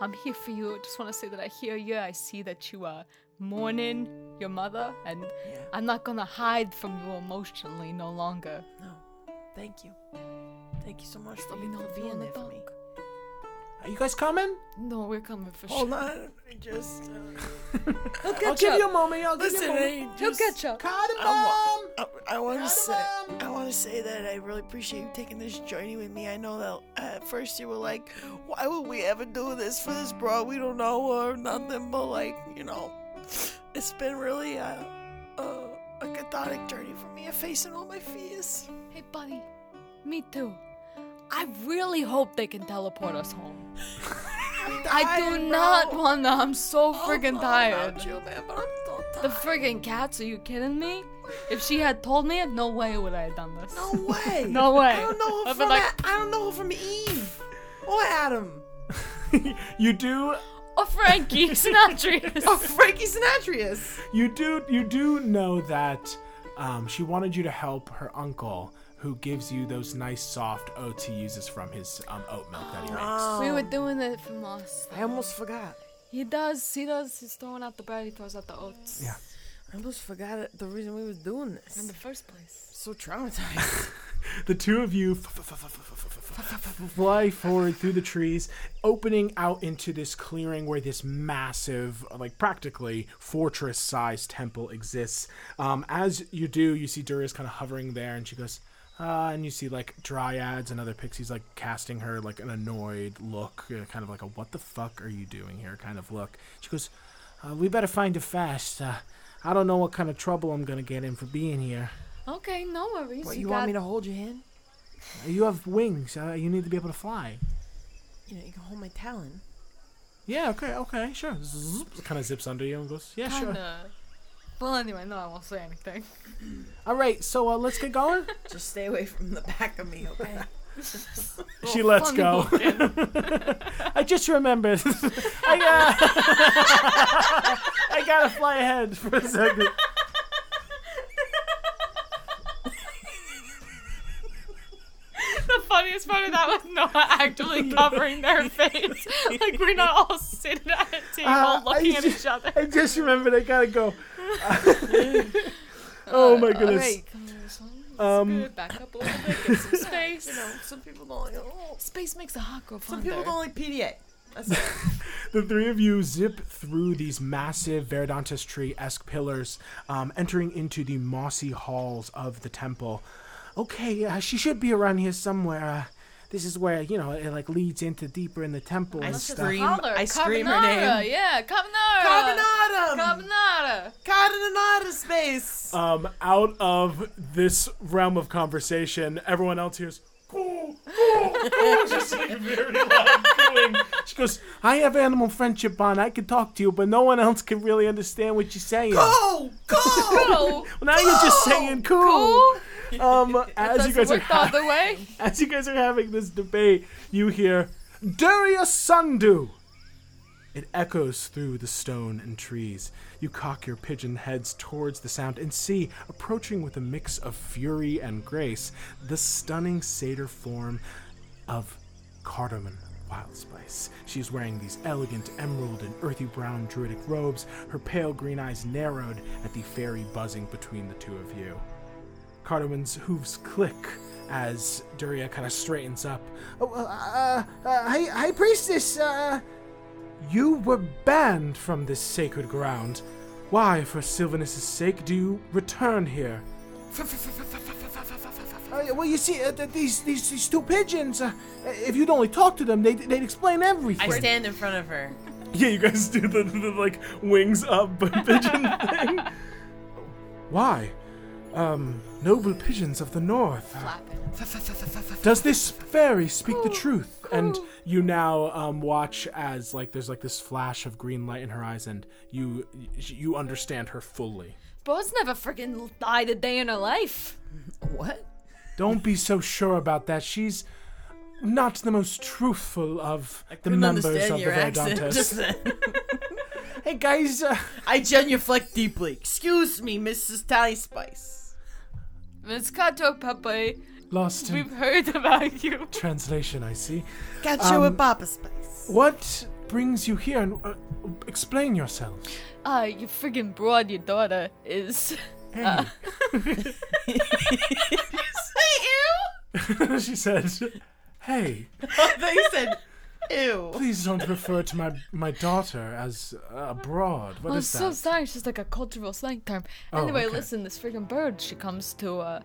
Speaker 3: I'm here for you. Just want to say that I hear you. I see that you are mourning your mother, and I'm not going to hide from you emotionally no longer.
Speaker 5: Thank you. Thank you so much
Speaker 3: So,
Speaker 5: for
Speaker 3: you know, be
Speaker 5: being
Speaker 3: in the
Speaker 5: there for me.
Speaker 3: dark.
Speaker 1: Are you guys coming?
Speaker 2: no, we're coming for
Speaker 3: Oh,
Speaker 5: Hold
Speaker 2: sure.
Speaker 5: on, I just uh,
Speaker 1: I'll give you a moment. I'll give you
Speaker 5: listen.
Speaker 1: a moment.
Speaker 5: I
Speaker 2: He'll
Speaker 5: just
Speaker 2: catch up.
Speaker 1: Cotton
Speaker 5: I
Speaker 1: Bomb!
Speaker 5: I, I want to
Speaker 1: Got
Speaker 5: say
Speaker 1: him.
Speaker 5: I want to say that I really appreciate you taking this journey with me. I know that uh, at first you were like, "Why would we ever do this for this bro? We don't know her or nothing." But like you know, it's been really a, a, a cathartic journey for me. I'm facing all my fears.
Speaker 2: Hey, buddy. Me too. I really hope they can teleport us home. I do not want to. I'm so
Speaker 1: Oh
Speaker 2: friggin' tired.
Speaker 5: You, man, but I'm so tired.
Speaker 2: The friggin' cats, are you kidding me? If she had told me, no way would I have done this.
Speaker 5: No way.
Speaker 2: No way.
Speaker 5: I don't know her
Speaker 2: I've
Speaker 5: from
Speaker 2: been like-
Speaker 5: A- I don't know her from Eve or Adam
Speaker 1: you do,
Speaker 2: Or Frankie Sinatra.
Speaker 5: or Frankie Sinatrius.
Speaker 1: you do, you do know that um, she wanted you to help her uncle, who gives you those nice soft oats he uses from his um, oat milk that he
Speaker 3: Oh.
Speaker 1: makes.
Speaker 2: we were doing it from us.
Speaker 6: I almost forgot.
Speaker 2: He does, he does. He's throwing out the bread, he throws out the oats.
Speaker 1: Yeah.
Speaker 6: I almost forgot it- the reason we was doing this.
Speaker 2: In the first place.
Speaker 6: so traumatized.
Speaker 1: The two of you f- f- f- f- f- f- f- f- fly forward through the trees, opening out into this clearing where this massive, like practically fortress sized temple exists. Um, as you do, you see Duria's kind of hovering there, and she goes, uh, and you see like dryads and other pixies like casting her like an annoyed look, uh, kind of like a what the fuck are you doing here kind of look. She goes, uh, We better find it fast. Uh, I don't know what kind of trouble I'm gonna get in for being here.
Speaker 2: Okay, no worries.
Speaker 6: what,
Speaker 2: you
Speaker 6: you want
Speaker 2: got-
Speaker 6: me to hold your hand?
Speaker 1: You have wings, uh, you need to be able to fly.
Speaker 6: You know, you can hold my talon.
Speaker 1: Yeah, okay, okay, sure. Kind of zips under you and goes, yeah, sure.
Speaker 2: Kinda. Well, anyway, no, I won't say anything.
Speaker 1: All right, so uh, let's get going.
Speaker 4: Just stay away from the back of me, okay?
Speaker 1: she lets go. I just remembered. I, uh, I gotta fly ahead for a second.
Speaker 3: The funniest part of that was Noah actually covering their face. Like, we're not all sitting at a table
Speaker 1: Uh, I
Speaker 3: looking at
Speaker 1: just-
Speaker 3: each other.
Speaker 1: I just remembered. I gotta go. oh my goodness.
Speaker 6: Alright.
Speaker 1: Um,
Speaker 3: Back up a little bit, get some space.
Speaker 5: You know, some people don't like. Oh.
Speaker 2: Space makes the heart go fonder.
Speaker 4: People don't like PDA.
Speaker 1: the three of you zip through these massive Veridontis tree-esque pillars, um, entering into the mossy halls of the temple. Okay, uh, she should be around here somewhere. Uh, this is where you know it like leads into deeper in the temple and
Speaker 4: just
Speaker 1: stuff.
Speaker 4: scream-
Speaker 2: Holler,
Speaker 4: I scream her
Speaker 2: carbonara,
Speaker 4: name.
Speaker 2: Yeah, carbonara.
Speaker 4: Carbonata!
Speaker 2: Carbonara.
Speaker 4: Carbonata space!
Speaker 1: Um, out of this realm of conversation, everyone else hears. "Coo, coo, coo," just like very loud cooing. She goes, I have animal friendship on. I can talk to you, but no one else can really understand what you're saying.
Speaker 4: Go! Go!
Speaker 2: Oh,
Speaker 1: Well, now you're just saying cool. Um, as you guys are
Speaker 2: work the other way.
Speaker 1: as you guys are having this debate, you hear Daria Sundu. It echoes through the stone and trees. You cock your pigeon heads towards the sound and see, approaching with a mix of fury and grace, the stunning satyr form of Cardamon Wildspice. She is wearing these elegant emerald and earthy brown druidic robes, her pale green eyes narrowed at the fairy buzzing between the two of you. Cardamon's hooves click as Duria kind of straightens up. Oh, uh, uh, uh, hey, hey, priestess, uh, you were banned from this sacred ground. Why, for Sylvanus' sake, do you return here? Uh, well, you see, uh, th- these, these these two pigeons. Uh, if you'd only talk to them, they'd, they'd explain everything.
Speaker 4: I stand in front of her.
Speaker 1: Yeah, you guys do the, the, the, like wings up pigeon thing. Why? Um, noble pigeons of the north. Does this fairy speak the truth? And you now um, watch as like there's like this flash of green light in her eyes, and you you understand her fully.
Speaker 2: Bro's never friggin' died a day in her life.
Speaker 4: What?
Speaker 1: Don't be so sure about that. She's not the most truthful of the
Speaker 4: Couldn't
Speaker 1: members of
Speaker 4: understand
Speaker 1: the
Speaker 4: your accent just
Speaker 1: Vedantas.
Speaker 4: then.
Speaker 1: Hey guys, uh,
Speaker 4: I genuflect deeply. Excuse me, Mrs. Tiny Spice.
Speaker 2: Moscato Pepe,
Speaker 1: lost in
Speaker 2: we've heard about you.
Speaker 1: translation, I see.
Speaker 5: Got you
Speaker 2: Um,
Speaker 5: with Papa Spice.
Speaker 1: What brings you here? And uh, explain yourselves.
Speaker 2: Uh, your friggin' broad, your daughter, is.
Speaker 1: Hey.
Speaker 4: Ew.
Speaker 1: she said, "Hey,
Speaker 4: they said, ew.
Speaker 1: please don't refer to my my daughter as uh, abroad. What
Speaker 2: I'm
Speaker 1: is
Speaker 2: Oh, so
Speaker 1: that?
Speaker 2: sorry, it's just like a cultural slang term.
Speaker 1: Oh,
Speaker 2: anyway,
Speaker 1: okay.
Speaker 2: listen, this friggin' bird, she comes to, uh,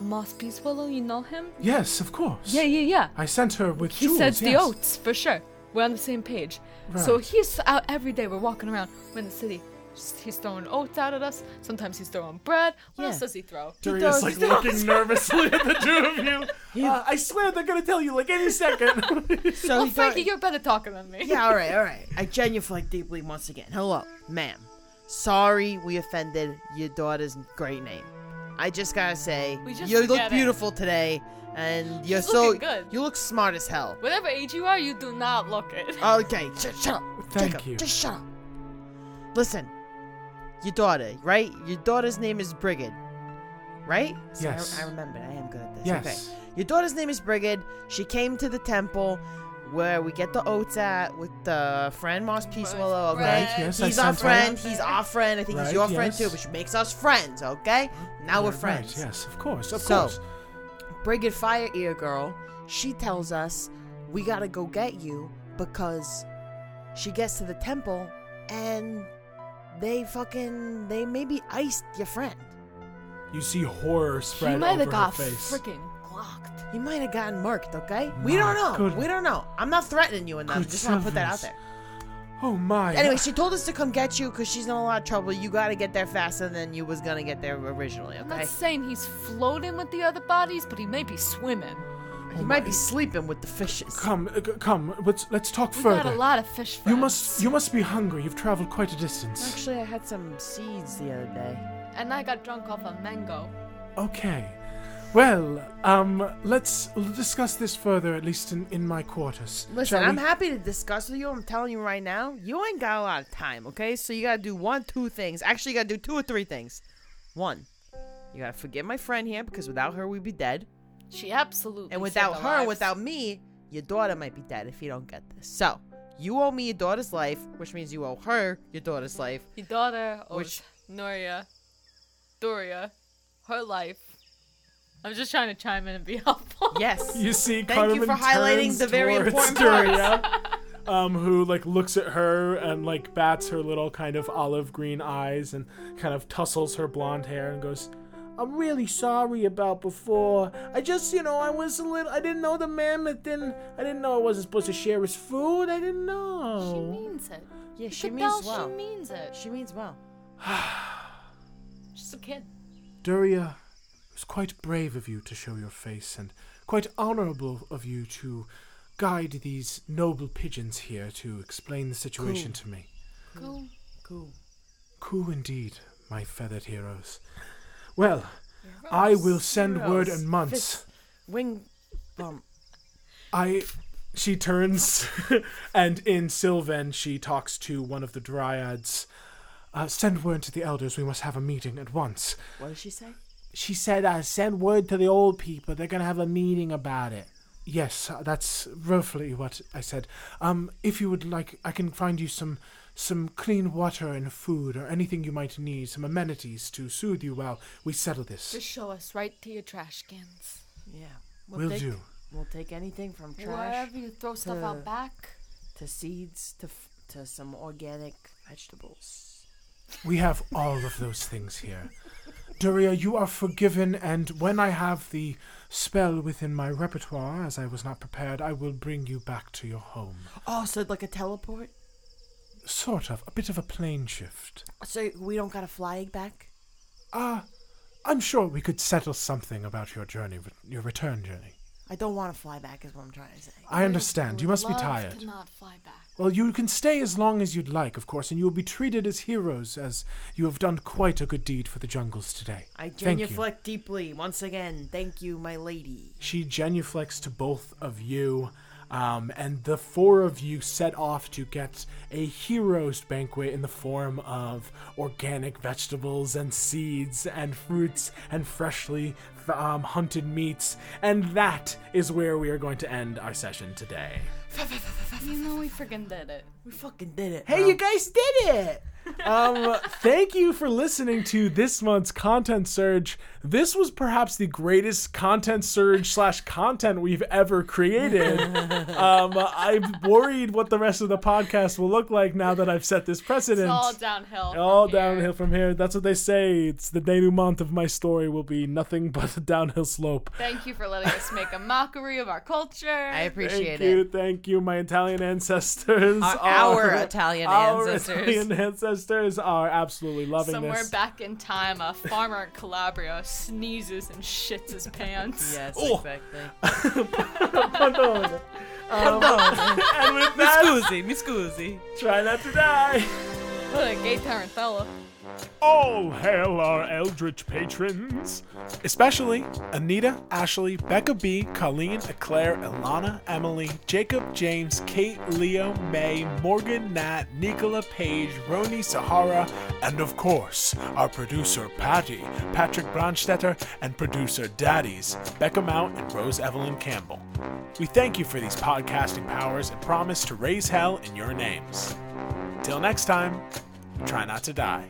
Speaker 2: Moss Peace Willow, you know him?
Speaker 1: yes, of course.
Speaker 2: Yeah, yeah, yeah.
Speaker 1: I sent her with
Speaker 2: He
Speaker 1: jewels.
Speaker 2: says the
Speaker 1: yes.
Speaker 2: oats for sure. We're on the same page. So
Speaker 1: Right.
Speaker 2: he's out every day. We're walking around. We're in the city. Just- He's throwing oats out at us. Sometimes he's throwing bread. What else does he throw?
Speaker 1: Darius like looking nervously at the two of you. Uh, I swear they're gonna tell you like any second.
Speaker 4: So
Speaker 2: Oh,
Speaker 4: he thought-
Speaker 2: Frankie, you're better talking than me.
Speaker 4: yeah, all right, all right. I genuflect deeply once again. Hello, ma'am. Sorry we offended your daughter's great name. I just gotta say,
Speaker 2: We just
Speaker 4: you
Speaker 2: get
Speaker 4: look
Speaker 2: it.
Speaker 4: beautiful today, and you're
Speaker 2: She's
Speaker 4: so
Speaker 2: looking good.
Speaker 4: you look smart as hell.
Speaker 2: Whatever age you are, you do not look it.
Speaker 4: Okay, shut, shut up.
Speaker 1: Thank
Speaker 4: Jacob,
Speaker 1: you.
Speaker 4: Just shut up. Listen, your daughter, right? Your daughter's name is Brigid, right? See,
Speaker 1: Yes.
Speaker 4: I, I remembered. I am good at this.
Speaker 1: Yes.
Speaker 4: Okay. Your daughter's name is Brigid. She came to the temple where we get the oats at with the friend Moss Peace
Speaker 2: Right.
Speaker 4: Willow. Okay.
Speaker 1: Right, yes, I
Speaker 4: He's our
Speaker 1: sent her.
Speaker 4: friend. He's our friend. I think
Speaker 1: Right,
Speaker 4: he's your friend
Speaker 1: yes.
Speaker 4: too, but she makes us friends. Okay. Now we're
Speaker 1: Right,
Speaker 4: friends.
Speaker 1: yes, of course, of
Speaker 4: So-
Speaker 1: course.
Speaker 4: Brigid Fire Ear Girl.
Speaker 6: She tells us we gotta go get you because she gets to the temple and they fucking they maybe iced your friend.
Speaker 1: You see horror spread
Speaker 2: he might
Speaker 1: over
Speaker 2: have got
Speaker 1: her face.
Speaker 2: freaking glocked.
Speaker 6: You might have gotten marked, okay?
Speaker 4: We
Speaker 1: My
Speaker 4: don't know.
Speaker 1: good-
Speaker 4: We don't know. I'm not threatening you in that. I
Speaker 1: good
Speaker 4: just want to put that out
Speaker 1: Sylvanus.
Speaker 4: there.
Speaker 1: Oh my!
Speaker 4: Anyway, she told us to come get you because she's in a lot of trouble. You got to get there faster than you was gonna get there originally.
Speaker 2: I'm
Speaker 4: Okay.
Speaker 2: not saying he's floating with the other bodies, but he may be swimming.
Speaker 4: you might be sleeping with the fishes.
Speaker 1: Oh, come, uh, come. Let's let's talk
Speaker 2: We
Speaker 1: further.
Speaker 2: got a lot of fish friends.
Speaker 1: you must you must be hungry. You've traveled quite a distance.
Speaker 4: Actually, I had some seeds the other day.
Speaker 2: And I got drunk off a mango.
Speaker 1: Okay. Well, um, let's l- discuss this further, at least in, in my quarters.
Speaker 4: Listen,
Speaker 1: shall
Speaker 4: I'm
Speaker 1: we?
Speaker 4: happy to discuss with you. I'm telling you right now, you ain't got a lot of time. Okay, so you gotta do one, two things. Actually, you gotta do two or three things. One, you gotta forgive my friend here because without her we'd be dead,
Speaker 2: She absolutely.
Speaker 4: and without
Speaker 2: saved
Speaker 4: her,
Speaker 2: our lives.
Speaker 4: without me, your daughter might be dead if you don't get this. So. You owe me your daughter's life, which means you owe her your daughter's life.
Speaker 2: Your daughter owes
Speaker 4: Which-
Speaker 2: Noria, Doria, her life. I'm just trying to chime in and be helpful.
Speaker 4: Yes.
Speaker 1: You see,
Speaker 4: Thank you
Speaker 1: Carmen
Speaker 4: for highlighting
Speaker 1: turns
Speaker 4: the very
Speaker 1: towards
Speaker 4: important
Speaker 1: Daria, um, who like looks at her and like bats her little kind of olive green eyes and kind of tussles her blonde hair and goes, "I'm really sorry about before. I just, you know, I was a little. I didn't know the mammoth didn't. I didn't know I wasn't supposed to share his food. I didn't know."
Speaker 2: She means it.
Speaker 4: Yeah,
Speaker 2: You
Speaker 4: she
Speaker 2: could
Speaker 4: means
Speaker 2: tell
Speaker 4: well.
Speaker 2: She means it.
Speaker 4: She means well.
Speaker 2: She's a kid.
Speaker 1: Duria, it was quite brave of you to show your face, and quite honorable of you to guide these noble pigeons here to explain the situation to me.
Speaker 2: Cool.
Speaker 4: Cool.
Speaker 1: Cool indeed, my feathered heroes. Well, I will send word in months.
Speaker 4: Wing bump.
Speaker 1: I. She turns, and in Sylvan, she talks to one of the dryads. Uh, send word to the elders. We must have a meeting at once.
Speaker 4: What did she say?
Speaker 1: she said, uh, send word to the old people. They're going to have a meeting about it. Yes, uh, that's roughly what I said. Um, if you would like, I can find you some some clean water and food or anything you might need, some amenities to soothe you while we settle this.
Speaker 2: Just show us right to your trash cans.
Speaker 4: Yeah. We'll,
Speaker 1: Will
Speaker 4: take,
Speaker 1: do.
Speaker 4: We'll take anything from trash
Speaker 8: Wherever you throw stuff
Speaker 4: to-
Speaker 8: out back.
Speaker 4: to seeds to f- to some organic vegetables.
Speaker 1: We have all of those things here. Daria, you are forgiven, and when I have the spell within my repertoire, as I was not prepared, I will bring you back to your home.
Speaker 4: Oh, so like a teleport?
Speaker 1: Sort of, a bit of a plane shift.
Speaker 4: So we don't gotta fly back?
Speaker 1: Ah, I'm sure we could settle something about your journey, your return journey.
Speaker 4: I don't want to fly back, is what I'm trying to say.
Speaker 1: I understand. You must be tired.
Speaker 8: not fly back.
Speaker 1: Well, you can stay as long as you'd like, of course, and you will be treated as heroes, as you have done quite a good deed for the jungles today.
Speaker 4: I
Speaker 1: Thank you.
Speaker 4: genuflect deeply once again. Thank you, my lady.
Speaker 1: She genuflects to both of you, um, and the four of you set off to get a hero's banquet in the form of organic vegetables and seeds and fruits and freshly um, hunted meats. And that is where we are going to end our session today.
Speaker 8: You know we freaking did it.
Speaker 4: We fucking did it. Um,
Speaker 1: Hey, you guys did it! um, thank you for listening to this month's content surge. This was perhaps the greatest content surge slash content we've ever created. um, I'm worried what the rest of the podcast will look like now that I've set this precedent.
Speaker 3: It's all downhill.
Speaker 1: All
Speaker 3: from here.
Speaker 1: downhill from here. That's what they say. It's the denouement of my story will be nothing but a downhill slope.
Speaker 3: Thank you for letting us make a mockery of our culture.
Speaker 9: I appreciate
Speaker 1: thank you,
Speaker 9: it.
Speaker 1: thank you, my Italian ancestors.
Speaker 9: Our,
Speaker 1: are-
Speaker 9: our Italian
Speaker 1: our
Speaker 9: ancestors.
Speaker 1: Italian ancestors are absolutely loving
Speaker 3: Somewhere
Speaker 1: this.
Speaker 3: back in time, a farmer in Calabria sneezes and shits his pants.
Speaker 9: Yes,
Speaker 1: Oh.
Speaker 9: exactly.
Speaker 1: Pardon. Um, and with that,
Speaker 9: Scusi, mi scusi.
Speaker 1: try not to die.
Speaker 3: What a gay tarantella.
Speaker 1: All hail our eldritch patrons, especially Anita, Ashley, Becca B, Colleen, Eclair, Ilana, Emily, Jacob, James, Kate, Leo, May, Morgan, Nat, Nicola, Page, Roni, Sahara, and of course our producer Patty, Patrick Bronstetter, and producer Daddies, Becca Mount and Rose Evelyn Campbell. We thank you for these podcasting powers and promise to raise hell in your names. Till next time, try not to die.